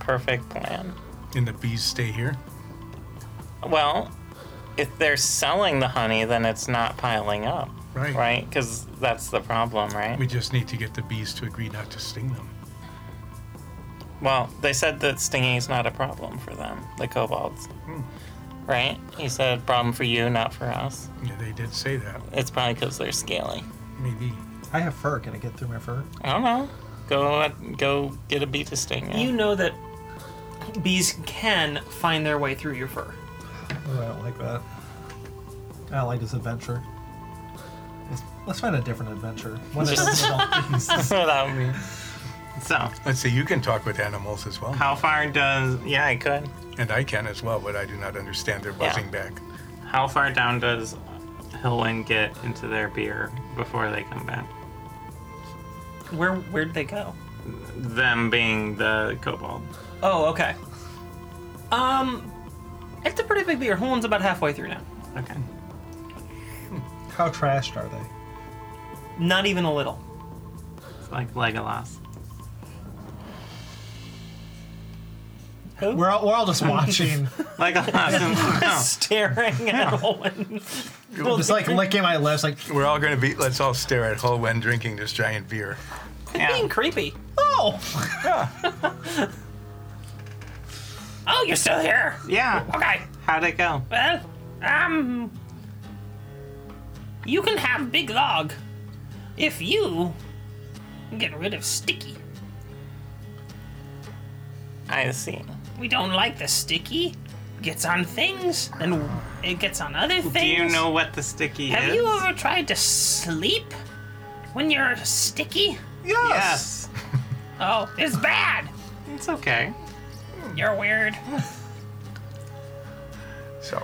Speaker 3: perfect plan.
Speaker 4: And the bees stay here.
Speaker 3: Well, if they're selling the honey, then it's not piling up,
Speaker 4: Right.
Speaker 3: right? Because that's the problem, right?
Speaker 4: We just need to get the bees to agree not to sting them.
Speaker 3: Well, they said that stinging is not a problem for them, the kobolds.
Speaker 4: Hmm.
Speaker 3: Right? He said, problem for you, not for us.
Speaker 4: Yeah, they did say that.
Speaker 3: It's probably because they're scaly.
Speaker 4: Maybe.
Speaker 2: I have fur. Can I get through my fur?
Speaker 3: I don't know. Go go get a bee to sting you.
Speaker 1: You know that bees can find their way through your fur.
Speaker 2: Oh, I don't like that. I don't like this adventure. Let's, let's find a different adventure. One that
Speaker 3: Just-
Speaker 2: doesn't involve bees.
Speaker 3: Without me. So,
Speaker 4: Let's see. You can talk with animals as well,
Speaker 3: how far does. Yeah, I could.
Speaker 4: and I can as well. But I do not understand their buzzing back.
Speaker 3: How far down does Hillwind get into their beer before they come back?
Speaker 1: Where where'd they go?
Speaker 3: Them being the kobold.
Speaker 1: Oh, okay. Um, it's a pretty big beer. Holland's about halfway through now.
Speaker 3: Okay.
Speaker 2: How trashed are they?
Speaker 1: Not even a little.
Speaker 3: It's like Legolas.
Speaker 1: Who?
Speaker 2: We're all, we're all just watching.
Speaker 3: Legolas and. Oh.
Speaker 1: staring at Holland.
Speaker 2: just like licking my lips, like,
Speaker 4: We're all going to be. Let's all stare at Holwen drinking this giant beer.
Speaker 1: being
Speaker 3: Yeah.
Speaker 1: creepy.
Speaker 2: oh!
Speaker 1: Oh, you're still here.
Speaker 3: yeah.
Speaker 1: Okay.
Speaker 3: How'd it go?
Speaker 1: Well, um, you can have Big Log if you get rid of Sticky.
Speaker 3: I see.
Speaker 1: We don't like the Sticky. Gets on things and it gets on other things.
Speaker 3: Do you know what the sticky
Speaker 1: Have
Speaker 3: is?
Speaker 1: you ever tried to sleep when you're sticky?
Speaker 3: Yes.
Speaker 1: Oh, it's bad.
Speaker 3: It's okay.
Speaker 1: You're weird.
Speaker 4: So,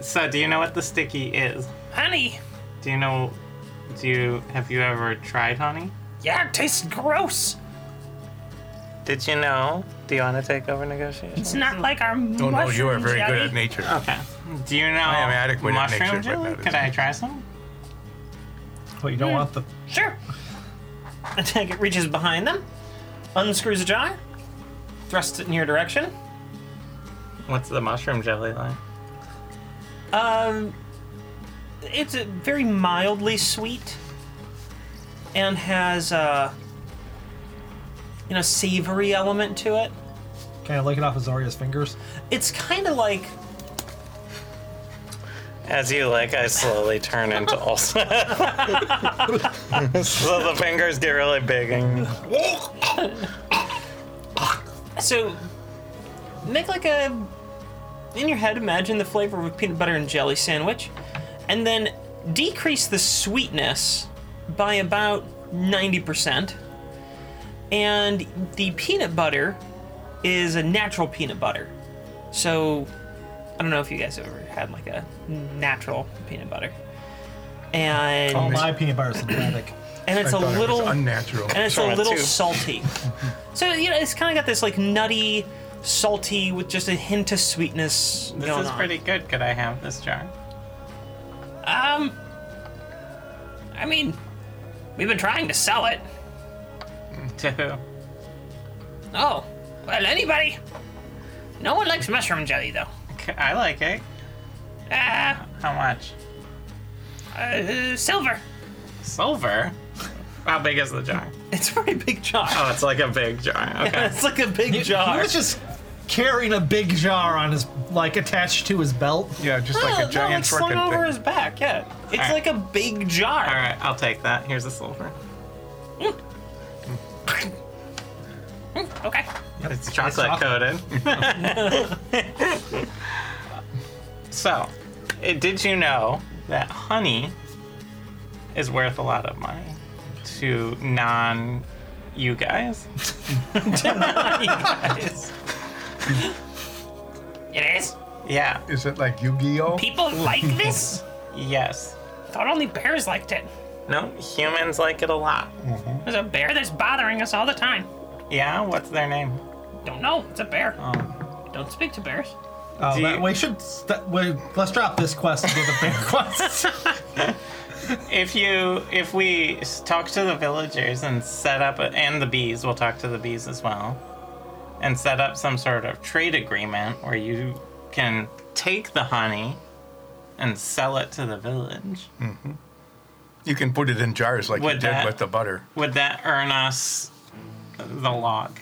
Speaker 3: So, do you know what the sticky is?
Speaker 1: Honey,
Speaker 3: Do you know? Do you have you ever tried honey?
Speaker 1: yeah, it tastes gross.
Speaker 3: Did you know? Do you want to take over negotiations?
Speaker 1: It's not like our
Speaker 4: oh
Speaker 1: mushroom
Speaker 4: no, you are very
Speaker 1: jelly.
Speaker 4: good at nature.
Speaker 3: Okay. Do you know? I
Speaker 4: am adequate at
Speaker 3: mushroom
Speaker 4: nature, but
Speaker 3: jelly?
Speaker 4: that is-
Speaker 3: Could I try some?
Speaker 2: But you
Speaker 9: Hmm.
Speaker 2: don't want the.
Speaker 1: Sure. The Taggart reaches behind them, unscrews a jar, thrusts it in your direction.
Speaker 3: What's the mushroom jelly like?
Speaker 1: Um, it's a very mildly sweet, and has a you know savory element to it.
Speaker 2: Can I lick it off Azoria's fingers?
Speaker 1: It's kind of like
Speaker 3: As you like, I slowly turn into also. so the fingers get really big. And...
Speaker 1: So, make like a. In your head, imagine the flavor of a peanut butter and jelly sandwich, and then decrease the sweetness by about 90%. And the peanut butter is a natural peanut butter. So, I don't know if you guys have ever had like a natural peanut butter. And
Speaker 2: Oh, my peanut butter is synthetic.
Speaker 9: and it's
Speaker 4: I
Speaker 9: a
Speaker 4: thought it was
Speaker 9: little
Speaker 4: unnatural.
Speaker 9: and it's
Speaker 3: Saw
Speaker 9: a
Speaker 3: that
Speaker 9: little
Speaker 3: too.
Speaker 9: salty. so you know, it's kind of got this like nutty, salty with just a hint of sweetness
Speaker 3: This
Speaker 9: going
Speaker 3: is
Speaker 9: on.
Speaker 3: pretty good. Could I have this jar?
Speaker 9: Um, I mean, we've been trying to sell it.
Speaker 3: To who?
Speaker 9: Oh, well, anybody. No one likes mushroom jelly though.
Speaker 3: C- I like it.
Speaker 9: Ah,
Speaker 3: How much?
Speaker 9: uh, silver.
Speaker 3: Silver? How big is the jar?
Speaker 9: It's a pretty big jar.
Speaker 3: Oh, it's like a big jar. Okay.
Speaker 9: It's like a big jar.
Speaker 2: He was just carrying a big jar on his, like, attached to his belt.
Speaker 4: Yeah, just like
Speaker 9: no,
Speaker 4: a giant
Speaker 9: no, like slung
Speaker 4: frickin'
Speaker 9: over
Speaker 4: thing.
Speaker 9: his back. Yeah, it's
Speaker 3: All right.
Speaker 9: like a big jar.
Speaker 3: All right, I'll take that. Here's a silver.
Speaker 9: Mm, okay.
Speaker 3: It's chocolate coated. so, eh, did you know that honey is worth a lot of money to non you guys?
Speaker 9: It is.
Speaker 3: Yeah.
Speaker 4: Is it like Yu-Gi-Oh?
Speaker 9: People like this.
Speaker 3: Yes.
Speaker 9: Thought only bears liked it.
Speaker 3: No, humans like it a lot.
Speaker 9: There's a bear that's bothering us all the time.
Speaker 3: Yeah, what's their name?
Speaker 9: Don't know. It's a bear. Don't speak to bears.
Speaker 2: Oh,
Speaker 3: Do
Speaker 2: that,
Speaker 3: you-
Speaker 2: we should. St- we, let's drop this quest and go to bear quest.
Speaker 3: If you if we s- talk to the villagers and set up a, and the bees, we'll talk to the bees as well, and set up some sort of trade agreement where you can take the honey and sell it to the village.
Speaker 4: You can put it in jars like
Speaker 3: Would
Speaker 4: you
Speaker 3: that-
Speaker 4: did with the butter.
Speaker 3: Would that earn us the log?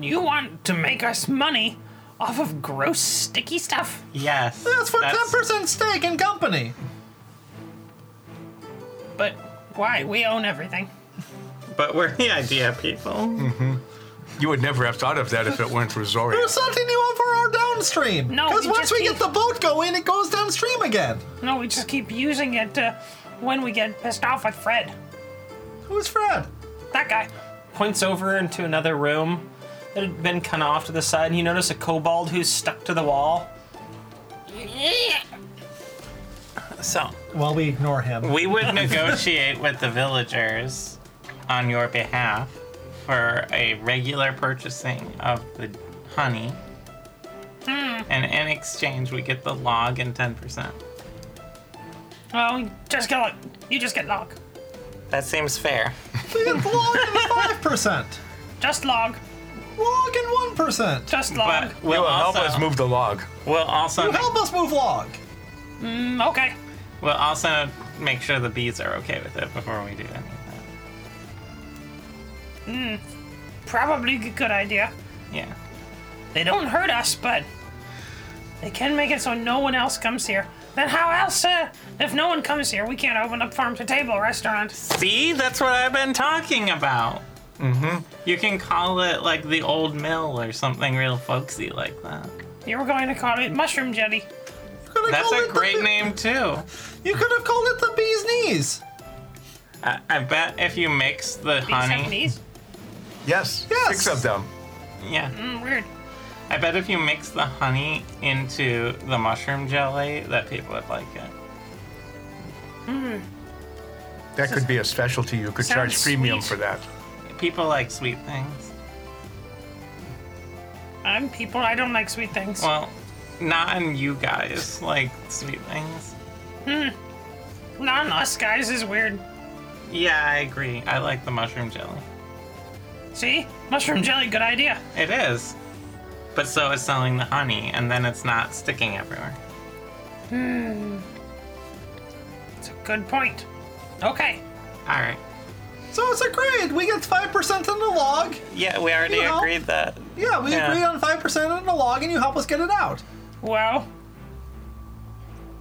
Speaker 9: You want to make us money off of gross, sticky stuff?
Speaker 3: Yes.
Speaker 2: That's for ten percent stake in company.
Speaker 9: But why? We own everything.
Speaker 3: But we're the idea people.
Speaker 4: You would never have thought of that if it weren't for Zoria.
Speaker 2: There's something you want for our downstream.
Speaker 9: No,
Speaker 2: because
Speaker 9: we
Speaker 2: once
Speaker 9: just
Speaker 2: we get
Speaker 9: need-
Speaker 2: the boat going, it goes downstream again.
Speaker 9: No, we just keep using it uh, when we get pissed off with Fred.
Speaker 2: Who's Fred?
Speaker 9: That guy. Points over into another room that had been kind of off to the side, and you notice a kobold who's stuck to the wall.
Speaker 3: So
Speaker 2: Well, we ignore him.
Speaker 3: We would negotiate with the villagers on your behalf for a regular purchasing of the honey. And in exchange, we get the log and 10%.
Speaker 9: Oh, you just get luck. You just get log.
Speaker 3: That seems fair.
Speaker 2: We get log and five percent.
Speaker 9: Just log.
Speaker 2: Log and one percent.
Speaker 9: Just log.
Speaker 3: But
Speaker 4: You
Speaker 3: we'll
Speaker 4: will help
Speaker 3: also,
Speaker 4: us move the log.
Speaker 3: we'll, also,
Speaker 2: Help us move log.
Speaker 9: Mm, okay.
Speaker 3: we'll also make sure the bees are okay with it before we do anything.
Speaker 9: Probably a good idea.
Speaker 3: Yeah.
Speaker 9: They don't hurt us, but they can make it so no one else comes here. Then how else, uh, if no one comes here, we can't open up farm to table restaurant.
Speaker 3: See, that's what I've been talking about. Mm-hmm. You can call it like the old mill or something real folksy like that.
Speaker 9: You were going to call it mushroom jelly.
Speaker 2: You could have
Speaker 3: That's
Speaker 2: called
Speaker 3: a
Speaker 2: it
Speaker 3: great
Speaker 2: the,
Speaker 3: name too.
Speaker 2: You could have called it the bee's knees.
Speaker 3: I, I bet if you mix the
Speaker 9: These have
Speaker 3: honey,
Speaker 9: knees.
Speaker 4: Yes,
Speaker 2: Yes.
Speaker 4: six of them.
Speaker 2: Mm-hmm.
Speaker 3: yeah,
Speaker 9: Mm, weird.
Speaker 3: I bet if you mix the honey into the mushroom jelly, that people would like it.
Speaker 4: That could be a specialty. You could
Speaker 9: Sounds
Speaker 4: charge premium
Speaker 9: sweet.
Speaker 4: for that.
Speaker 3: People like sweet things.
Speaker 9: I'm people. I don't like sweet things.
Speaker 3: Well, not in you guys like sweet things.
Speaker 9: Not on us guys is weird.
Speaker 3: Yeah, I agree. I like the mushroom jelly.
Speaker 9: See,
Speaker 3: Hmm.
Speaker 9: mushroom jelly, good idea.
Speaker 3: It is, but so is selling the honey, and then it's not sticking everywhere.
Speaker 9: It's a good point. Okay.
Speaker 3: All right.
Speaker 2: So it's agreed. We get five percent in the log.
Speaker 3: Yeah, we already
Speaker 2: You know.
Speaker 3: agreed that.
Speaker 2: Yeah, we
Speaker 3: Yeah.
Speaker 2: agree on five percent in the log, and you help us get it out.
Speaker 9: Well.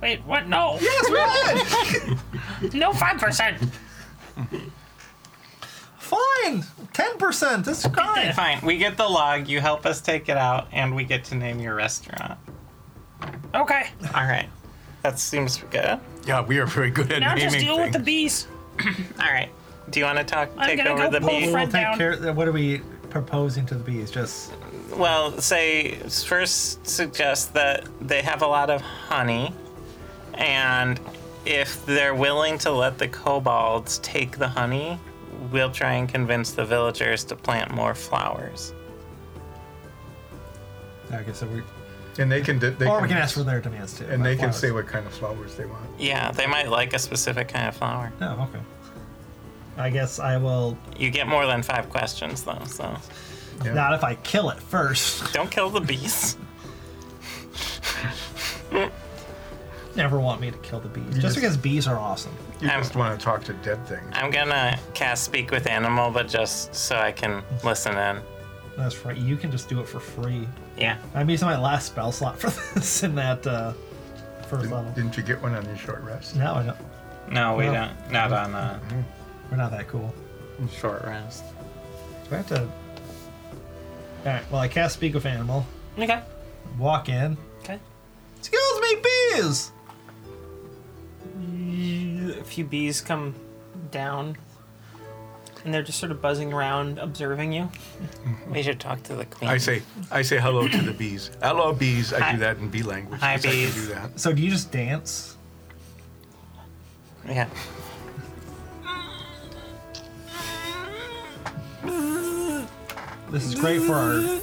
Speaker 9: Wait, what? No.
Speaker 2: Yes, we did.
Speaker 9: No five percent.
Speaker 2: Fine. Ten percent. It's fine.
Speaker 3: Fine, we get the log. You help us take it out, and we get to name your restaurant.
Speaker 9: Okay.
Speaker 3: All right. That seems good.
Speaker 4: Yeah, we are very good at
Speaker 9: Now
Speaker 4: naming
Speaker 9: just deal with
Speaker 4: things.
Speaker 9: the bees.
Speaker 3: All right. Do you want to talk?
Speaker 9: I'm
Speaker 3: Take
Speaker 9: gonna
Speaker 3: over
Speaker 9: go
Speaker 3: the
Speaker 9: pull
Speaker 3: bee.
Speaker 9: Fred down.
Speaker 2: What are we proposing to the bees? Just
Speaker 3: Well, say first suggest that they have a lot of honey, and if they're willing to let the kobolds take the honey, we'll try and convince the villagers to plant more flowers.
Speaker 2: Okay, so we.
Speaker 4: And they can. d- They
Speaker 2: Or we can ask for their demands too.
Speaker 4: And
Speaker 2: about
Speaker 4: they can
Speaker 2: flowers.
Speaker 4: say what kind of flowers they want.
Speaker 3: Yeah, they might like a specific kind of flower.
Speaker 2: No, Oh, okay. I guess I will.
Speaker 3: You get more than five questions though, so
Speaker 4: Yeah.
Speaker 2: Not if I kill it first.
Speaker 3: don't kill the bees.
Speaker 2: Never want me to kill the bees. Just,
Speaker 4: just-
Speaker 2: because bees are awesome.
Speaker 4: You
Speaker 3: I'm-
Speaker 4: just want to talk to dead things.
Speaker 3: I'm gonna cast Speak with Animal, but just so I can listen in.
Speaker 2: That's right. You can just do it for free.
Speaker 3: Yeah.
Speaker 2: I'm using my last spell slot for this in that uh, first level.
Speaker 4: Didn't, didn't you get one on your short rest?
Speaker 2: No, I don't.
Speaker 3: No, we
Speaker 2: No.
Speaker 3: don't. Not on uh, a
Speaker 2: We're not that cool.
Speaker 3: short rest.
Speaker 2: Do I have to? All right. Well, I cast speak with animal.
Speaker 1: Okay.
Speaker 2: Walk in.
Speaker 1: Okay.
Speaker 2: Excuse me, bees.
Speaker 1: A few bees come down, and they're just sort of buzzing around, observing you.
Speaker 3: We should talk to the queen.
Speaker 4: I say, I say hello to the bees. Hello, bees. I
Speaker 3: Hi.
Speaker 4: do that in bee language.
Speaker 3: Hi,
Speaker 4: Yes, I can
Speaker 3: bees.
Speaker 4: do that.
Speaker 2: So do you just dance?
Speaker 3: Yeah.
Speaker 2: This is great for our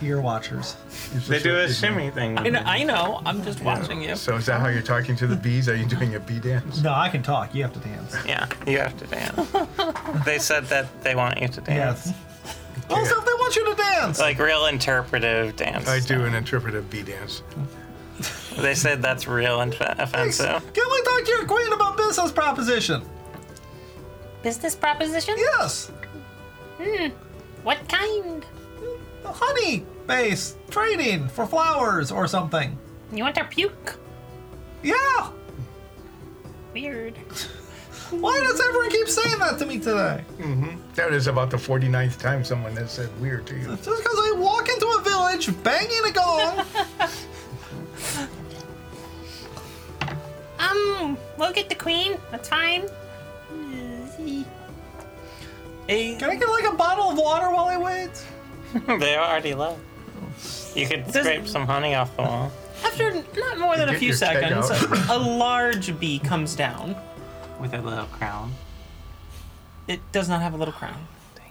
Speaker 2: ear watchers.
Speaker 4: Is
Speaker 3: They
Speaker 4: this
Speaker 3: do
Speaker 4: what
Speaker 3: a
Speaker 4: you
Speaker 3: shimmy thing.
Speaker 1: I know. I know. I'm just watching you.
Speaker 4: So is that how you're talking to the bees? Are you doing a bee dance?
Speaker 2: No, I can talk. You have to dance.
Speaker 3: Yeah, you have to dance. they said that they want you to dance.
Speaker 2: Yes. Also, they want you to dance.
Speaker 3: Like real interpretive dance.
Speaker 4: I do an interpretive bee dance.
Speaker 3: They said that's real inf- offensive.
Speaker 2: Can we talk to your queen about business proposition?
Speaker 9: Business proposition?
Speaker 2: Yes.
Speaker 9: What kind?
Speaker 2: Honey based trading for flowers or something.
Speaker 9: You want our puke?
Speaker 2: Yeah.
Speaker 9: Weird.
Speaker 2: Why does everyone keep saying that to me today?
Speaker 4: That is about the 49th time someone has said weird to you.
Speaker 2: Just because I walk into a village banging a gong.
Speaker 9: Um, we'll get the queen. That's fine.
Speaker 1: A
Speaker 2: Can I get like a bottle of water while I wait?
Speaker 3: they already love. You could scrape some honey off the wall.
Speaker 1: After not more than a
Speaker 4: Get
Speaker 1: few
Speaker 4: your keg
Speaker 1: seconds,
Speaker 4: out.
Speaker 1: a large bee comes down.
Speaker 3: With a little crown.
Speaker 1: It does not have a little crown.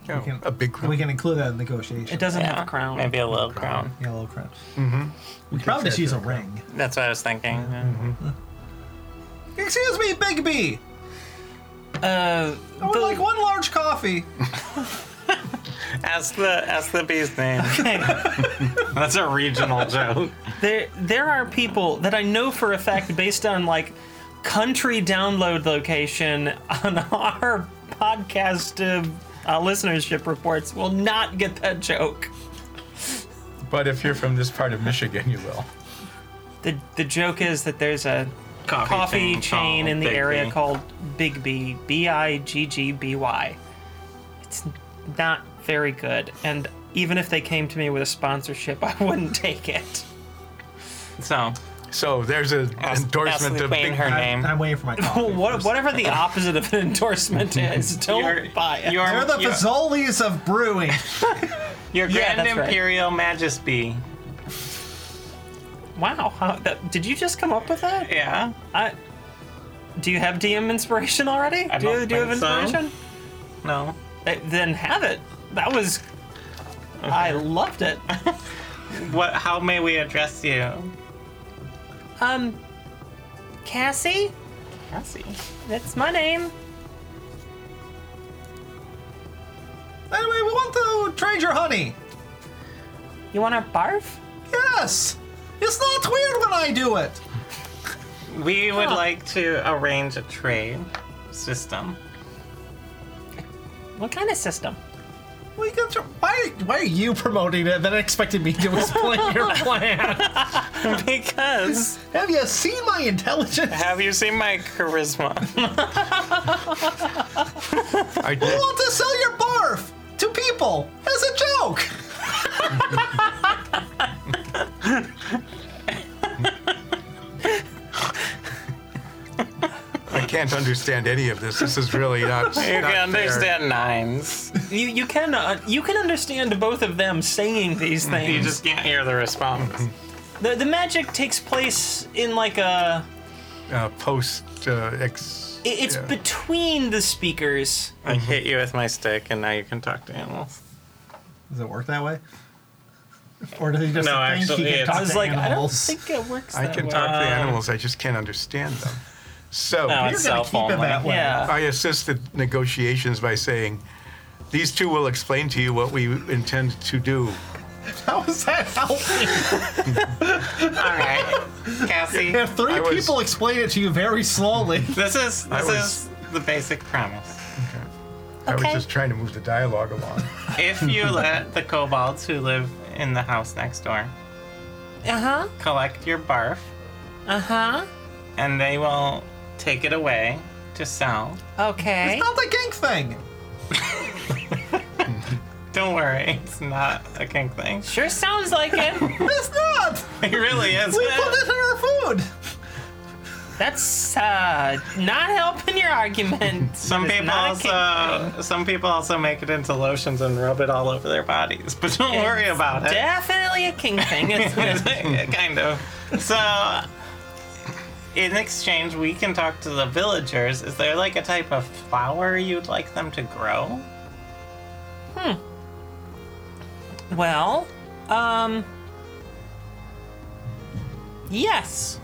Speaker 4: Oh,
Speaker 2: can-
Speaker 4: a big
Speaker 2: We
Speaker 4: crowd.
Speaker 2: can include that in negotiation.
Speaker 1: It doesn't have a crown.
Speaker 3: Maybe a little crown.
Speaker 2: Yeah, a little crunch. Mm-hmm. We could probably just use a ring.
Speaker 3: That's what I was thinking. yeah.
Speaker 2: Excuse me, Big B.
Speaker 1: Uh,
Speaker 2: I would
Speaker 1: the-
Speaker 2: like one large coffee.
Speaker 3: Ask the ask the bee's name. That's a regional joke.
Speaker 1: There, there are people that I know for a fact, based on like country download location on our podcast uh, uh, listenership reports, will not get that joke.
Speaker 4: But if you're from this part of Michigan, you will.
Speaker 1: The the joke is that there's a
Speaker 3: Coffee,
Speaker 1: coffee chain,
Speaker 3: called
Speaker 1: in the
Speaker 3: Big
Speaker 1: area
Speaker 3: B.
Speaker 1: called Big B, B I G G B Y. It's not very good, and even if they came to me with a sponsorship, I wouldn't take it.
Speaker 3: So
Speaker 4: So there's an
Speaker 3: ask, ask
Speaker 4: endorsement
Speaker 3: the
Speaker 4: of
Speaker 3: queen
Speaker 4: big
Speaker 3: her
Speaker 2: I'm,
Speaker 3: name.
Speaker 2: I'm waiting for my coffee.
Speaker 1: Well, what,
Speaker 2: first.
Speaker 1: whatever the opposite of an endorsement is, don't
Speaker 3: You're-
Speaker 1: buy it.
Speaker 3: you are-
Speaker 2: They're the
Speaker 3: Yeah.
Speaker 2: Fazoli's of brewing.
Speaker 3: Your
Speaker 1: Yeah,
Speaker 3: Grand
Speaker 1: that's right.
Speaker 3: Imperial Majesty.
Speaker 1: Wow, how, that, did you just come up with that?
Speaker 3: Yeah.
Speaker 1: I, do you have DM inspiration already?
Speaker 3: I
Speaker 1: do
Speaker 3: don't
Speaker 1: you, do you have
Speaker 3: think so.
Speaker 1: inspiration?
Speaker 3: No.
Speaker 1: Eh, Then have it. That was. I loved it.
Speaker 3: What? How may we address you?
Speaker 1: Um, Cassie,
Speaker 3: Cassie.
Speaker 1: that's my name.
Speaker 2: Anyway, we want to trade your honey.
Speaker 1: You want our barf?
Speaker 2: Yes! It's not weird when I do it!
Speaker 3: We would
Speaker 1: Huh.
Speaker 3: like to arrange a trade system.
Speaker 1: What kind of system?
Speaker 2: We got your, why, why are you promoting it then expecting me to explain your plan?
Speaker 3: Because
Speaker 2: Have you seen my intelligence?
Speaker 3: have you seen my charisma?
Speaker 4: I
Speaker 2: We
Speaker 4: did.
Speaker 2: want to sell your barf to people as a joke!
Speaker 4: I can't understand any of this. This is really not.
Speaker 3: You
Speaker 4: not
Speaker 3: can understand nines.
Speaker 1: You you can uh, you can understand both of them saying these things.
Speaker 3: You just can't hear the response.
Speaker 1: The, the magic takes place in like a
Speaker 4: uh, post uh, ex.
Speaker 10: It- It's
Speaker 4: yeah.
Speaker 10: between the speakers.
Speaker 3: I
Speaker 1: Mm-hmm.
Speaker 3: hit you with my stick, and now you can talk to animals.
Speaker 2: Does it work that way? Or does he just
Speaker 3: No,
Speaker 2: think
Speaker 3: actually,
Speaker 2: he can
Speaker 3: it's-
Speaker 2: talk
Speaker 10: I was
Speaker 2: to
Speaker 10: like,
Speaker 2: animals?
Speaker 10: I don't think it works.
Speaker 4: I
Speaker 10: that
Speaker 4: can
Speaker 10: way.
Speaker 4: talk to animals. I just can't understand them. So
Speaker 3: No,
Speaker 2: You're
Speaker 3: it's
Speaker 2: gonna
Speaker 3: self
Speaker 2: keep him
Speaker 3: only.
Speaker 2: that way.
Speaker 10: Yeah.
Speaker 4: I assisted negotiations by saying, "These two will explain to you what we intend to do."
Speaker 2: How is that helping?
Speaker 3: All right, Cassie.
Speaker 2: If three
Speaker 4: I was-
Speaker 2: people explain it to you very slowly,
Speaker 3: This is this
Speaker 4: was-
Speaker 3: is the basic premise.
Speaker 4: I was
Speaker 11: Okay.
Speaker 4: just trying to move the dialogue along.
Speaker 3: If you let the kobolds who live in the house next door
Speaker 10: Uh huh.
Speaker 2: Uh-huh.
Speaker 3: collect your barf,
Speaker 10: Uh
Speaker 9: Uh-huh.
Speaker 10: huh.
Speaker 3: and they will take it away to sell.
Speaker 10: Okay.
Speaker 2: it's not the kink thing.
Speaker 3: Don't worry, it's not a kink thing.
Speaker 10: Sure sounds like it.
Speaker 2: It's not.
Speaker 3: It really is.
Speaker 2: We put it in our food.
Speaker 10: That's uh, not helping your argument.
Speaker 3: Some
Speaker 10: It's
Speaker 3: people
Speaker 10: not a kink thing.
Speaker 3: also some people also make it into lotions and rub it all over their bodies, but don't worry
Speaker 10: It's
Speaker 3: about it.
Speaker 10: Definitely a king thing. It's
Speaker 3: kind of. So, in exchange, we can talk to the villagers. Is there like a type of flower you'd like them to grow?
Speaker 10: Well, um, yes,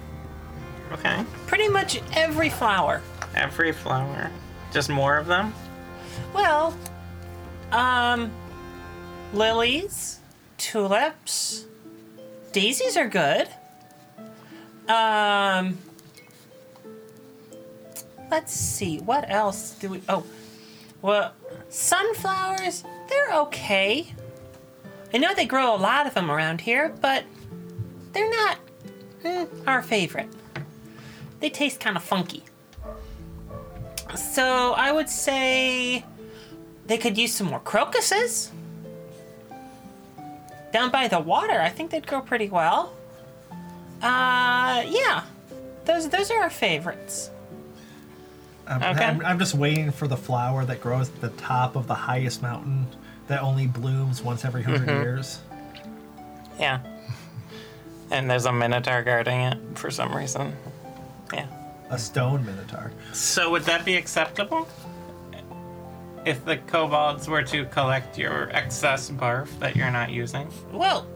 Speaker 3: Okay.
Speaker 10: pretty much every flower.
Speaker 3: Every flower. Just more of them?
Speaker 10: Well, um, lilies, tulips, daisies are good. Um, let's see, what else do we? Oh, well, sunflowers, they're okay. I know they grow a lot of them around here, but they're not mm, our favorite. They taste kind of funky. So I would say they could use some more crocuses. Down by the water, I think they'd grow pretty well. Uh, yeah, those those are our favorites.
Speaker 2: I'm,
Speaker 3: Okay.
Speaker 2: I'm, I'm just waiting for the flower that grows at the top of the highest mountain that only blooms once every 100
Speaker 10: Mm-hmm.
Speaker 2: years.
Speaker 3: Yeah. And there's a minotaur guarding it for some reason. Yeah.
Speaker 2: A stone minotaur.
Speaker 3: So, would that be acceptable? If the kobolds were to collect your excess barf that you're not using?
Speaker 10: Well,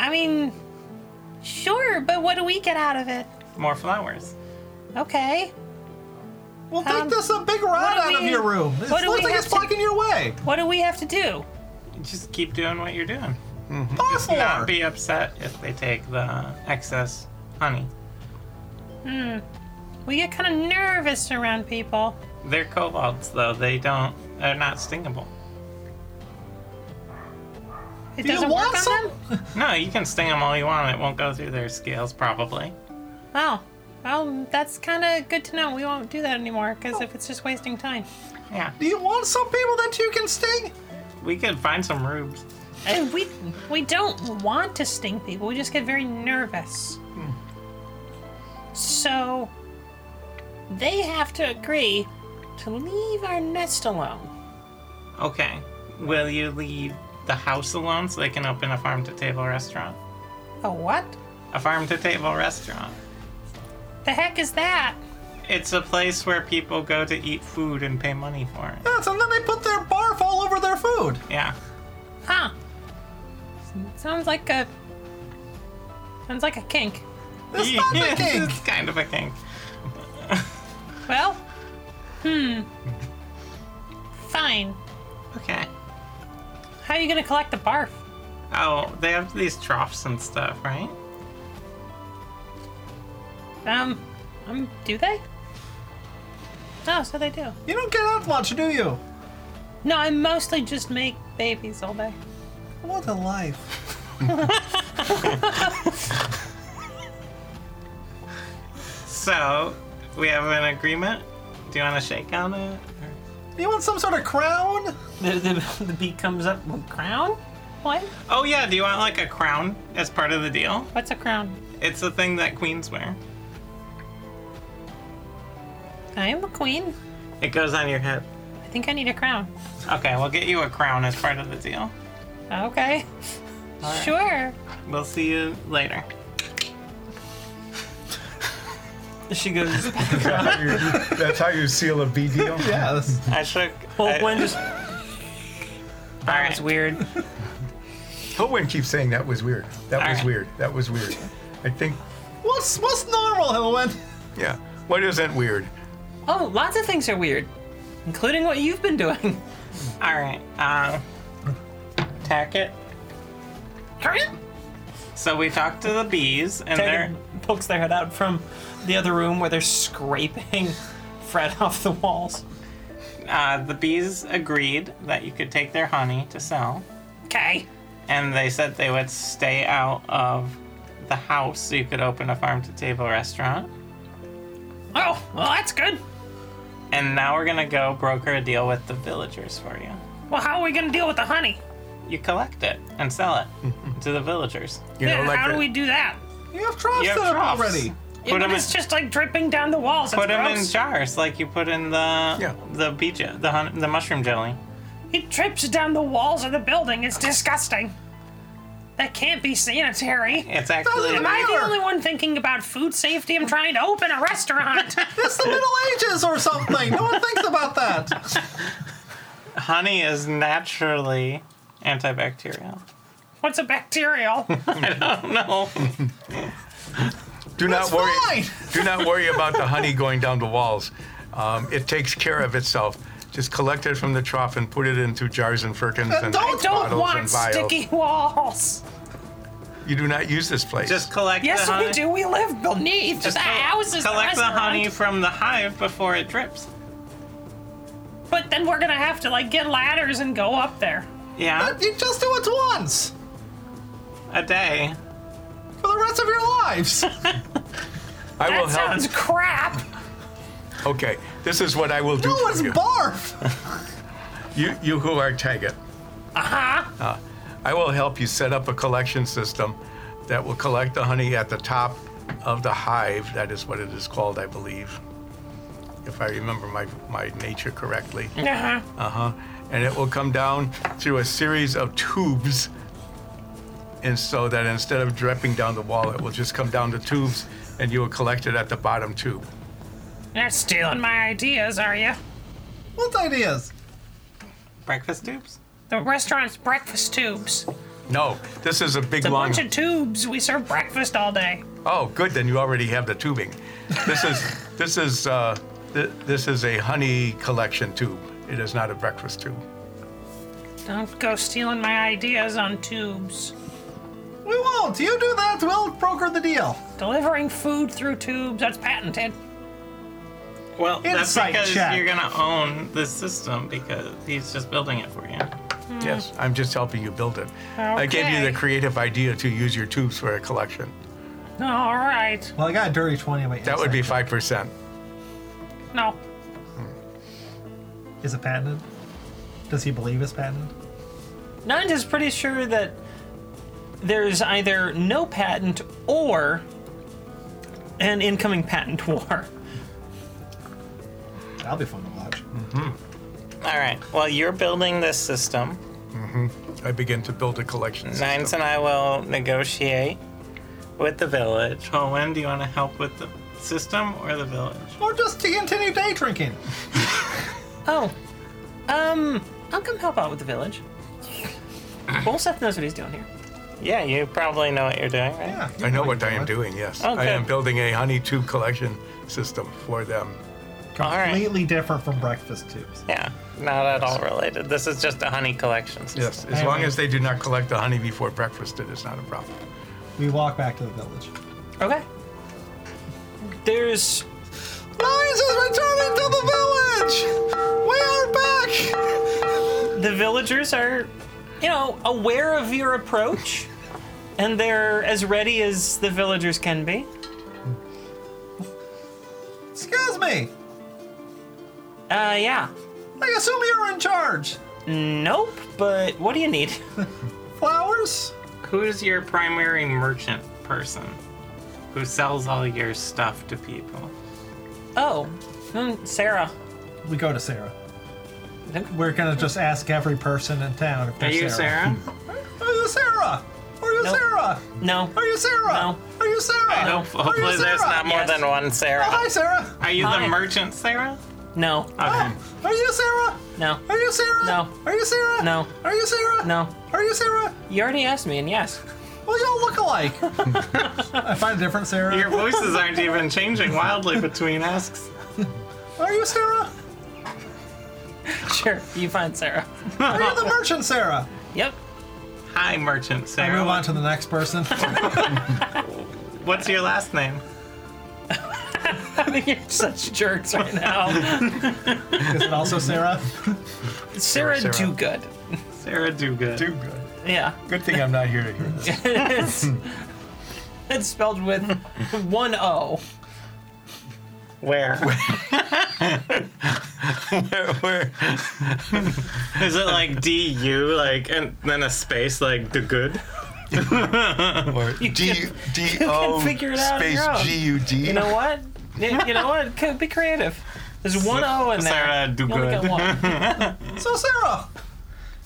Speaker 10: I mean, sure, but what do we get out of it?
Speaker 3: More flowers.
Speaker 10: Okay,
Speaker 2: Well, take
Speaker 10: Um,
Speaker 2: this a big rod
Speaker 10: do
Speaker 2: out of
Speaker 10: we-
Speaker 2: your room. It
Speaker 10: what do
Speaker 2: looks
Speaker 10: we
Speaker 2: like
Speaker 10: have
Speaker 2: it's
Speaker 10: to-
Speaker 2: blocking your way.
Speaker 10: what do we have to do?
Speaker 3: Just keep doing what you're doing.
Speaker 2: Boss
Speaker 3: not be upset if they take the excess honey.
Speaker 10: We get kind of nervous around people.
Speaker 3: They're kobolds, though. They don't. They're not stingable.
Speaker 10: It
Speaker 2: Do you
Speaker 10: doesn't
Speaker 2: want
Speaker 10: work on
Speaker 2: some?
Speaker 10: them.
Speaker 3: No, you can sting them all you want. It won't go through their scales, probably.
Speaker 10: Oh, well, that's kind of good to know. We won't do that anymore because if it's just wasting time.
Speaker 3: Yeah,
Speaker 2: Do you want some people that you can sting?
Speaker 3: we could find some rubes.
Speaker 10: And we we don't want to sting people. We just get very nervous. So they have to agree to leave our nest alone.
Speaker 3: Okay. Will you leave the house alone so they can open a farm-to-table restaurant?
Speaker 10: A what?
Speaker 3: A farm-to-table restaurant.
Speaker 10: The heck is that?
Speaker 3: It's a place where people go to eat food and pay money for it.
Speaker 2: Yes, and then they put their barf all over their food.
Speaker 3: Yeah.
Speaker 10: Huh? Sounds like a sounds like a kink.
Speaker 2: It's not the kink.
Speaker 3: it's kind of a kink.
Speaker 10: Well, hmm. Fine.
Speaker 3: Okay.
Speaker 10: How are you gonna collect the barf?
Speaker 3: Oh, they have these troughs and stuff, right?
Speaker 10: Um, um, do they? Oh, so they do.
Speaker 2: You don't get out much, do you?
Speaker 10: No, I mostly just make babies all day.
Speaker 2: What a life.
Speaker 3: So, we have an agreement. Do you want to shake on it?
Speaker 2: You want some sort of crown?
Speaker 10: The, the, the bee comes up with crown? What?
Speaker 3: Oh, yeah, do you want like a crown as part of the deal?
Speaker 10: What's a crown?
Speaker 3: It's a thing that queens wear.
Speaker 10: I am a queen.
Speaker 3: It goes on your head.
Speaker 10: I think I need a crown.
Speaker 3: Okay, we'll get you a crown as part of the deal.
Speaker 10: Okay. Sure.
Speaker 3: We'll see you later.
Speaker 1: She goes,
Speaker 4: That's how you seal a big deal?
Speaker 2: Yeah, that's,
Speaker 3: I shook. I,
Speaker 1: well, when just. That
Speaker 3: right.
Speaker 1: was weird.
Speaker 4: Hilwin keeps saying that was weird. That was
Speaker 3: right.
Speaker 4: weird. That was weird. I think,
Speaker 2: what's what's normal, Hilwin?
Speaker 4: yeah. What isn't weird?
Speaker 1: Oh, lots of things are weird, including what you've been doing.
Speaker 3: all right. Um, tack it. So we talked to the bees, and they're
Speaker 1: Dragon pokes their head out from the other room where they're scraping Fred off the walls.
Speaker 3: uh, the bees agreed that you could take their honey to sell,
Speaker 9: Okay.
Speaker 3: and they said they would stay out of the house so you could open a farm-to-table restaurant.
Speaker 9: Oh, well, that's good.
Speaker 3: And now we're gonna go broker a deal with the villagers for you.
Speaker 9: Well, how are we going to deal with the honey?
Speaker 3: You collect it and sell it to the villagers.
Speaker 4: You know,
Speaker 9: Yeah,
Speaker 4: like
Speaker 9: how
Speaker 4: the,
Speaker 9: do we do that?
Speaker 2: You have troughs
Speaker 3: You have
Speaker 2: set up
Speaker 3: troughs.
Speaker 2: already.
Speaker 3: Put
Speaker 9: but
Speaker 3: them in,
Speaker 9: it's just like dripping down the walls.
Speaker 3: put
Speaker 9: It's
Speaker 3: 'em in
Speaker 9: gross.
Speaker 3: jars like you put in the
Speaker 4: Yeah.
Speaker 3: the bee je- the hun- the mushroom jelly.
Speaker 9: It drips down the walls of the building. It's disgusting. That can't be sanitary.
Speaker 3: It's actually
Speaker 2: Doesn't
Speaker 9: Am I
Speaker 2: Sure.
Speaker 9: the only one thinking about food safety? I'm trying to open a restaurant.
Speaker 2: It's the Middle Ages or something. No one thinks about that.
Speaker 3: honey is naturally antibacterial.
Speaker 9: What's a bacterial?
Speaker 3: No,
Speaker 4: do not
Speaker 2: That's
Speaker 4: worry.
Speaker 2: fine.
Speaker 4: Do not worry about the honey going down the walls. Um, it takes care of itself. Just collect it from the trough and put it into jars and firkins and
Speaker 2: don't-
Speaker 4: ice
Speaker 9: Uh, Don't
Speaker 4: bottles
Speaker 9: want
Speaker 4: and vials.
Speaker 9: sticky walls.
Speaker 4: You do not use this place.
Speaker 3: just collect
Speaker 9: Yes,
Speaker 3: the honey.
Speaker 9: we do. We live beneath
Speaker 3: Just
Speaker 9: the
Speaker 3: col-
Speaker 9: houses.
Speaker 3: collect the,
Speaker 9: restaurant.
Speaker 3: honey from the hive before it drips.
Speaker 9: But then we're gonna have to like get ladders and go up there.
Speaker 3: Yeah,
Speaker 2: You just do it once
Speaker 3: a day.
Speaker 2: for the rest of your lives.
Speaker 4: I will
Speaker 9: That
Speaker 4: help.
Speaker 9: sounds crap.
Speaker 4: Okay, this is what I will do
Speaker 2: No
Speaker 4: for
Speaker 2: one's
Speaker 4: you.
Speaker 2: barf.
Speaker 4: you. You who are Taggart,
Speaker 9: Uh-huh.
Speaker 4: I will help you set up a collection system that will collect the honey at the top of the hive. That is what it is called, I believe, if I remember my, my nature correctly.
Speaker 9: Uh-huh.
Speaker 4: Uh-huh. And it will come down through a series of tubes. And so that instead of dripping down the wall, it will just come down the tubes and you will collect it at the bottom tube.
Speaker 9: You're stealing my ideas, are you?
Speaker 2: What ideas?
Speaker 3: Breakfast tubes.
Speaker 9: The restaurant's breakfast tubes.
Speaker 4: No, this is a big
Speaker 9: It's a
Speaker 4: long.
Speaker 9: bunch of tubes. We serve breakfast all day.
Speaker 4: Oh, good. Then you already have the tubing. This is this is uh, th- this is a honey collection tube. It is not a breakfast tube.
Speaker 9: Don't go stealing my ideas on tubes.
Speaker 2: We won't. You do that. We'll broker the deal.
Speaker 9: Delivering food through tubes, that's patented.
Speaker 3: Well, that's
Speaker 2: Insight
Speaker 3: because
Speaker 2: check.
Speaker 3: you're gonna own this system because he's just building it for you.
Speaker 4: Yes, I'm just helping you build it. I gave you the
Speaker 9: Okay.
Speaker 4: creative idea to use your tubes for a collection.
Speaker 9: All right.
Speaker 2: Well, I got a dirty twenty on my.
Speaker 4: That would be
Speaker 2: inside
Speaker 4: five percent.
Speaker 9: No.
Speaker 2: check. Is it patented? Does he believe it's patented?
Speaker 1: Nund is pretty sure that there's either no patent or an incoming patent war.
Speaker 2: That'll be fun to watch.
Speaker 4: Hmm.
Speaker 3: All right. Well, you're building this system.
Speaker 4: I begin to build a collection.
Speaker 3: Nines
Speaker 4: system.
Speaker 3: and I will negotiate with the village. Holwyn, do you want to help with the system or the village?
Speaker 2: Or just to continue day drinking.
Speaker 1: Oh, um, I'll come help out with the village. Well, Seth knows what he's doing here.
Speaker 3: Yeah, you probably know what you're doing, right?
Speaker 2: Yeah.
Speaker 4: I know what I am doing. Yes, I
Speaker 3: Okay.
Speaker 4: am building a honey tube collection system for them.
Speaker 3: All right.
Speaker 2: Completely different from breakfast tubes.
Speaker 3: Yeah, not at all related. This is just a honey collection system.
Speaker 4: Yes, as long as they do not collect the honey before breakfast, it is not a problem.
Speaker 2: We walk back to the village.
Speaker 1: Okay. There's
Speaker 2: Lions is returning to the village! We are back!
Speaker 1: the villagers are, you know, aware of your approach, and they're as ready as the villagers can be.
Speaker 2: Excuse me!
Speaker 1: Uh, yeah.
Speaker 2: I assume you're in charge.
Speaker 1: Nope, but what do you need?
Speaker 2: Flowers?
Speaker 3: Who's your primary merchant person who sells all your stuff to people?
Speaker 1: Oh,
Speaker 9: hmm,
Speaker 1: mm, Sarah.
Speaker 2: We go to Sarah.
Speaker 1: Okay.
Speaker 2: We're gonna just ask every person in town if they're
Speaker 3: Are you Sarah?
Speaker 2: Are you Sarah? Are you
Speaker 1: Nope.
Speaker 2: Sarah?
Speaker 1: No.
Speaker 2: Are you Sarah?
Speaker 1: No.
Speaker 2: Are you you, Sarah?
Speaker 12: Hope-
Speaker 2: Are you
Speaker 12: Hopefully, there's
Speaker 2: Sarah? Oh,
Speaker 12: not more
Speaker 9: Yes.
Speaker 12: than one Sarah.
Speaker 2: Hi, Sarah.
Speaker 12: Are you
Speaker 9: Hi.
Speaker 12: the merchant Sarah?
Speaker 9: No.
Speaker 2: Oh, are you Sarah?
Speaker 9: No.
Speaker 2: Are you Sarah?
Speaker 9: No.
Speaker 2: Are you Sarah?
Speaker 9: No.
Speaker 2: Are you Sarah?
Speaker 9: No.
Speaker 2: Are you Sarah?
Speaker 9: You already asked me, and yes.
Speaker 2: Well, y'all look alike. I find a different Sarah.
Speaker 12: Your voices aren't even changing wildly between asks.
Speaker 2: Are you Sarah?
Speaker 9: Sure. You find Sarah.
Speaker 2: Are you the merchant Sarah?
Speaker 9: Yep.
Speaker 12: Hi, merchant
Speaker 2: I move on
Speaker 12: Sarah.
Speaker 2: to the next person.
Speaker 12: What's your last name?
Speaker 9: You're such jerks right now.
Speaker 2: Is it also Sarah?
Speaker 9: Sarah,
Speaker 4: Sarah.
Speaker 9: do good.
Speaker 12: Sarah Duga.
Speaker 4: Do good.
Speaker 9: Yeah.
Speaker 4: Good thing I'm not here to hear this.
Speaker 9: it's, it's spelled with one O.
Speaker 12: Where? where, where? Is it like D U like and then a space like the good?
Speaker 4: Or D D O
Speaker 9: figure it out on your own.
Speaker 4: space G U D.
Speaker 9: You know what? Y- You know what? C- Be creative. There's one O in there.
Speaker 12: Sarah, do
Speaker 9: You only got
Speaker 12: good.
Speaker 9: one.
Speaker 2: So, Sarah,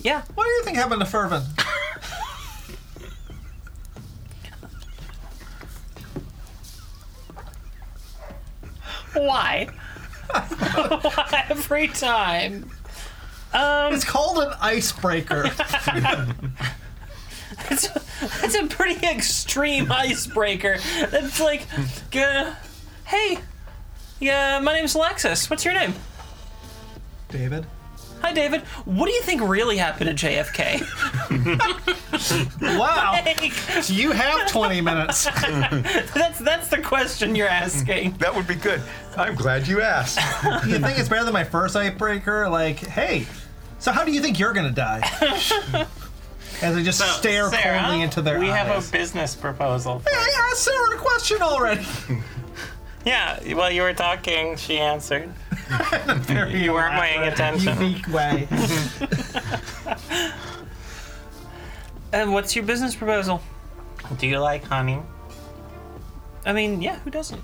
Speaker 9: Yeah.
Speaker 2: what do you think happened to Fervin?
Speaker 9: Why? Why every time? Um,
Speaker 2: It's called an icebreaker.
Speaker 9: that's, that's a pretty extreme icebreaker. That's like, uh, hey, yeah, my name's Alexis. What's your name?
Speaker 2: David.
Speaker 9: Hi, David. What do you think really happened to JFK?
Speaker 2: Wow.
Speaker 9: Like,
Speaker 2: You have 20 minutes.
Speaker 9: that's that's the question you're asking.
Speaker 4: That would be good. I'm glad you asked.
Speaker 2: You think it's better than my first icebreaker? Like, hey, so how do you think you're gonna die? As I just
Speaker 12: So,
Speaker 2: stare
Speaker 12: Sarah,
Speaker 2: coldly into their
Speaker 12: We
Speaker 2: eyes.
Speaker 12: have a business proposal.
Speaker 2: Hey, I asked Sarah a question already.
Speaker 12: Yeah,
Speaker 3: While you were talking, she answered.
Speaker 2: Very
Speaker 3: You weren't paying attention.
Speaker 2: unique way.
Speaker 9: And what's your business proposal?
Speaker 3: Do you like honey?
Speaker 9: I mean, yeah, who doesn't?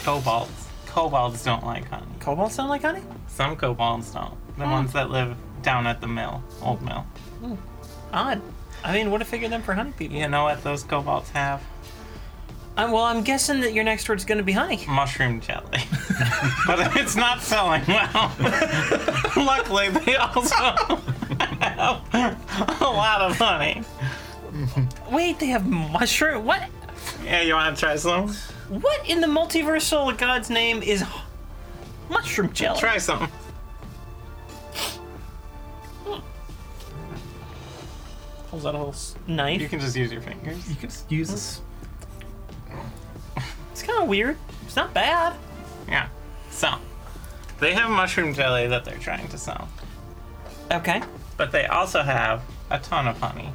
Speaker 3: Kobolds. Kobolds don't like honey.
Speaker 9: Cobalt sound like honey?
Speaker 3: Some kobolds don't. The ones that live down at the mill, old mill.
Speaker 9: Odd. I mean, would have figured them for honey people.
Speaker 3: You know what those kobolds have?
Speaker 9: Uh, well, I'm guessing that your next word's going to be honey.
Speaker 3: Mushroom jelly. but it's not selling well. Luckily, they also have a lot of honey.
Speaker 9: Wait, they have mushroom. What?
Speaker 3: Yeah, you want to try some?
Speaker 9: What in the multiversal god's name is h- mushroom jelly?
Speaker 3: Try some.
Speaker 9: Pulls out a little s- knife.
Speaker 3: You can just use your fingers.
Speaker 2: You could use this.
Speaker 9: It's kind of weird. It's not bad.
Speaker 3: Yeah. So, they have mushroom jelly that they're trying to sell,
Speaker 9: Okay.
Speaker 3: but they also have a ton of honey.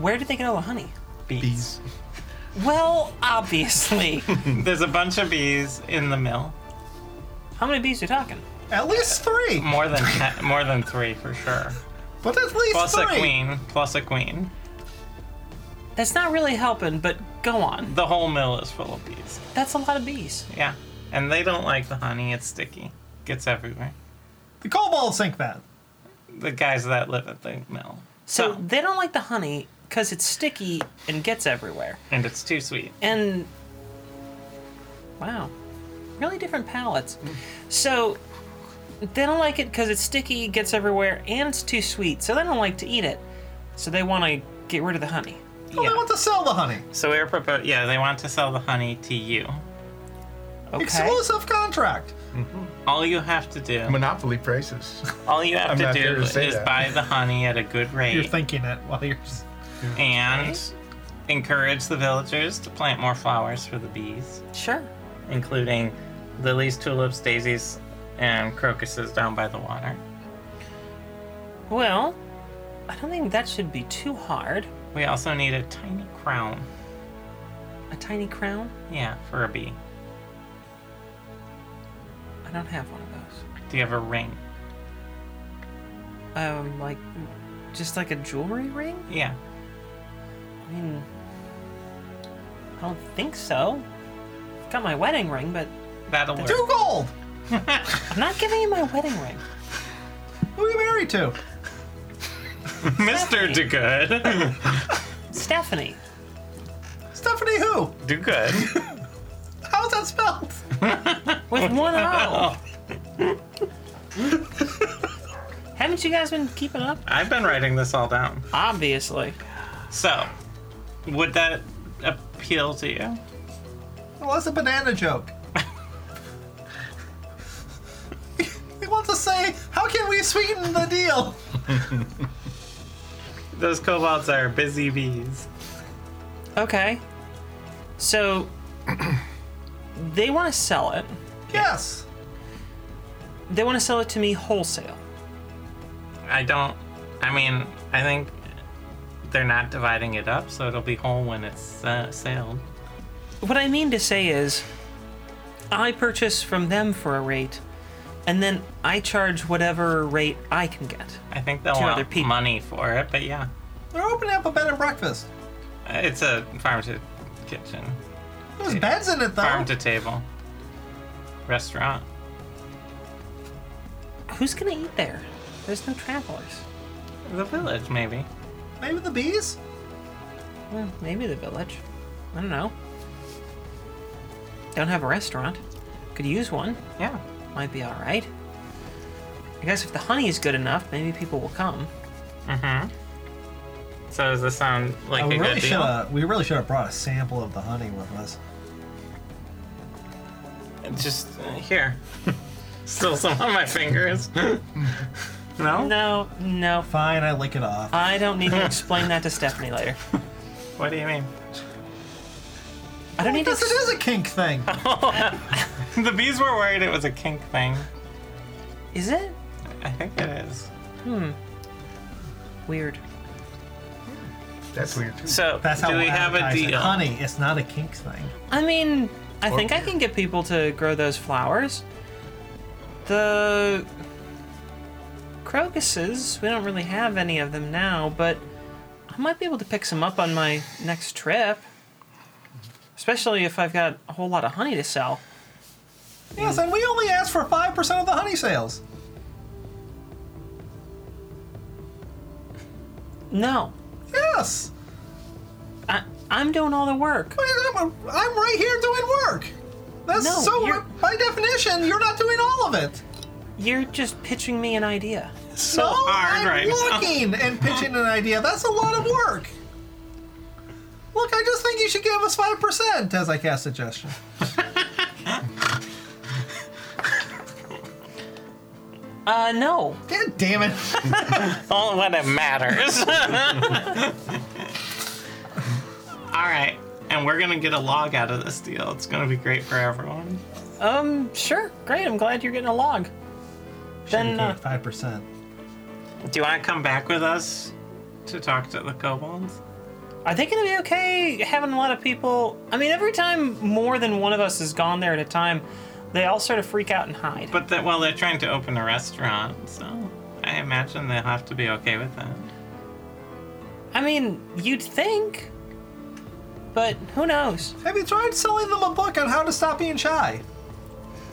Speaker 9: Where did they get all the honey?
Speaker 3: Bees.
Speaker 4: Bees.
Speaker 9: Well, obviously.
Speaker 3: There's a bunch of bees in the mill.
Speaker 9: How many bees are talking?
Speaker 2: At least three.
Speaker 3: More than te- more than three for sure.
Speaker 2: But at least
Speaker 3: Plus
Speaker 2: three.
Speaker 3: a queen. Plus a queen.
Speaker 9: That's not really helping, but go on.
Speaker 3: The whole mill is full of bees.
Speaker 9: That's a lot of bees.
Speaker 3: Yeah. And they don't like the honey. It's sticky. Gets everywhere.
Speaker 2: The kobolds think that.
Speaker 3: The guys that live at the mill.
Speaker 9: So
Speaker 3: So-
Speaker 9: they don't like the honey because it's sticky and gets everywhere.
Speaker 3: And it's too sweet.
Speaker 9: And wow, really different palettes. So they don't like it because it's sticky, gets everywhere, and it's too sweet. So they don't like to eat it. So they want to get rid of the honey.
Speaker 2: Well, they want to sell the honey.
Speaker 3: So we were propo- yeah, they want to sell the honey to you.
Speaker 9: Okay.
Speaker 2: Exclusive contract.
Speaker 3: All you have to do
Speaker 4: Monopoly prices.
Speaker 3: All you have
Speaker 4: I'm
Speaker 3: to
Speaker 4: not
Speaker 3: do
Speaker 4: here to
Speaker 3: is
Speaker 4: say that.
Speaker 3: buy the honey at a good
Speaker 2: You're
Speaker 3: rate
Speaker 2: thinking it while you're. s-
Speaker 3: and encourage the villagers to plant more flowers for the bees,
Speaker 9: Sure.
Speaker 3: including lilies, tulips, daisies, and crocuses down by the water.
Speaker 9: Well, I don't think that should be too hard.
Speaker 3: We also need a tiny crown.
Speaker 9: A tiny crown?
Speaker 3: Yeah, for a bee.
Speaker 9: I don't have one of those.
Speaker 3: Do you have a ring?
Speaker 9: Um, like, just like a jewelry ring?
Speaker 3: Yeah.
Speaker 9: I mean, I don't think so. I've got my wedding ring, but
Speaker 3: That'll work.
Speaker 2: Two gold.
Speaker 9: I'm not giving you my wedding ring.
Speaker 2: Who are you married to?
Speaker 3: Mr. DeGood.
Speaker 9: Stephanie.
Speaker 2: Stephanie who?
Speaker 3: Do good.
Speaker 2: How's that spelled?
Speaker 9: With one O. Haven't you guys been keeping up?
Speaker 3: I've been writing this all down.
Speaker 9: Obviously.
Speaker 3: So, would that appeal to you?
Speaker 2: Well, that's a banana joke. he wants to say, how can we sweeten the deal?
Speaker 3: Those kobolds are busy bees.
Speaker 9: Okay. So they want to sell it.
Speaker 2: Yes.
Speaker 9: They want to sell it to me wholesale.
Speaker 3: I don't. I mean, I think they're not dividing it up, so it'll be whole when it's uh, sailed.
Speaker 9: What I mean to say is, I purchase from them for a rate, and then I charge whatever rate I can get.
Speaker 3: I think they'll
Speaker 9: To
Speaker 3: want
Speaker 9: other people.
Speaker 3: money for it, but yeah,
Speaker 2: They're opening up a bed and breakfast.
Speaker 3: it's a farm to kitchen,
Speaker 2: There's beds in it, though.
Speaker 3: farm to table restaurant.
Speaker 9: Who's gonna eat there? There's no travelers.
Speaker 3: The village, maybe.
Speaker 2: Maybe the bees?
Speaker 9: Well, maybe the village. I don't know. Don't have a restaurant. Could use one.
Speaker 3: Yeah.
Speaker 9: Might be all right. I guess if the honey is good enough, maybe people will come.
Speaker 3: Mm-hmm. So does this sound like
Speaker 2: Oh,
Speaker 3: a
Speaker 2: we, really
Speaker 3: good deal?
Speaker 2: shoulda- we really should have brought a sample of the honey with us.
Speaker 3: Just uh, here. Still some on my fingers. no?
Speaker 9: No, no.
Speaker 2: Fine, I lick it off.
Speaker 9: I don't need to explain that to Stephanie later.
Speaker 3: What do you mean?
Speaker 9: I don't need to.
Speaker 2: Yes, it is a kink thing.
Speaker 3: the bees were worried it was a kink thing.
Speaker 9: Is it?
Speaker 3: I think it is.
Speaker 9: Weird.
Speaker 4: That's weird too.
Speaker 3: So
Speaker 2: That's how
Speaker 3: do we
Speaker 2: we'll
Speaker 3: have a
Speaker 2: advertise it.
Speaker 3: deal?
Speaker 2: Honey, it's not a kink thing.
Speaker 9: I mean, I think I can get people to grow those flowers. The crocuses, we don't really have any of them now, but I might be able to pick some up on my next trip. Especially if I've got a whole lot of honey to sell.
Speaker 2: Yes, and we only asked for 5% of the honey sales.
Speaker 9: No,
Speaker 2: Yes.
Speaker 9: I, I'm doing all the work.
Speaker 2: I'm, I'm right here doing work. That's
Speaker 9: No,
Speaker 2: so,
Speaker 9: you're-
Speaker 2: by definition, you're not doing all of it.
Speaker 9: You're just pitching me an idea.
Speaker 2: So no,
Speaker 3: hard
Speaker 2: I'm
Speaker 3: right now.
Speaker 2: looking and pitching an idea. That's a lot of work. Look, I just think you should give us 5% as I cast suggestion.
Speaker 9: Uh, no.
Speaker 2: God damn it.
Speaker 3: Only when it matters. All right, and we're gonna get a log out of this deal. It's gonna be great for everyone.
Speaker 9: Um, sure. Great. I'm glad you're getting a log. Then, uh,
Speaker 2: 5%.
Speaker 3: Do you want to come back with us to talk to the kobolds?
Speaker 9: Are they going to be okay having a lot of people? I mean, every time more than one of us has gone there at a time, they all sort of freak out and hide.
Speaker 3: But that well, they're trying to open a restaurant, so I imagine they'll have to be okay with that.
Speaker 9: I mean, you'd think, but who knows?
Speaker 2: Have you tried selling them a book on how to stop being shy?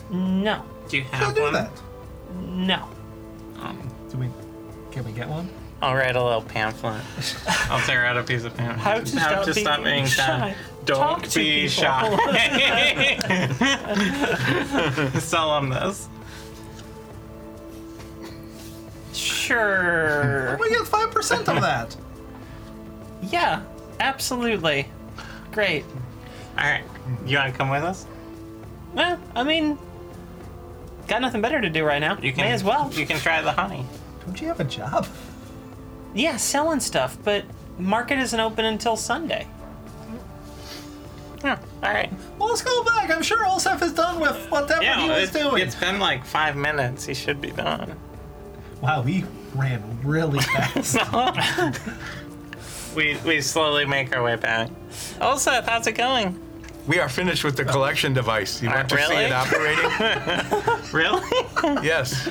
Speaker 9: No,
Speaker 3: Do you
Speaker 2: How
Speaker 3: have
Speaker 2: do
Speaker 3: one? Um,
Speaker 2: that?
Speaker 9: no.
Speaker 2: Do we? Can we get one?
Speaker 3: I'll write a little pamphlet. I'll tear out a piece of pamphlet.
Speaker 9: How to stop being shy.
Speaker 3: Don't
Speaker 9: Talk to
Speaker 3: be
Speaker 9: people.
Speaker 3: shy. Sell them um, this.
Speaker 9: Sure.
Speaker 2: We get five percent of that.
Speaker 9: yeah, absolutely. Great.
Speaker 3: All right, you want to come with us?
Speaker 9: Well, I mean, got nothing better to do right now.
Speaker 3: You can
Speaker 9: May as well.
Speaker 3: You can try the honey.
Speaker 2: Don't you have a job?
Speaker 9: Yeah, selling stuff, but market isn't open until Sunday.
Speaker 3: Yeah. All right.
Speaker 2: Well, let's go back. I'm sure Olsef is done with whatever he was
Speaker 3: it,
Speaker 2: doing.
Speaker 3: has been like five minutes. He should be done.
Speaker 2: Wow, we ran really fast.
Speaker 3: We we slowly make our way back. Olseth, how's it going?
Speaker 4: We are finished with the collection device. You want to see
Speaker 3: really?
Speaker 4: it operating?
Speaker 3: Really?
Speaker 4: yes.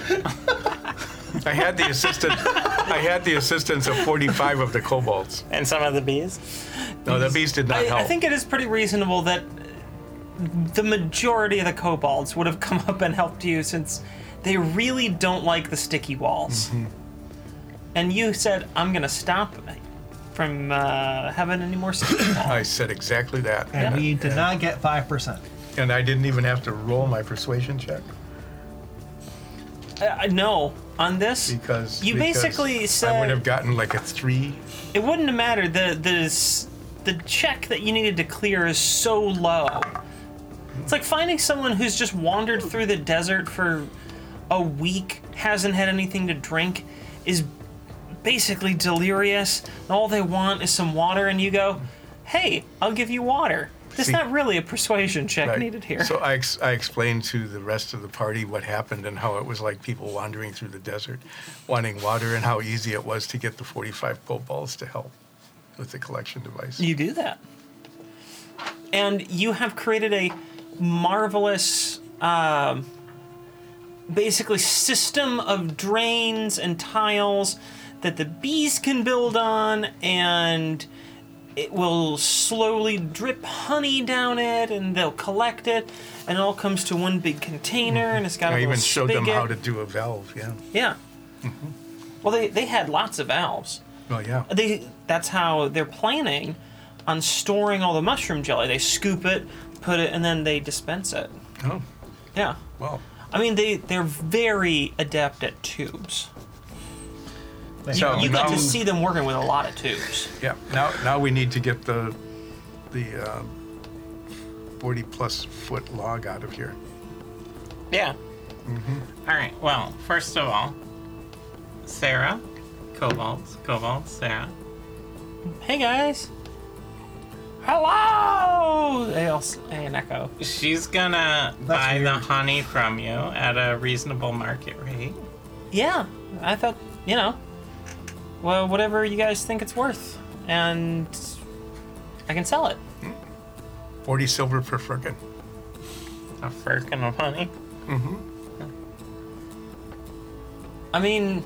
Speaker 4: I had the assistance. I had the assistance of 45 of the kobolds.
Speaker 3: and some of the bees?
Speaker 4: No, the bees did not
Speaker 9: I,
Speaker 4: help.
Speaker 9: I think it is pretty reasonable that the majority of the kobolds would have come up and helped you since they really don't like the sticky walls. And you said, I'm going to stop from uh, having any more sleep.
Speaker 4: I said exactly that.
Speaker 2: And we did not get 5%.
Speaker 4: And I didn't even have to roll my persuasion check
Speaker 9: uh, no, on this
Speaker 4: because
Speaker 9: you
Speaker 4: because
Speaker 9: basically said
Speaker 4: I would have gotten like a three.
Speaker 9: it wouldn't have mattered. The the s- the check that you needed to clear is so low. It's like finding someone who's just wandered through the desert for a week, hasn't had anything to drink, is basically delirious. and All they want is some water, and you go, "Hey, I'll give you water." There's
Speaker 4: See-
Speaker 9: not really a persuasion check
Speaker 4: Right.
Speaker 9: needed here.
Speaker 4: So I, ex- I explained to the rest of the party what happened and how it was like people wandering through the desert, wanting water, and how easy it was to get the 45 kobolds to help with the collection device.
Speaker 9: You do that. And you have created a marvelous, um, basically, system of drains and tiles that the bees can build on, and it will slowly drip honey down it, and they'll collect it, and it all comes to one big container, and it's got a
Speaker 4: I
Speaker 9: little
Speaker 4: even showed
Speaker 9: spigot.
Speaker 4: them how to do a valve. Yeah.
Speaker 9: Yeah. Well, they, they had lots of valves
Speaker 4: Well, yeah.
Speaker 9: they that's how they're planning on storing all the mushroom jelly. They scoop it, put it, and then they dispense it.
Speaker 4: Oh,
Speaker 9: Yeah.
Speaker 4: well.
Speaker 9: I mean, they they're very adept at tubes.
Speaker 4: So
Speaker 9: you got
Speaker 4: now-
Speaker 9: to see them working with a lot of tubes.
Speaker 4: Yeah. Now, now we need to get the the uh, 40 plus foot log out of here.
Speaker 3: Yeah.
Speaker 9: Mm-hmm.
Speaker 3: All right. Well, first of all, Sarah, Cobalt, Cobalt, Sarah.
Speaker 9: Hey guys. Hello. They all s- and echo.
Speaker 3: She's gonna buy the honey from you at a reasonable market rate.
Speaker 9: Yeah, I thought you know. Well, whatever you guys think it's worth, and I can sell it.
Speaker 4: 40 silver per frickin'.
Speaker 3: A firkin of honey.
Speaker 9: I mean,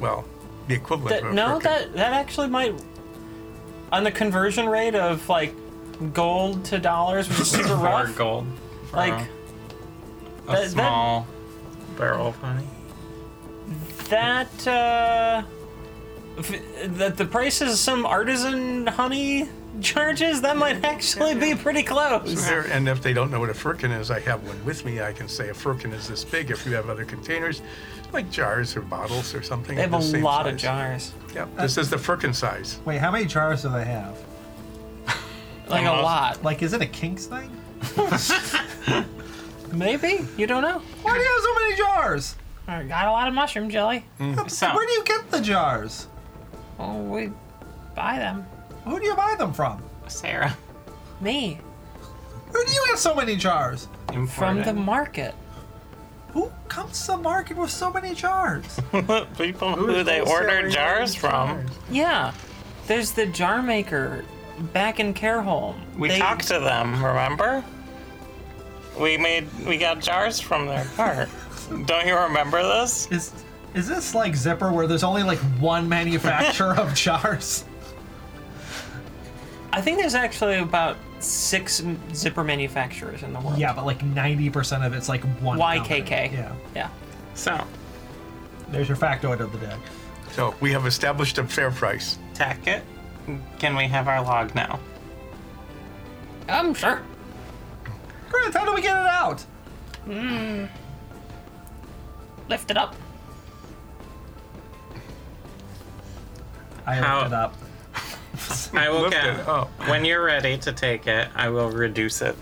Speaker 4: Well, the equivalent
Speaker 9: That,
Speaker 4: of a
Speaker 9: no,
Speaker 4: frickin'.
Speaker 9: that that actually might on the conversion rate of like gold to dollars, which is super
Speaker 3: Or
Speaker 9: rough.
Speaker 3: gold. for
Speaker 9: Like
Speaker 3: a,
Speaker 9: that- that-
Speaker 3: a small barrel of honey.
Speaker 9: that, uh, if, that the price of some artisan honey charges that might actually be pretty close.
Speaker 4: There, and if they don't know what a firkin is, I have one with me. I can say a firkin is this big. If you have other containers, like jars or bottles or something,
Speaker 9: They have a
Speaker 4: the same
Speaker 9: lot of
Speaker 4: size.
Speaker 9: jars,
Speaker 4: Yeah, this is the firkin size.
Speaker 2: Wait, how many jars do they have?
Speaker 9: like a
Speaker 2: Uh-huh.
Speaker 3: Almost.
Speaker 9: lot.
Speaker 2: Like, is it a kinks thing?
Speaker 9: Maybe you don't know.
Speaker 2: Why do you have so many jars?
Speaker 9: I got a lot of mushroom jelly.
Speaker 3: Hmm. So,
Speaker 2: Where do you get the jars?
Speaker 9: Oh, we buy them.
Speaker 2: Who do you buy them from?
Speaker 3: Sarah,
Speaker 9: Me
Speaker 2: Where do you get so many jars?
Speaker 9: from
Speaker 3: important.
Speaker 9: the market.
Speaker 2: Who comes to the market with so many jars?
Speaker 3: people who they order jars from.
Speaker 9: Yeah, there's the jar maker back in Careholm.
Speaker 3: We
Speaker 9: They-
Speaker 3: talked to them, remember? We made we got jars from their cart. Don't you remember this?
Speaker 2: Is is this like Zipper where there's only like one manufacturer of jars?
Speaker 9: I think there's actually about six m- zipper manufacturers in the world.
Speaker 2: Yeah, but like 90% of it's like one. company.
Speaker 9: YKK.
Speaker 2: Yeah.
Speaker 9: Yeah.
Speaker 3: So,
Speaker 2: There's your factoid of the day.
Speaker 4: So we have established a fair price.
Speaker 3: tack it. Can we have our log now?
Speaker 9: I'm sure.
Speaker 2: Grant, how do we get it out?
Speaker 9: Lift it up.
Speaker 2: I
Speaker 3: How-
Speaker 2: looked it up.
Speaker 3: I will
Speaker 4: Lift
Speaker 3: get.
Speaker 4: it Oh. up.
Speaker 3: When you're ready to take it, I will reduce it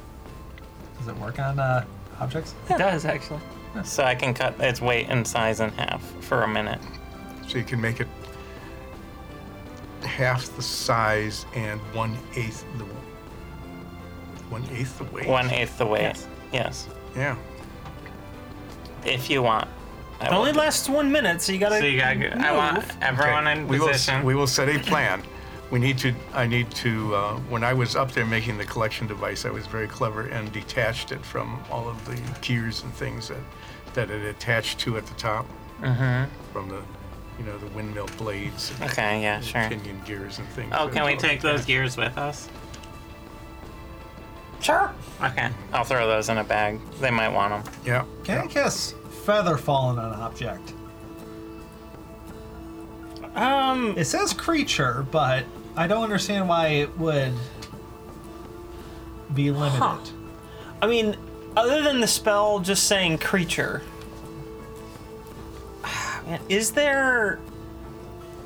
Speaker 2: Does it work on uh, objects?
Speaker 9: It does actually.
Speaker 3: so I can cut its weight and size in half for a minute.
Speaker 4: So you can make it half the size and one eighth the one eighth the weight.
Speaker 3: One eighth the weight. Yes.
Speaker 4: Yeah.
Speaker 3: If you want. I
Speaker 9: It
Speaker 3: will
Speaker 9: only
Speaker 3: do-
Speaker 9: lasts one minute, so you gotta.
Speaker 3: So you got. to I want
Speaker 9: move.
Speaker 3: everyone
Speaker 4: Okay,
Speaker 3: in
Speaker 4: we will,
Speaker 3: position.
Speaker 4: We will set a plan. We need to, I need to, uh, when I was up there making the collection device, I was very clever and detached it from all of the gears and things that, that it attached to at the top. From the, you know, the windmill blades and
Speaker 3: Mm-hmm. okay. Yeah. Sure.
Speaker 4: pinion gears and things.
Speaker 3: Oh,
Speaker 4: It
Speaker 3: can
Speaker 4: was
Speaker 3: we
Speaker 4: all
Speaker 3: take those
Speaker 4: attached.
Speaker 3: gears with us?
Speaker 9: Sure.
Speaker 3: Okay. I'll throw those in a bag. They might want them.
Speaker 4: Yeah.
Speaker 2: Can I kiss feather falling on an object?
Speaker 13: Um,
Speaker 2: It says creature, but I don't understand why it would be limited.
Speaker 1: I mean, other than the spell just saying creature, man, is there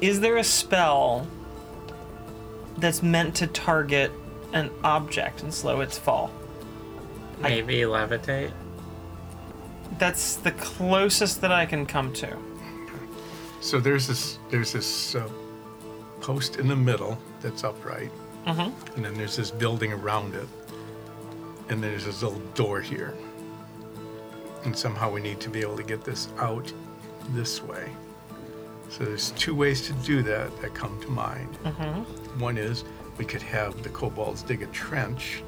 Speaker 1: is there a spell that's meant to target an object and slow its fall?
Speaker 3: Maybe levitate.
Speaker 1: That's the closest that I can come to.
Speaker 4: So there's this there's this uh, post in the middle that's upright, and then there's this building around it, and there's this little door here, and somehow we need to be able to get this out this way. So there's two ways to do that that come to mind. One is we could have the kobolds dig a trench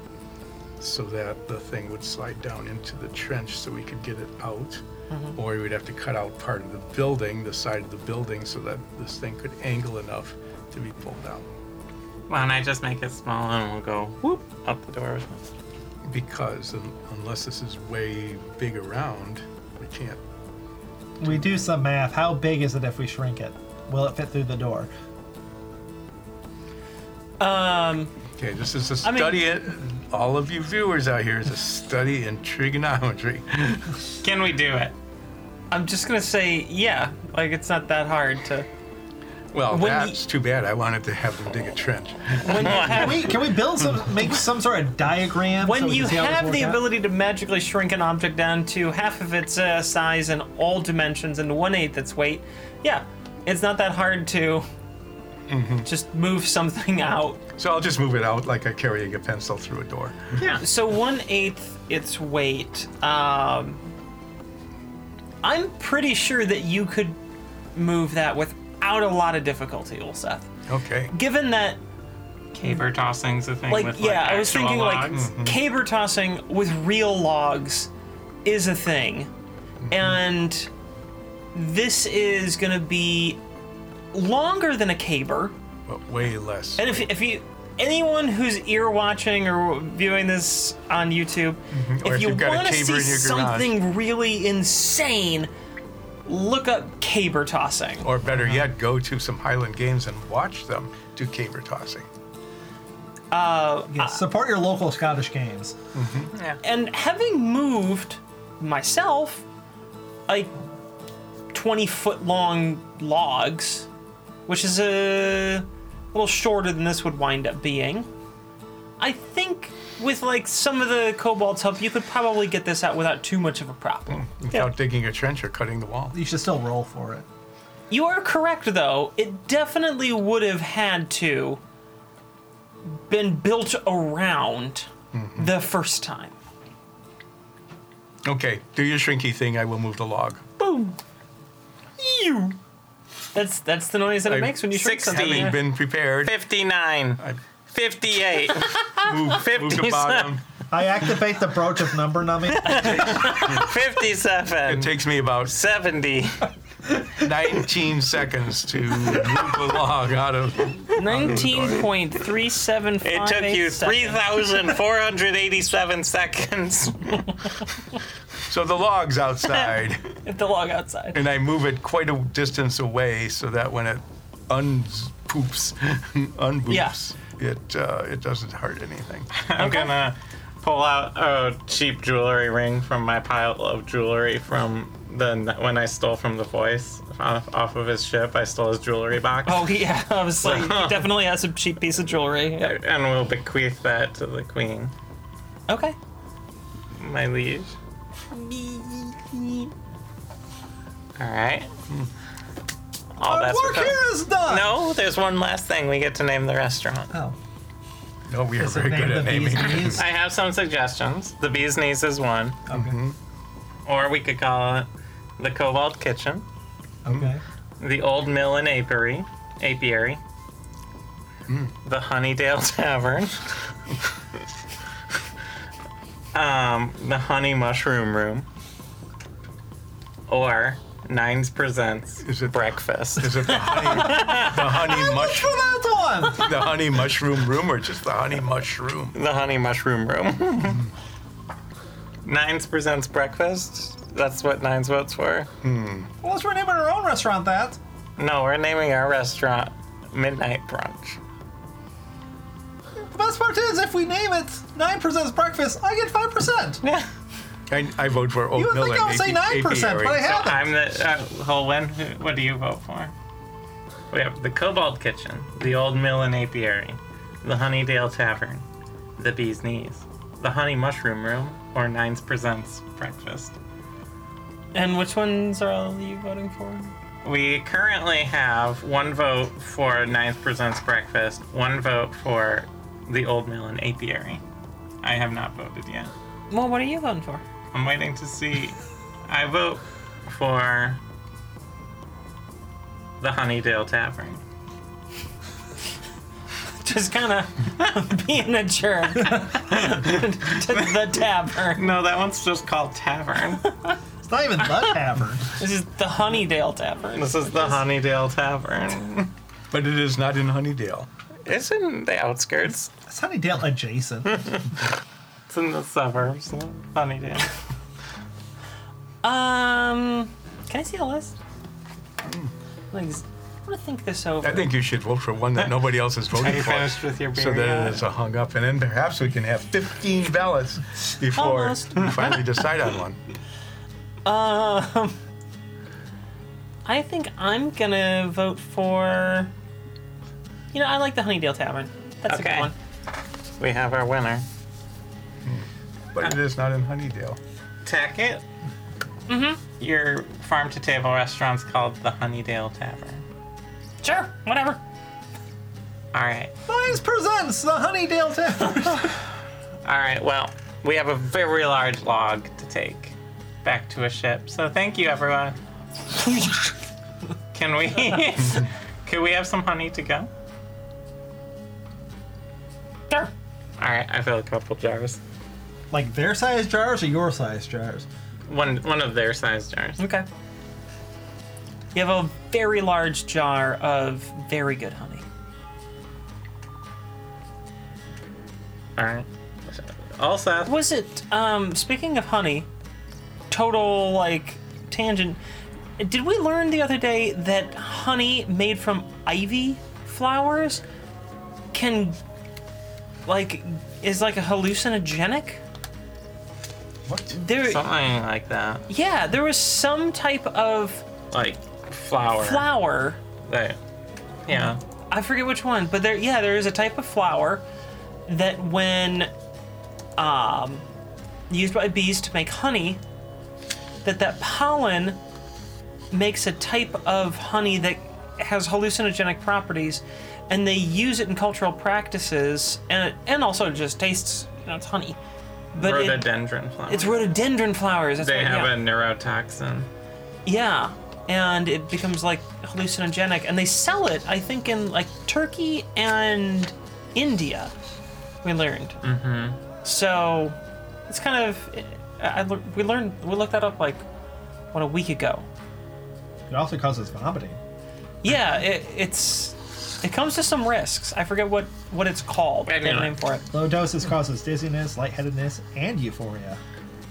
Speaker 4: so that the thing would slide down into the trench so we could get it out.
Speaker 1: Mm-hmm.
Speaker 4: Or we would have to cut out part of the building, the side of the building, so that this thing could angle enough to be pulled down.
Speaker 3: Why don't I just make it small and we'll go whoop up the door with me.
Speaker 4: Because un- unless this is way big around, we can't.
Speaker 2: We do some math. How big is it if we shrink it? Will it fit through the door?
Speaker 1: Um,
Speaker 4: Okay, this is a
Speaker 1: I mean-
Speaker 4: study. in, all of you viewers out here is a study in trigonometry.
Speaker 3: Can we do it?
Speaker 1: I'm just gonna say yeah. Like it's not that hard to.
Speaker 4: Well,
Speaker 1: When ye-
Speaker 4: that's too bad. I wanted to have them dig a trench.
Speaker 1: When you
Speaker 2: Can
Speaker 1: have,
Speaker 2: we, can we build some, make some sort of diagram? so
Speaker 1: when
Speaker 2: we
Speaker 1: you
Speaker 2: can see how this
Speaker 1: have
Speaker 2: works
Speaker 1: the
Speaker 2: out?
Speaker 1: ability to magically shrink an object down to half of its uh, size in all dimensions and one eighth its weight, yeah, it's not that hard to just move something out.
Speaker 4: So I'll just move it out like I'm carrying a pencil through a door.
Speaker 1: Yeah. So one eighth its weight. Um, I'm pretty sure that you could move that without a lot of difficulty, Ulseth.
Speaker 4: Okay.
Speaker 1: Given that
Speaker 3: Caber tossing's a thing
Speaker 1: like
Speaker 3: with
Speaker 1: yeah
Speaker 3: like
Speaker 1: i was
Speaker 3: actual
Speaker 1: thinking
Speaker 3: logs.
Speaker 1: like caber tossing with real logs is a thing
Speaker 4: Mm-hmm.
Speaker 1: and this is gonna be longer than a caber
Speaker 4: But way less.
Speaker 1: and if, if you anyone who's ear watching or viewing this on youtube
Speaker 4: Or
Speaker 1: if
Speaker 4: if
Speaker 1: you
Speaker 4: Mm-hmm. you've got a
Speaker 1: want to
Speaker 4: caber
Speaker 1: see
Speaker 4: in your garage.
Speaker 1: something really insane look up caber tossing
Speaker 4: Or better yet, go to some Highland games and watch them do caber tossing.
Speaker 2: Yeah, support your local Scottish games.
Speaker 1: and having moved myself like 20 foot long logs which is a little shorter than this would wind up being i think with like some of the cobalt's help you could probably get this out without too much of a problem
Speaker 4: Without digging a trench or cutting the wall.
Speaker 2: You should still roll for it.
Speaker 1: you are correct though it definitely would have had to been built around
Speaker 9: Mm-hmm.
Speaker 1: the first time
Speaker 4: Okay, do your shrinky thing. I will move the log.
Speaker 1: boom. You. That's that's the noise that it
Speaker 4: I-
Speaker 1: makes when you shrink
Speaker 3: 60.
Speaker 1: something.
Speaker 4: Having
Speaker 1: Yeah.
Speaker 4: been prepared,
Speaker 3: 59,
Speaker 4: I
Speaker 3: 58.
Speaker 4: move, move the
Speaker 3: 57.
Speaker 4: bottom.
Speaker 2: I activate the brooch of number numbing.
Speaker 3: 57.
Speaker 4: It takes me about
Speaker 3: 70.
Speaker 4: 19 seconds to move the log out of.
Speaker 1: Nineteen point three seven five.
Speaker 3: It took you 3,487 seconds.
Speaker 4: So the log's outside,
Speaker 1: At the log outside.
Speaker 4: and I move it quite a distance away so that when it unpoops, unboops, it uh, it doesn't hurt anything.
Speaker 3: I'm gonna pull out a cheap jewelry ring from my pile of jewelry from the when I stole from the voice off, off of his ship. I stole his jewelry box.
Speaker 1: Oh yeah, I was like, he definitely has some cheap piece of jewelry. Yep.
Speaker 3: And we'll bequeath that to the queen,
Speaker 1: Okay.
Speaker 3: my liege. All right. All
Speaker 2: Our
Speaker 3: that's
Speaker 2: work
Speaker 3: because-
Speaker 2: here is done.
Speaker 3: No, there's one last thing. We get to name the restaurant.
Speaker 2: Oh,
Speaker 4: No, we are
Speaker 2: is it
Speaker 4: very
Speaker 2: named
Speaker 4: good
Speaker 2: the
Speaker 4: at naming.
Speaker 2: bee's knees?
Speaker 3: I have some suggestions. The bee's knees is one,
Speaker 2: Okay.
Speaker 3: or we could call it the Cobalt Kitchen,
Speaker 2: Oh, Okay.
Speaker 3: the Old Mill and Apiary, Apiary,
Speaker 4: Mm.
Speaker 3: the Honeydale Tavern, um, the Honey Mushroom Room, or Nines Presents
Speaker 4: Is it-
Speaker 3: Breakfast.
Speaker 4: Is it the honey, the honey
Speaker 2: Much for
Speaker 4: mushroom?
Speaker 2: that one.
Speaker 4: The honey mushroom room, or just the honey mushroom?
Speaker 3: the honey mushroom room.
Speaker 4: Mm.
Speaker 3: Nines presents breakfast. That's what Nines votes for.
Speaker 2: Well, let's rename our own restaurant that.
Speaker 3: No, we're naming our restaurant Midnight Brunch.
Speaker 2: The best part is, if we name it 9% breakfast, I get 5%.
Speaker 3: Yeah.
Speaker 4: I, I vote for Oak
Speaker 2: You would
Speaker 4: Mill
Speaker 2: think I would
Speaker 4: and
Speaker 2: say
Speaker 4: api-
Speaker 2: 9%, but I
Speaker 4: apiary.
Speaker 2: haven't.
Speaker 3: I'm the uh, Holwyn. who- What do you vote for? We have the Cobalt Kitchen, the Old Mill and Apiary, the Honeydale Tavern, the Bee's Knees, the Honey Mushroom Room, or Nines Presents Breakfast.
Speaker 9: And which ones are all you voting for?
Speaker 3: We currently have one vote for Ninth Presents Breakfast, one vote for the Old Mill and Apiary. I have not voted yet.
Speaker 9: Well, what are you voting for?
Speaker 3: I'm waiting to see. I vote for the Honeydale Tavern.
Speaker 9: Just kind of being a jerk to the tavern.
Speaker 3: No, that one's just called Tavern.
Speaker 2: It's not even the tavern.
Speaker 9: This is the Honeydale Tavern.
Speaker 3: This is the Honeydale Tavern.
Speaker 4: But it is not in Honeydale.
Speaker 3: It's in the outskirts.
Speaker 2: It's Honeydale adjacent.
Speaker 3: It's in the suburbs. of Honeydale.
Speaker 9: Um, can I see the list? Hmm. Like, I want to think this over.
Speaker 4: I think you should vote for one that nobody else is
Speaker 3: Are
Speaker 4: voting
Speaker 3: you
Speaker 4: for.
Speaker 3: finished with your beer?
Speaker 4: So
Speaker 3: yet?
Speaker 4: that it is a hung up, and then perhaps we can have 15 ballots before
Speaker 9: Almost.
Speaker 4: we finally decide on one.
Speaker 9: Um, I think I'm gonna vote for. You know, I like the Honeydale Tavern. That's a
Speaker 3: Okay.
Speaker 9: good one.
Speaker 3: we have our winner.
Speaker 4: But it is not in Honeydale.
Speaker 3: Tackett. Mm-hmm. Your farm to table restaurant's called the Honeydale Tavern.
Speaker 9: Sure, whatever.
Speaker 3: All right.
Speaker 2: Mines presents the Honeydale tavern.
Speaker 3: All right. Well, we have a very large log to take back to a ship. So thank you, everyone. Can we? can we have some honey to go?
Speaker 9: Sure.
Speaker 3: All right. I fill a couple jars.
Speaker 2: like their size jars or your size jars?
Speaker 3: One one of their size jars.
Speaker 9: Okay. You have a very large jar of very good honey.
Speaker 3: All right. All set.
Speaker 9: Was it, um, speaking of honey, total, like, tangent, did we learn the other day that honey made from ivy flowers can, like, is like a hallucinogenic?
Speaker 4: What?
Speaker 9: There,
Speaker 3: Something like that.
Speaker 9: yeah, there was some type of
Speaker 3: Like flour.
Speaker 9: flower.
Speaker 3: Right. Yeah.
Speaker 9: I forget which one, but there, yeah, there is a type of flower that, when um, used by bees to make honey, that that pollen makes a type of honey that has hallucinogenic properties, and they use it in cultural practices, and and also just tastes, you know, it's honey, but it-
Speaker 3: Rhododendron flower.
Speaker 9: it's rhododendron flowers. That's
Speaker 3: they
Speaker 9: what,
Speaker 3: have
Speaker 9: yeah.
Speaker 3: a neurotoxin.
Speaker 9: Yeah, and it becomes like hallucinogenic, and they sell it, I think, in like Turkey and India. We learned. Mm-hmm. So it's kind of I, I lear- we learned we looked that up like what a week ago.
Speaker 2: It also causes vomiting.
Speaker 9: Yeah, it, it's it comes to some risks. I forget what what it's called.
Speaker 3: I
Speaker 9: I
Speaker 3: mean,
Speaker 9: the
Speaker 3: like-
Speaker 9: name for it.
Speaker 2: Low doses causes dizziness, lightheadedness, and euphoria.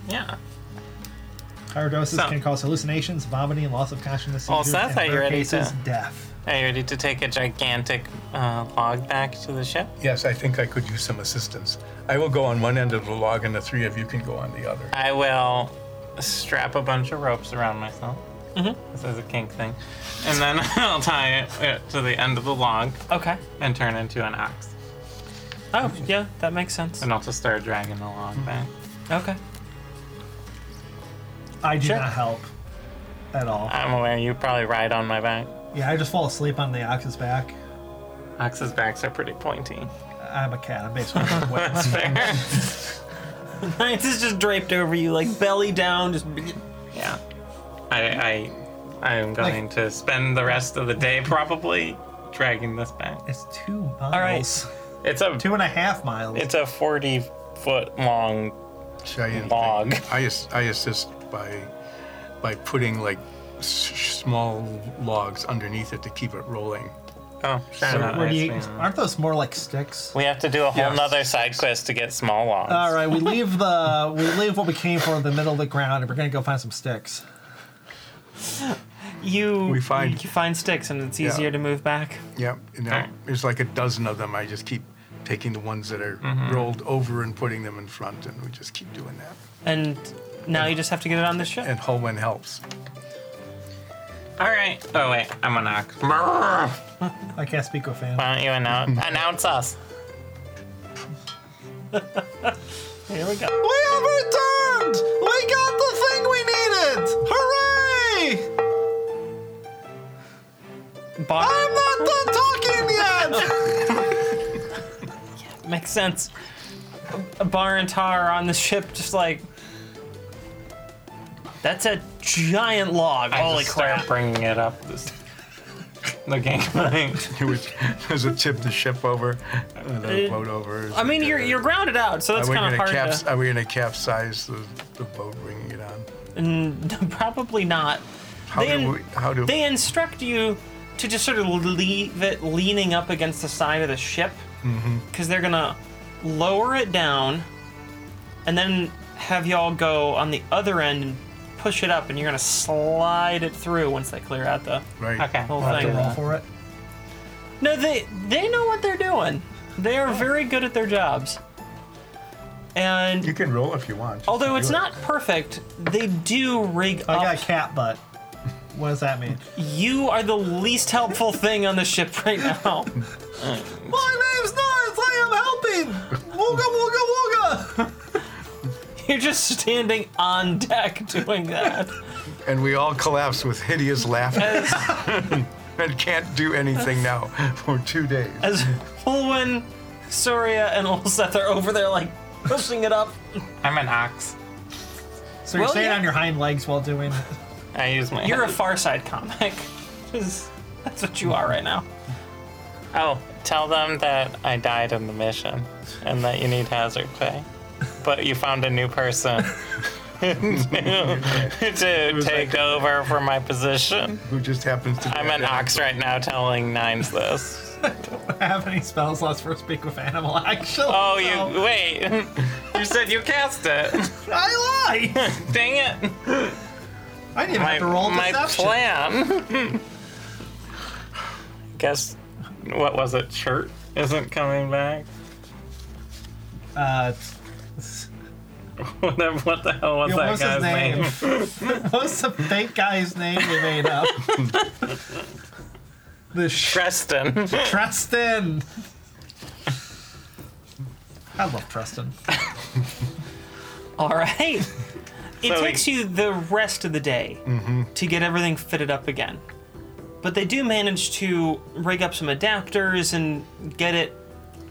Speaker 3: Yeah.
Speaker 2: Higher doses
Speaker 3: So-
Speaker 2: can cause hallucinations, vomiting, loss of consciousness,
Speaker 3: Oh, so
Speaker 2: seizures,
Speaker 3: that's
Speaker 2: and
Speaker 3: how you
Speaker 2: rare
Speaker 3: ready
Speaker 2: cases,
Speaker 3: to-
Speaker 2: death.
Speaker 3: Are you ready to take a gigantic uh, log back to the ship?
Speaker 4: Yes, I think I could use some assistance. I will go on one end of the log, and the three of you can go on the other.
Speaker 3: I will strap a bunch of ropes around myself. Mm-hmm. This is a kink thing. And then I'll tie it uh, to the end of the log
Speaker 9: Okay.
Speaker 3: and turn into an ox.
Speaker 9: Oh yeah, that makes sense.
Speaker 3: And I'll just start dragging the log
Speaker 9: Mm-hmm.
Speaker 3: back.
Speaker 9: Okay.
Speaker 2: I do
Speaker 9: Sure.
Speaker 2: not help at all.
Speaker 3: I'm aware you probably ride on my back.
Speaker 2: Yeah, I just fall asleep on the ox's back.
Speaker 3: Ox's backs are pretty pointy.
Speaker 2: I'm a cat. I'm basically a wet.
Speaker 3: That's fair.
Speaker 9: It's just draped over you, like belly down, just
Speaker 3: yeah. I, I, I am going to spend the rest of the day probably dragging this back.
Speaker 2: It's two miles.
Speaker 9: right.
Speaker 3: It's a
Speaker 2: Two and a half miles.
Speaker 14: It's a 40 foot long
Speaker 4: Giant thing.
Speaker 14: log.
Speaker 4: I, ass- I assist by by putting like s- small logs underneath it to keep it rolling.
Speaker 3: oh,
Speaker 2: So
Speaker 3: shine on
Speaker 2: where do you-
Speaker 3: ice, man.
Speaker 2: aren't those more like sticks?
Speaker 14: We have to do a whole
Speaker 4: Yes.
Speaker 14: nother side quest to get small logs.
Speaker 2: All right, we leave the we leave what we came for in the middle of the ground, and we're gonna go find some sticks.
Speaker 1: You
Speaker 4: We find-
Speaker 1: you find sticks, and it's
Speaker 4: Yeah.
Speaker 1: easier to move back.
Speaker 4: Yeah, you know, there's like a dozen of them. I just keep taking the ones that are
Speaker 1: Mm-hmm.
Speaker 4: rolled over and putting them in front, and we just keep doing that.
Speaker 1: And now you just have to get it on the ship.
Speaker 4: And Holwen helps.
Speaker 3: All right. Oh wait, I'm a knock. Why
Speaker 2: I can't speak with fan.
Speaker 3: don't you announce, announce us?
Speaker 1: Here we go.
Speaker 15: We have returned! We got the thing we needed! Hooray!
Speaker 1: Bar
Speaker 15: I'm not done talking yet!
Speaker 1: makes sense. Bar and Tar are on the ship, just like that's a giant log.
Speaker 3: I
Speaker 1: Holy
Speaker 3: just
Speaker 1: crap!
Speaker 3: Start bringing it up. This, the gangplank.
Speaker 4: It was, it was a tip the ship over, and then
Speaker 1: Uh,
Speaker 4: float over.
Speaker 1: I mean, you're you're grounded out, so
Speaker 4: Are
Speaker 1: that's
Speaker 4: we
Speaker 1: kind
Speaker 4: gonna
Speaker 1: of hard
Speaker 4: caps-
Speaker 1: to.
Speaker 4: Are we gonna capsize the, the boat, bringing it on?
Speaker 1: Probably not.
Speaker 4: How
Speaker 1: They
Speaker 4: do
Speaker 1: in-
Speaker 4: we? How do?
Speaker 1: They instruct you to just sort of leave it leaning up against the side of the ship
Speaker 2: Mm-hmm.
Speaker 1: because they're gonna lower it down and then have y'all go on the other end and push it up, and you're gonna slide it through once they clear out the
Speaker 4: right.
Speaker 3: Okay.
Speaker 1: whole
Speaker 2: I'll have to uh,
Speaker 1: thing.
Speaker 2: roll for it.
Speaker 1: No, they they know what they're doing. They are very good at their jobs.
Speaker 4: You
Speaker 1: And
Speaker 4: can roll if you want. just
Speaker 1: although
Speaker 4: to
Speaker 1: it's
Speaker 4: do it. Oh
Speaker 1: not perfect, they do rig
Speaker 2: I
Speaker 1: up.
Speaker 2: got cat butt. What does that mean?
Speaker 1: You are the least helpful thing on the ship right now.
Speaker 15: My name's Norris, I am helping! Wooga wooga wooga!
Speaker 1: You're just standing on deck doing that.
Speaker 4: And we all collapse with hideous laughter and can't do anything now for two days.
Speaker 1: As Fulwin, Soria, and Olseth are over there like pushing it up.
Speaker 3: I'm an ox.
Speaker 2: So you're
Speaker 1: Well,
Speaker 2: standing
Speaker 1: yeah.
Speaker 2: on your hind legs while doing.
Speaker 3: I use my.
Speaker 1: You're a Far Side comic. Just- That's what you are right now.
Speaker 3: Oh, tell them that I died in the mission and that you need hazard pay. But you found a new person to, to take over for my position.
Speaker 4: Who just happens to? be
Speaker 3: I'm an ox right now telling Nines this.
Speaker 2: I have any spells left for speak with animal action?
Speaker 3: Oh, you. Wait. You said you cast it.
Speaker 2: I lied.
Speaker 3: Dang it.
Speaker 2: I didn't even
Speaker 3: My,
Speaker 2: have to roll
Speaker 3: my
Speaker 2: deception.
Speaker 3: plan. Guess. What was it? Shirt isn't coming back?
Speaker 2: Uh,
Speaker 3: Whatever. What the hell was
Speaker 2: yeah,
Speaker 3: that
Speaker 2: what was
Speaker 3: guy's
Speaker 2: his name? what was the fake guy's name we made up? the sh-
Speaker 3: Preston.
Speaker 2: Treston. I love Treston.
Speaker 1: All right. It
Speaker 3: So we-
Speaker 1: takes you the rest of the day
Speaker 4: Mm-hmm.
Speaker 1: to get everything fitted up again. But they do manage to rig up some adapters and get it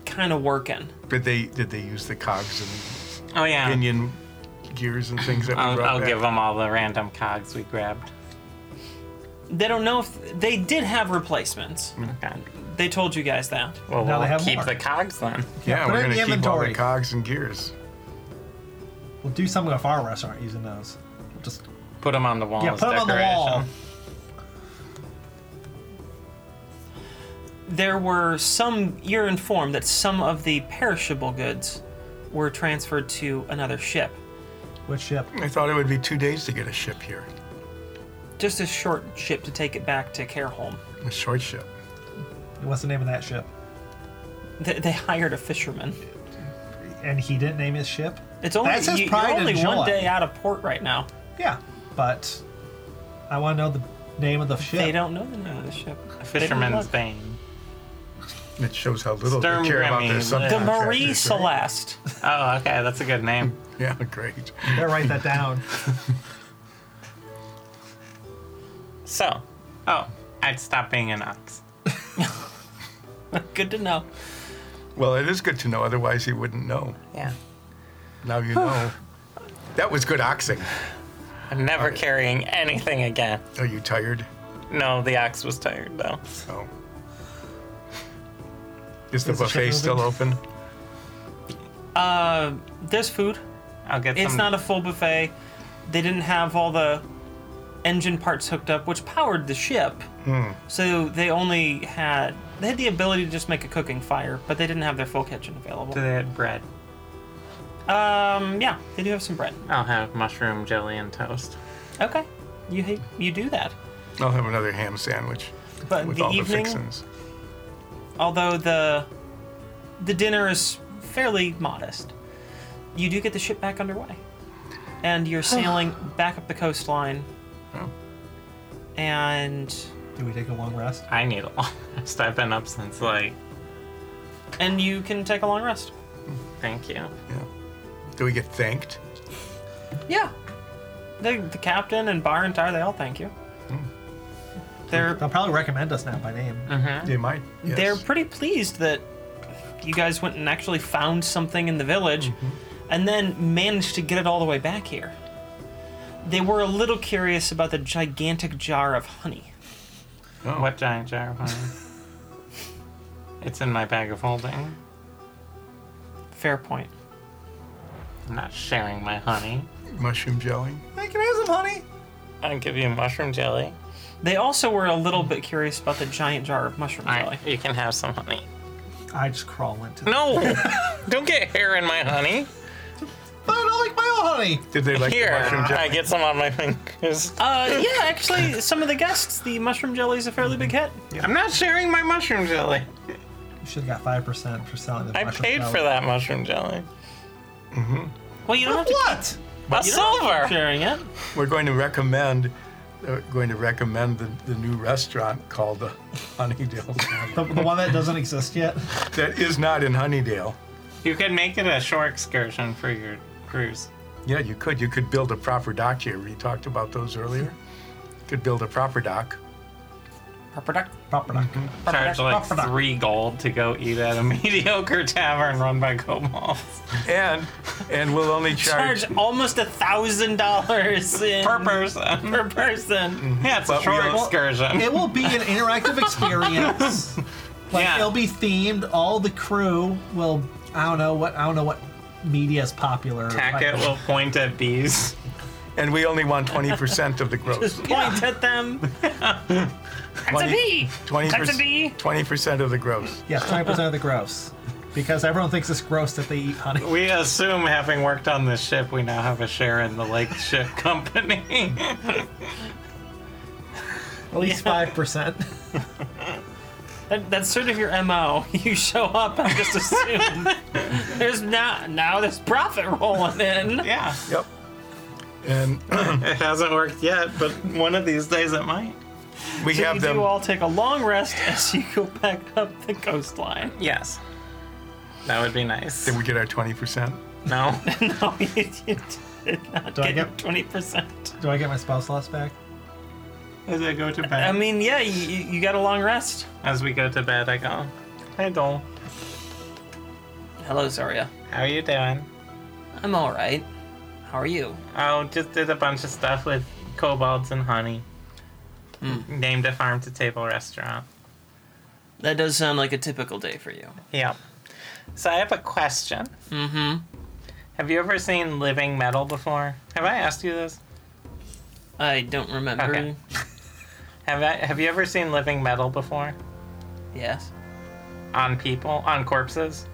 Speaker 1: kind of working.
Speaker 4: Did they did they use the cogs and
Speaker 3: Oh, yeah.
Speaker 4: pinion gears and things that we
Speaker 3: I'll,
Speaker 4: brought
Speaker 3: I'll
Speaker 4: back?
Speaker 3: give them all the random cogs we grabbed.
Speaker 1: They don't know if they did have replacements.
Speaker 3: Okay.
Speaker 1: They told you guys that.
Speaker 3: Well,
Speaker 2: Now they
Speaker 3: we'll
Speaker 2: have
Speaker 3: keep
Speaker 2: more.
Speaker 3: the cogs then.
Speaker 4: Yeah,
Speaker 2: put
Speaker 4: we're
Speaker 2: it in
Speaker 4: gonna
Speaker 2: the
Speaker 4: keep all the
Speaker 2: inventory.
Speaker 4: cogs and gears.
Speaker 2: We'll do something if our restaurant using those. Just
Speaker 3: Put them on the wall.
Speaker 2: yeah,
Speaker 3: as
Speaker 2: put them on the wall.
Speaker 3: decoration.
Speaker 1: there were some you're informed that some of the perishable goods were transferred to another ship
Speaker 2: Which ship?
Speaker 4: I thought it would be two days to get a ship here,
Speaker 1: just a short ship to take it back to careholm
Speaker 4: a short ship.
Speaker 2: What's the name of that ship?
Speaker 1: they, they hired a fisherman
Speaker 2: And he didn't name his ship.
Speaker 1: it's only
Speaker 2: That's his
Speaker 1: you,
Speaker 2: pride
Speaker 1: are
Speaker 2: and
Speaker 1: only
Speaker 2: joy.
Speaker 1: one day out of port right now
Speaker 2: Yeah, but I want to know the name of the ship.
Speaker 1: they don't know the name of the ship
Speaker 3: A
Speaker 1: They didn't
Speaker 3: Fisherman's
Speaker 1: look.
Speaker 3: Bane.
Speaker 4: It shows how little
Speaker 3: Sturm
Speaker 4: they care about their
Speaker 3: Grimmy,
Speaker 1: the
Speaker 4: subcontractors.
Speaker 1: marie
Speaker 4: right?
Speaker 1: celeste
Speaker 3: Oh, okay. That's a good name.
Speaker 4: Yeah, great.
Speaker 2: Better write that down.
Speaker 3: So, oh, I'd stop being an ox.
Speaker 1: good to know
Speaker 4: Well, it is good to know. Otherwise, he wouldn't know.
Speaker 3: Yeah.
Speaker 4: Now you know. That was good oxing.
Speaker 3: I'm never carrying anything again.
Speaker 4: Are you tired?
Speaker 3: No, the ox was tired though.
Speaker 4: So, is the
Speaker 2: Is the ship
Speaker 4: buffet still open?
Speaker 1: there's food
Speaker 3: I'll get
Speaker 1: it's
Speaker 2: Hmm.
Speaker 3: some.
Speaker 1: not a full buffet they didn't have all the engine parts hooked up which powered the ship
Speaker 2: Hmm.
Speaker 1: so they only had they had the ability to just make a cooking fire but they didn't have their full kitchen available
Speaker 3: Do they have bread?
Speaker 1: um yeah they do have some bread
Speaker 3: I'll have mushroom jelly and toast.
Speaker 1: okay you you do that
Speaker 4: I'll have another ham sandwich
Speaker 1: But
Speaker 4: with
Speaker 1: Uh, the
Speaker 4: all the
Speaker 1: evening,
Speaker 4: fixings.
Speaker 1: although the the dinner is fairly modest, you do get the ship back underway, and you're sailing back up the coastline.
Speaker 4: Oh.
Speaker 1: And
Speaker 2: Do we take a long rest?
Speaker 3: I need a long rest. I've been up since like.
Speaker 1: and you can take a long rest.
Speaker 3: Thank you.
Speaker 4: Yeah. Do we get thanked?
Speaker 1: Yeah. The, the captain and bar and tire, they all thank you. They're
Speaker 2: They'll probably recommend us now by name.
Speaker 3: Mm.
Speaker 4: They might. Yes.
Speaker 1: they're pretty pleased that you guys went and actually found something in the village and then managed to get it all the way back here. They were a little curious about the gigantic jar of honey.
Speaker 3: What giant jar of honey? it's in my bag of holding.
Speaker 1: Fair point.
Speaker 3: I'm not sharing my honey.
Speaker 4: mushroom jelly.
Speaker 2: Hey, can I have some honey?
Speaker 3: I'll give you mushroom jelly.
Speaker 1: They also were a little bit curious about the giant jar of mushroom
Speaker 3: All
Speaker 1: jelly.
Speaker 3: right, you can have some honey.
Speaker 2: I just crawl into.
Speaker 3: No! Don't get hair in my honey.
Speaker 2: But I don't like my own honey.
Speaker 4: Did they like
Speaker 3: Here,
Speaker 4: the mushroom jelly?
Speaker 3: I get some on my fingers.
Speaker 1: Uh, yeah, actually, some of the guests, the mushroom jelly is a fairly big hit.
Speaker 3: I'm not sharing my mushroom jelly.
Speaker 2: You should have got five percent for selling the.
Speaker 3: I
Speaker 2: mushroom
Speaker 3: paid
Speaker 2: salad.
Speaker 3: for that mushroom jelly.
Speaker 1: Well, you don't have to
Speaker 2: What?
Speaker 3: A silver!
Speaker 1: keep sharing it.
Speaker 4: We're going to recommend. uh, Going to recommend the, the new restaurant called uh, the Honeydale.
Speaker 2: The, the one that doesn't exist yet.
Speaker 4: that is not in Honeydale.
Speaker 3: You could make it a shore excursion for your cruise.
Speaker 4: Yeah, you could. You could build a proper dock here. We talked about those earlier. Could build a proper dock.
Speaker 1: Proper duck.
Speaker 2: Proper duck.
Speaker 3: Charge like three gold to go eat at a mediocre tavern run by kobolds.
Speaker 4: And and we'll only charge,
Speaker 1: Charge almost a thousand dollars in-
Speaker 3: Per Mm-hmm. person.
Speaker 1: per person.
Speaker 3: Yeah, it's a
Speaker 4: But
Speaker 3: shore
Speaker 4: we all-
Speaker 3: excursion.
Speaker 2: It will be an interactive experience. Like
Speaker 3: Yeah.
Speaker 2: it'll be themed. All the crew will. I don't know what. I don't know what media is popular.
Speaker 3: Hackett will point at bees.
Speaker 4: and we only want twenty percent of the gross.
Speaker 1: Just point at them.
Speaker 9: That's a bee. That's a bee.
Speaker 4: Twenty percent of the gross.
Speaker 2: Yes, twenty percent of the gross, because everyone thinks it's gross that they eat honey.
Speaker 3: We assume, having worked on this ship, we now have a share in the lake ship company.
Speaker 2: At least five percent.
Speaker 1: That, that's sort of your mo. You show up and just assume there's not now there's profit rolling in.
Speaker 3: yeah,
Speaker 4: Yep. And
Speaker 3: it hasn't worked yet, but one of these days it might.
Speaker 4: we
Speaker 1: So you
Speaker 4: have
Speaker 1: do
Speaker 4: them.
Speaker 1: all take a long rest as you go back up the coastline.
Speaker 3: Yes. That would be nice.
Speaker 4: Did we get our twenty percent?
Speaker 3: No.
Speaker 1: No, you, you did not
Speaker 2: Do I
Speaker 1: get
Speaker 2: get-
Speaker 1: twenty percent.
Speaker 2: Do I get my spouse loss back?
Speaker 3: As I go to bed.
Speaker 1: I mean, yeah, you, you you got a long rest.
Speaker 3: As we go to bed, I go, Hey, Dol.
Speaker 1: Hello, Zarya.
Speaker 3: How you doing?
Speaker 1: I'm all right. How are you?
Speaker 3: Oh, just did a bunch of stuff with kobolds and honey. Named a farm to table restaurant.
Speaker 1: That does sound like a typical day for you.
Speaker 3: Yep. So I have a question. Mm-hmm. Have you ever seen living metal before? Have I asked you this?
Speaker 1: I don't remember.
Speaker 3: Okay. Have I? Have you ever seen living metal before?
Speaker 1: Yes.
Speaker 3: On people, on corpses?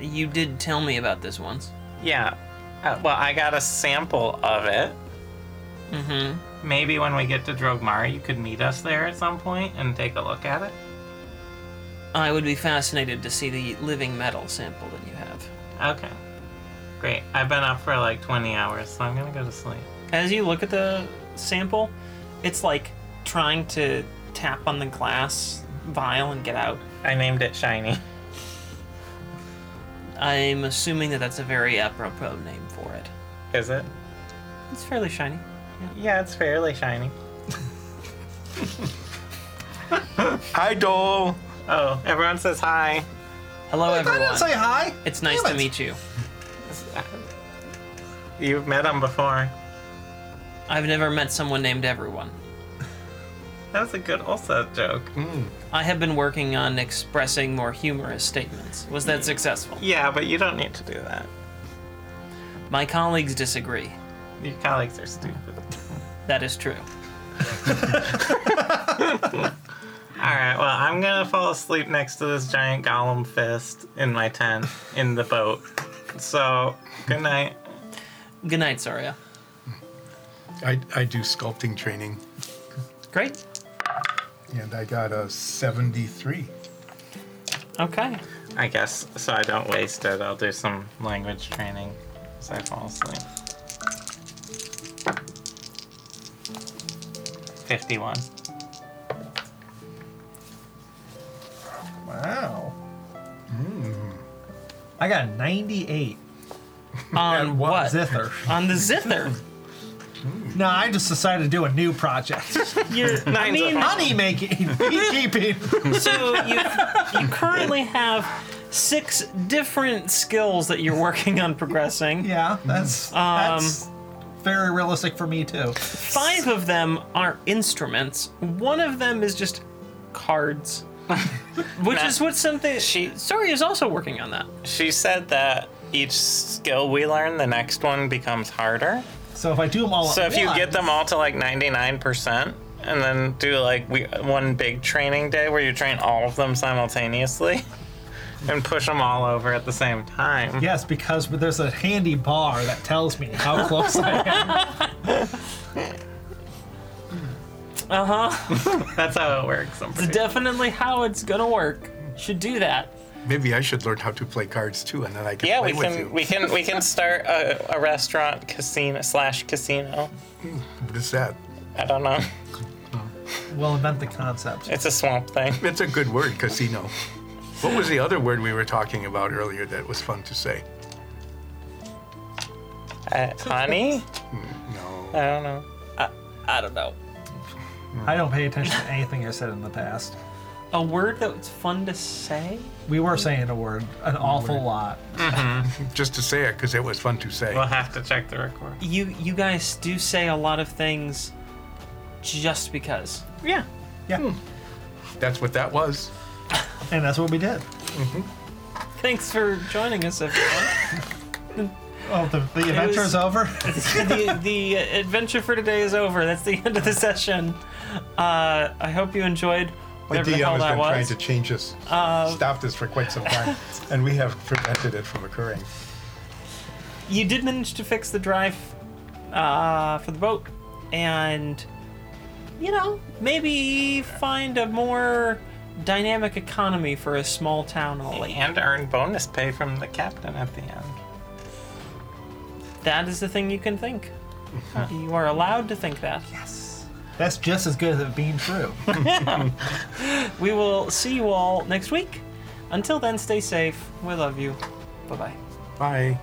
Speaker 1: You did tell me about this once.
Speaker 3: Yeah. Uh, well, I got a sample of it.
Speaker 1: Mm-hmm.
Speaker 3: Maybe when we get to Drogmar, you could meet us there at some point and take a look at it.
Speaker 1: I would be fascinated to see the living metal sample that you have.
Speaker 3: Okay. Great. I've been up for like 20 hours, so I'm gonna go to sleep.
Speaker 1: As you look at the sample, it's like trying to tap on the glass vial and get out.
Speaker 3: I named it Shiny.
Speaker 1: I'm assuming that that's a very apropos name for it.
Speaker 3: Is it?
Speaker 1: It's fairly shiny.
Speaker 3: Yeah, it's fairly shiny.
Speaker 4: Hi, Dole.
Speaker 3: Oh, everyone says hi.
Speaker 1: Hello,
Speaker 2: I
Speaker 1: everyone.
Speaker 2: didn't say hi.
Speaker 1: It's nice
Speaker 2: Damn
Speaker 1: to
Speaker 2: it.
Speaker 1: meet you.
Speaker 3: You've met him before.
Speaker 1: I've never met someone named everyone.
Speaker 3: That was a good Ulsa joke.
Speaker 1: I have been working on expressing more humorous statements. Was that successful?
Speaker 3: Yeah, but you don't need to do that.
Speaker 1: My colleagues disagree.
Speaker 3: Your colleagues are stupid.
Speaker 1: That is true.
Speaker 3: All right, well, I'm gonna fall asleep next to this giant golem fist in my tent in the boat. So, good night.
Speaker 1: Good night, Saria.
Speaker 4: I, I do sculpting training,
Speaker 1: Great.
Speaker 4: and I got a 73.
Speaker 1: Okay.
Speaker 6: I guess so I don't waste it. I'll do some language training as I fall asleep. 51.
Speaker 2: Wow. Hmm. I got a 98.
Speaker 1: On
Speaker 4: what
Speaker 1: what?
Speaker 2: Zither.
Speaker 1: On the zither.
Speaker 2: no, I just decided to do a new project.
Speaker 1: You're, I
Speaker 6: Nine's
Speaker 1: mean,
Speaker 6: a-
Speaker 2: Money making, beekeeping.
Speaker 1: so you you currently have six different skills that you're working on progressing.
Speaker 2: Yeah, that's
Speaker 3: Um,
Speaker 2: that's very realistic for me too.
Speaker 1: Five of them are instruments. One of them is just cards, which is what something.
Speaker 3: She-
Speaker 1: Sorry is also working on that.
Speaker 3: She said that each skill we learn, the next one becomes harder.
Speaker 2: So if I do them all,
Speaker 3: So
Speaker 2: at
Speaker 3: if you
Speaker 2: once-
Speaker 3: get them all to like 99% and then do like we, one big training day where you train all of them simultaneously and push them all over at the same time.
Speaker 2: yes, because there's a handy bar that tells me how close I am.
Speaker 3: That's how it works. I'm pretty-
Speaker 1: Definitely how it's gonna work. Should do that.
Speaker 4: Maybe I should learn how to play cards too, and then I can
Speaker 3: yeah,
Speaker 4: play
Speaker 3: we
Speaker 4: with you.
Speaker 3: can we can we can start a, a restaurant casino slash casino.
Speaker 4: What is that?
Speaker 3: I don't know.
Speaker 2: We'll invent the concept.
Speaker 3: It's a swamp thing.
Speaker 4: It's a good word, casino. What was the other word we were talking about earlier that was fun to say?
Speaker 3: Uh, honey?
Speaker 4: No.
Speaker 3: I don't know.
Speaker 1: I don't know.
Speaker 2: I don't pay attention to anything I said in the past.
Speaker 1: A word that's fun to say.
Speaker 2: We were saying a word an awful lot.
Speaker 4: Just to say it because it was fun to say.
Speaker 3: We'll have to check the record.
Speaker 1: You you guys do say a lot of things, just because.
Speaker 3: Yeah.
Speaker 2: Yeah,
Speaker 4: That's what that was.
Speaker 2: and that's what we did.
Speaker 1: Thanks for joining us, everyone.
Speaker 2: Oh, the, the
Speaker 1: was-
Speaker 2: adventure's over.
Speaker 1: the, the adventure for today is over. That's the end of the session. Uh, I hope you enjoyed
Speaker 4: My
Speaker 1: whatever the
Speaker 4: DM
Speaker 1: hell
Speaker 4: has
Speaker 1: that
Speaker 4: been trying
Speaker 1: was. Uh,
Speaker 4: to change this, stop this for quite some time, and we have prevented it from occurring.
Speaker 1: You did manage to fix the drive uh, for the boat, and you know maybe find a more dynamic economy for a small town on the lake.
Speaker 3: And earn bonus pay from the captain at the end.
Speaker 1: That is the thing you can think. You are allowed to think that.
Speaker 2: That's just as good as it being true.
Speaker 1: We will see you all next week. Until then, stay safe. We love you. Bye bye.
Speaker 4: Bye.